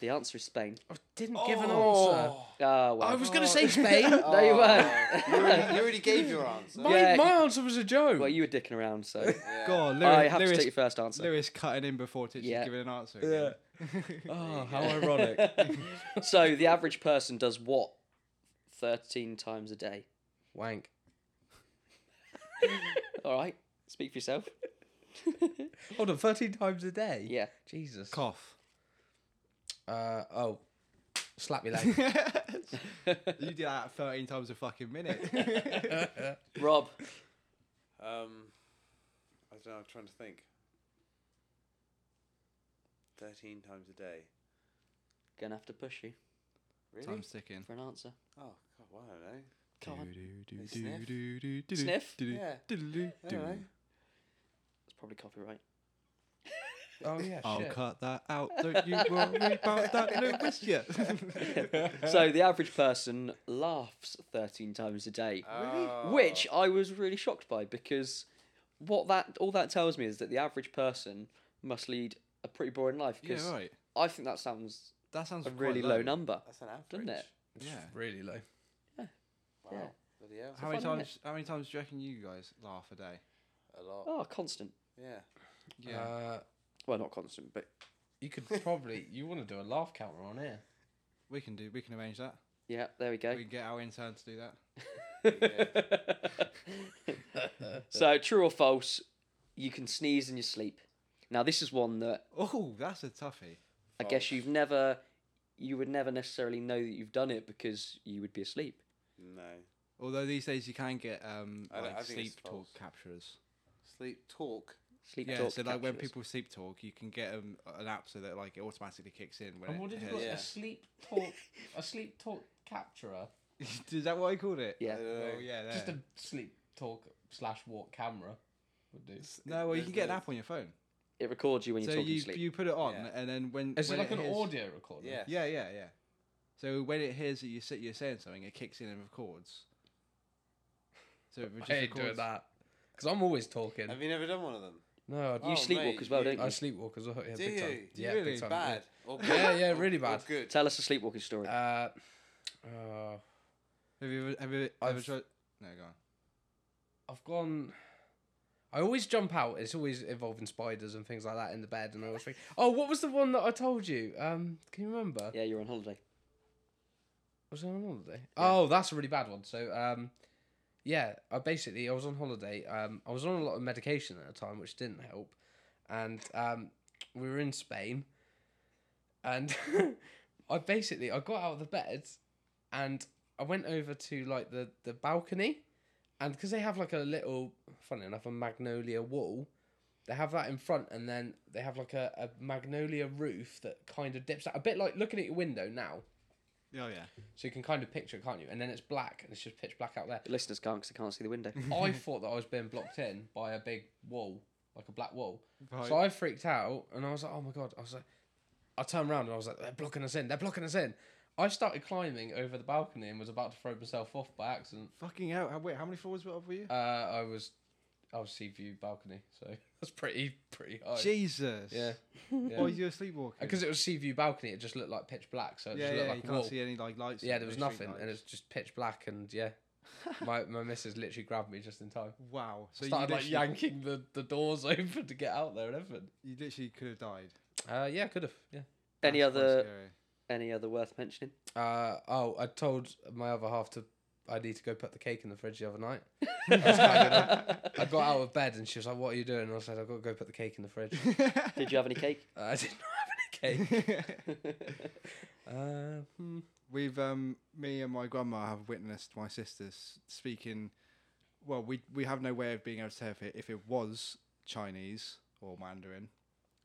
The answer is Spain.
I didn't give an answer.
Ah, well.
Oh. I was Oh. going to say Spain.
there you were.
you, already, you already gave your answer.
my,
Yeah.
my answer was a joke.
Well, you were dicking around, so
Yeah.
God, Lewis,
I have
Lewis,
to take your first answer.
Lewis cutting in before teachers
Yeah.
giving an answer.
Yeah.
Again.
oh, how ironic.
So the average person does what? 13 times a day.
Wank.
All right. Speak for yourself.
Hold on, 13 times a day?
Yeah.
Jesus.
Cough.
Uh, oh, slap your leg.
You do that 13 times a fucking minute.
Rob.
Um, I don't know. I'm trying to think. Thirteen times a day.
Gonna have to push you
Really?
Time's ticking.
for an answer.
Oh God, well, I don't know.
Come on.
They sniff.
Sniff?
Yeah, I don't know.
It's probably copyright.
oh, yeah,
I'll
shit.
cut that out. Don't you worry about that, Lewis. Yeah.
so the average person laughs 13 times a day,
Oh.
which I was really shocked by because what that all that tells me is that the average person must lead a pretty boring life. Because
yeah, right.
I think that sounds
That sounds
a
quite
really low number.
That's an average.
Doesn't it?
It's
Yeah.
Really low.
Wow.
Yeah.
Bloody hell.
How many
fun, innit?
times? How many times do you reckon you guys laugh a day?
A lot.
Oh, constant.
Yeah.
Yeah.
Uh,
Well, not constant, but
you could probably, you want to do a laugh counter on here.
we can do. We can arrange that.
yeah, there we go.
We can get our intern to do that.
yeah.
so, true or false, you can sneeze in your sleep. Now this is one that
Oh, that's a toughie.
I guess you've never, you would never necessarily know that you've done it because you would be asleep.
No.
Although these days you can get um,
I don't-
like
I think it's
sleep talk
false.
capturers.
Sleep talk.
Sleep
yeah,
talk.
so like when
captures.
people sleep talk, you can get um, an app so that like it automatically kicks in when
And what
it
did you
hits.
call it?
Yeah.
A sleep talk, a sleep talk capturer,
Is that what I called it?
Yeah. Uh,
I don't know.
Oh yeah. There.
just a sleep talk slash walk camera would do.
S-
no, well you
there's
can get an
no-
app on your phone.
It records you when you're
so
talking
you
sleep.
you put it on
Yeah.
and then when
Is it
when
like an
hears-
audio recording?
Yeah.
Yeah, yeah, yeah. So when it hears that you sit, you're saying something, it kicks in and records. So it just
I ain't doing
records.
that because I'm always talking.
Have you never done one of them?
no, I,
you
Oh,
sleepwalk
mate,
as well,
you-
don't
I
you?
sleepwalk as well. Yeah,
Do
big
you?
time.
Do
yeah,
you really?
big time.
Bad. Or
Yeah, yeah,
or-
really
or
bad.
good.
Tell us a sleepwalking story.
Yeah. Uh, uh,
Have you ever, have you ever
I've-
tried? No, go on.
I've gone. I always jump out. It's always involving spiders and things like that in the bed, and I always think, "Oh, what was the one that I told you? Um, can you remember?
yeah, you're on holiday.
Was it on holiday? Oh, that's a really bad one. So, um, yeah, I basically I was on holiday. Um, I was on a lot of medication at the time, which didn't help, and um, we were in Spain, and I basically I got out of the bed, and I went over to like the the balcony, and because they have like a little, funny enough, a magnolia wall. They have that in front, and then they have like a, a magnolia roof that kind of dips out. A bit like looking at your window now.
Oh yeah.
So you can kind of picture it, can't you? And then it's black, and it's just pitch black out there.
The listeners can't because they can't see the window.
I thought that I was being blocked in by a big wall, like a black wall.
Right.
So I freaked out, and I was like, "Oh my god!" I was like, I turned around and I was like, "They're blocking us in! They're blocking us in!" I started climbing over the balcony and was about to throw myself off by accident.
Fucking out. How, wait, how many floors were up were you?
Uh, I was, I was sea view balcony, so that's pretty pretty high.
Jesus.
Yeah,
Why was you were sleepwalking?
because it was sea view balcony, it just looked like pitch black, so it
yeah,
just
yeah, you
looked like a
can't
wall.
see any like lights.
yeah,
or
there was
no street
nothing, and
lights.
it's just pitch black, and yeah, my my missus literally grabbed me just in time.
wow. So
started
you
like
literally,
yanking the, the doors open to get out there and everything.
you literally could have died.
Uh, yeah, could have. Yeah.
any
That's quite
other
scary.
any other worth mentioning?
Uh, oh, I told my other half to. I need to go put the cake in the fridge the other night. I, was like, I got out of bed and she was like, "What are you doing?" And I said, "I've got to go put the cake in the fridge."
Did you have any cake?
Uh, I did not have any cake. Uh, hmm.
We've um, me and my grandma have witnessed my sister s- speaking. Well, we we have no way of being able to tell if it, if it was Chinese or Mandarin,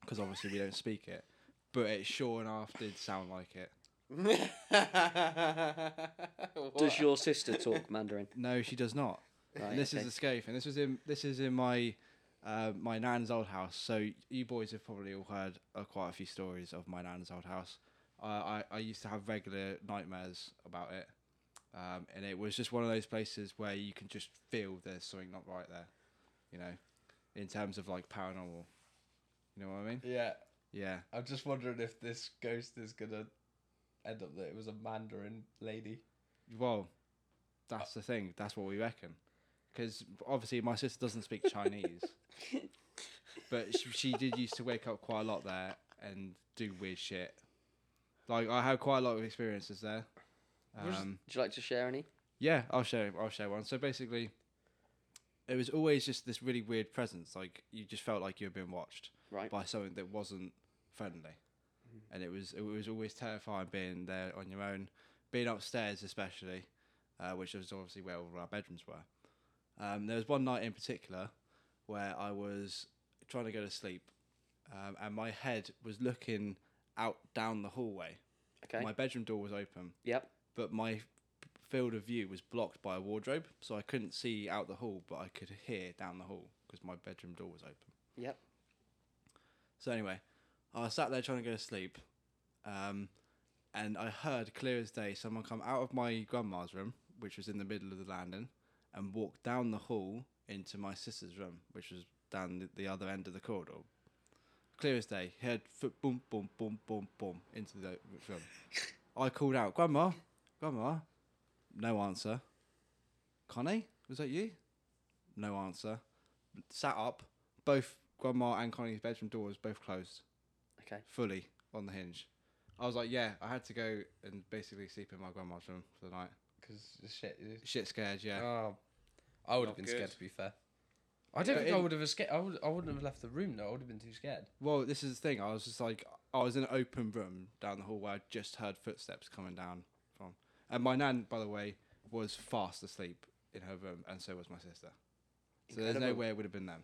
because obviously we don't speak it. But it sure enough did sound like it.
Does your sister talk Mandarin?
No, she does not.
Right,
And this
okay.
is the scary thing. This was in this is in my uh, my nan's old house. So you boys have probably all heard uh, quite a few stories of my nan's old house. Uh, I I used to have regular nightmares about it, um, and it was just one of those places where you can just feel there's something not right there, you know, in terms of like paranormal. You know what I mean?
yeah,
Yeah.
I'm just wondering if this ghost is gonna end up that it was a Mandarin lady.
Well, that's the thing. That's what we reckon. Because obviously, my sister doesn't speak Chinese, but she, she did used to wake up quite a lot there and do weird shit. Like I had quite a lot of experiences there.
Where's-
Um,
Would you like to share any?
yeah, I'll share. I'll share one. So basically, it was always just this really weird presence. Like you just felt like you were being watched
Right.
by something that wasn't friendly, and it was it was always terrifying being there on your own, being upstairs especially, uh, which was obviously where all our bedrooms were. Um, there was one night in particular where I was trying to go to sleep, um, and my head was looking out down the hallway.
Okay.
My bedroom door was open,
Yep.
but my field of view was blocked by a wardrobe, so I couldn't see out the hall, but I could hear down the hall because my bedroom door was open.
Yep.
So anyway, I was sat there trying to go to sleep, um, and I heard clear as day someone come out of my grandma's room, which was in the middle of the landing, and walk down the hall into my sister's room, which was down the, the other end of the corridor. Clear as day, heard foot boom, boom, boom, boom, boom into the room. I called out, Grandma, Grandma, no answer. Connie, was that you? No answer. Sat up, both grandma and Connie's bedroom doors both closed
Okay.
fully on the hinge. I was like, yeah, I had to go and basically sleep in my grandma's room for the night.
Because shit.
Uh.
Shit scared, yeah.
Oh, I would
Not
have been
good.
scared to be fair. I don't
But
think I
in-
would have escaped. I, would, I wouldn't have left the room though. I would have been too scared.
Well, this is the thing. I was just like, I was in an open room down the hall where I just heard footsteps coming down from. And my nan, by the way, was fast asleep in her room, and so was my sister. So there's no
Incredible.
way it would have been them.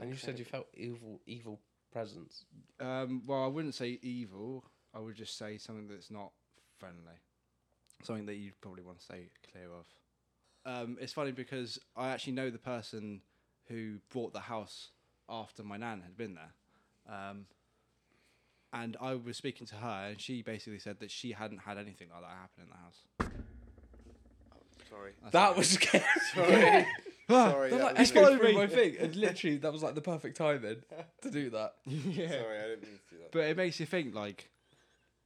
And you said you felt evil, evil presence.
Um, well, I wouldn't say evil. I would just say something that's not friendly, something that you'd probably want to stay clear of. Um, it's funny because I actually know the person who bought the house after my nan had been there, um, and I was speaking to her, and she basically said that she hadn't had anything like that happen in the house.
Sorry.
That's
That
okay.
was scary.
Sorry. Sorry.
They're
that
like,
was
it's
really-
going through my thing, and literally that was like the perfect timing to do that.
yeah.
Sorry, I didn't mean to do that.
But it makes you think like,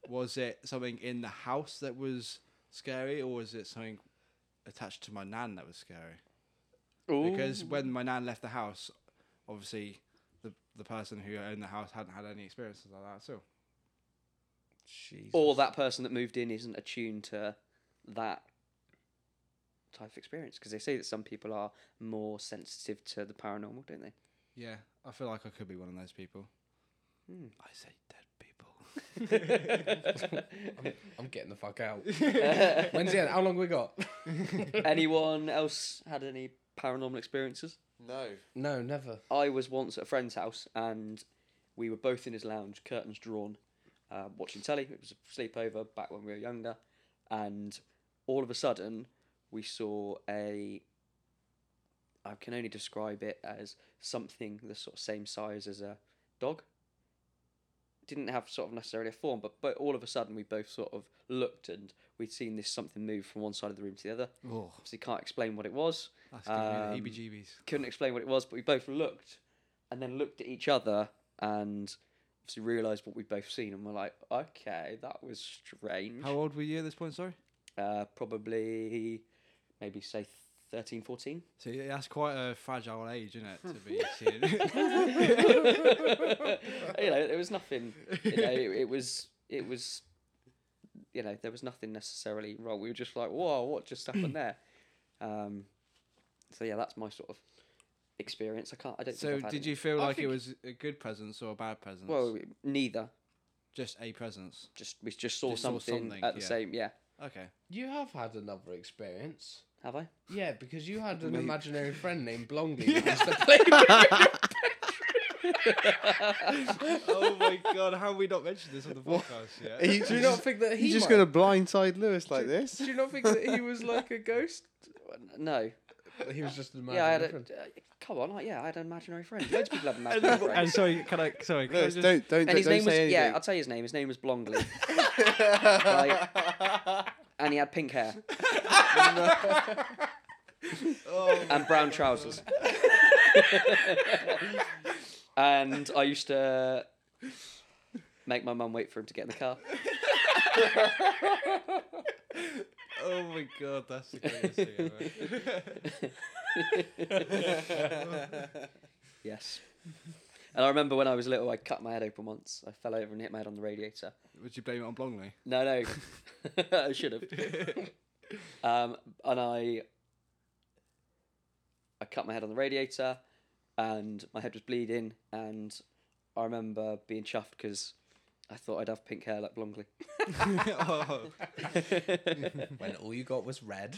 was it something in the house that was scary, or was it something attached to my nan that was scary? Because when my nan left the house, obviously the the person who owned the house hadn't had any experiences like that. So
Jesus.
or that person that moved in isn't attuned to that type of experience because they say that some people are more sensitive to the paranormal, don't they?
yeah, I feel like I could be one of those people.
Hmm.
I say dead people.
I'm, I'm getting the fuck out. When's the end? How long we got?
Uh, Anyone else had any paranormal experiences?
No.
No, never.
I was once at a friend's house and we were both in his lounge, curtains drawn, uh, watching telly. It was a sleepover back when we were younger, and all of a sudden we saw a. I can only describe it as something the sort of same size as a dog. Didn't have sort of necessarily a form, but but all of a sudden we both sort of looked and we'd seen this something move from one side of the room to the other.
Oh,
Obviously, can't explain what it was
that's giving
Um,
me the heebie-jeebies.
couldn't explain what it was, but we both looked and then looked at each other and obviously realised what we'd both seen and we're like, okay, that was strange.
How old were you at this point? Sorry.
Uh, probably maybe say 13, 14.
See, that's quite a fragile age, isn't it, to be seeing?
you know, there was nothing. You know, it, it was it was. You know, there was nothing necessarily wrong. We were just like, "Whoa, what just happened there?" Um, so yeah, that's my sort of experience. I can't. I don't.
so,
think I've had
did
any.
you feel
I
like it
think-
was a good presence or a bad presence?
Well, neither.
just a presence.
Just we just saw,
Just saw
something,
something,
at the
yeah.
same. Yeah,
Okay.
You have had another experience.
have I?
Yeah, because you had an
Maybe.
imaginary friend named Blondie that used to play with you.
oh my god, how have we not mentioned this on the podcast yet?
Do you not think that he? might-
blindside Lewis like this?
Do you not think that he was like a ghost?
No.
He was just an imaginary
Yeah, I had a,
friend.
uh, come on, like, yeah, I had an imaginary friend. Loads of people had imaginary
and,
friends.
and sorry, can I? Sorry, can I just,
don't don't,
and his
don't
name was
say
yeah. I'll
anything.
tell you his name. His name was Blongley, Like- and he had pink hair and brown trousers. and I used to make my mum wait for him to get in the car.
Oh my god, that's the greatest thing ever.
Yes. And I remember when I was little, I cut my head open once. I fell over and hit my head on the radiator.
Would you blame it on Blongley?
No, no, I should have. um, and I, I cut my head on the radiator, and my head was bleeding. And I remember being chuffed because I thought I'd have pink hair like Blongley.
oh,
When all you got was red.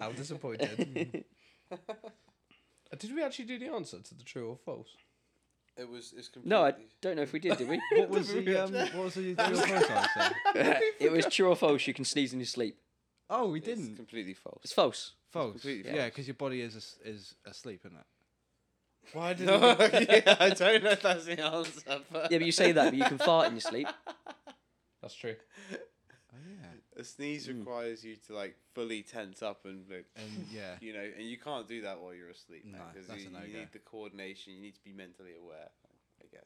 How disappointed. Uh, Did we actually do the answer to the true or false?
It was it's completely.
No, I don't know if we did, did we?
what was the um, what was the your first answer?
it was true or false. You can sneeze in your sleep.
Oh, we
it's
didn't.
completely false.
It's false.
False.
completely
Yeah,
false.
because your body is as is asleep, isn't it?
Why did
yeah, I don't know if that's the answer, but
Yeah, but you say that, but you can fart in your sleep.
That's true.
Oh yeah.
a sneeze requires you to like fully tense up and like,
And yeah.
you know, and you can't do that while you're asleep
No,
because
that's
you,
a no-go.
you need the coordination. You need to be mentally aware, I guess.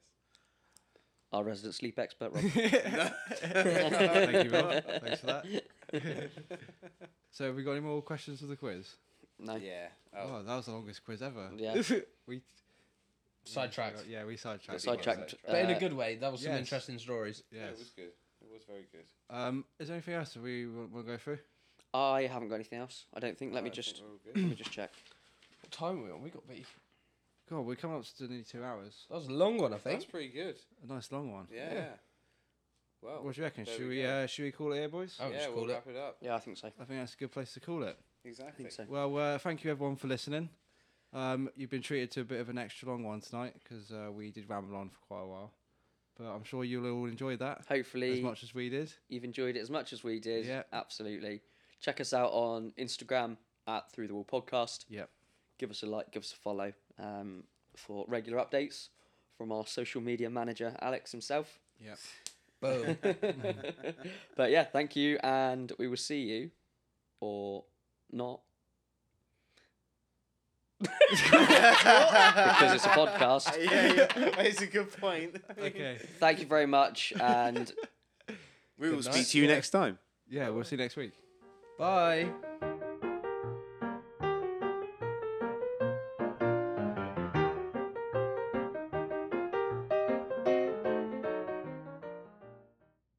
Our resident sleep expert, Rob.
Oh,
Thank you, Rob. Thanks for that. so, have we got any more questions for the quiz?
No.
Yeah.
Oh,
Oh,
that was the longest quiz ever.
Yeah.
we
Sidetracked.
Yeah, we sidetracked.
Sidetracked.
But in
uh,
a good way, that was some
yes.
interesting stories.
yeah,
Yes.
it was good. It was very good.
Um, is there anything else that we want to go through?
Uh, I haven't got anything else. I don't think. Let me
Uh, I think
just
we're all good.
let me just check.
What time are we on? We got beef.
God, we're coming up to nearly two hours.
That was a long one, I
That's
think.
pretty good.
A nice long one.
Yeah.
Yeah.
Well,
What do you reckon?
there
Should
we
we
go.
uh, should we call it here, boys?
I would
yeah,
oh, just
we'll
call it.
wrap it up.
Yeah, I think so. I
I think that's a good place to call it.
Exactly.
think so.
Well, uh, thank you everyone for listening. Um, you've been treated to a bit of an extra long one tonight because uh, we did ramble on for quite a while, but I'm sure you'll all enjoy that as
Hopefully,
much as we did.
you've enjoyed it as much as we did.
Yeah.
Absolutely. Check us out on Instagram at Through the Wall Podcast.
Yep.
Give us a like, give us a follow um, for regular updates from our social media manager, Alex himself.
Yep.
Boom.
but yeah, thank you, and we will see you or not. because it's a podcast.
yeah, yeah, it's a good point.
Okay.
Thank you very much, and
We will
Good
speak
night.
to you
Yeah.
next time.
Yeah, we'll see you next week.
Bye.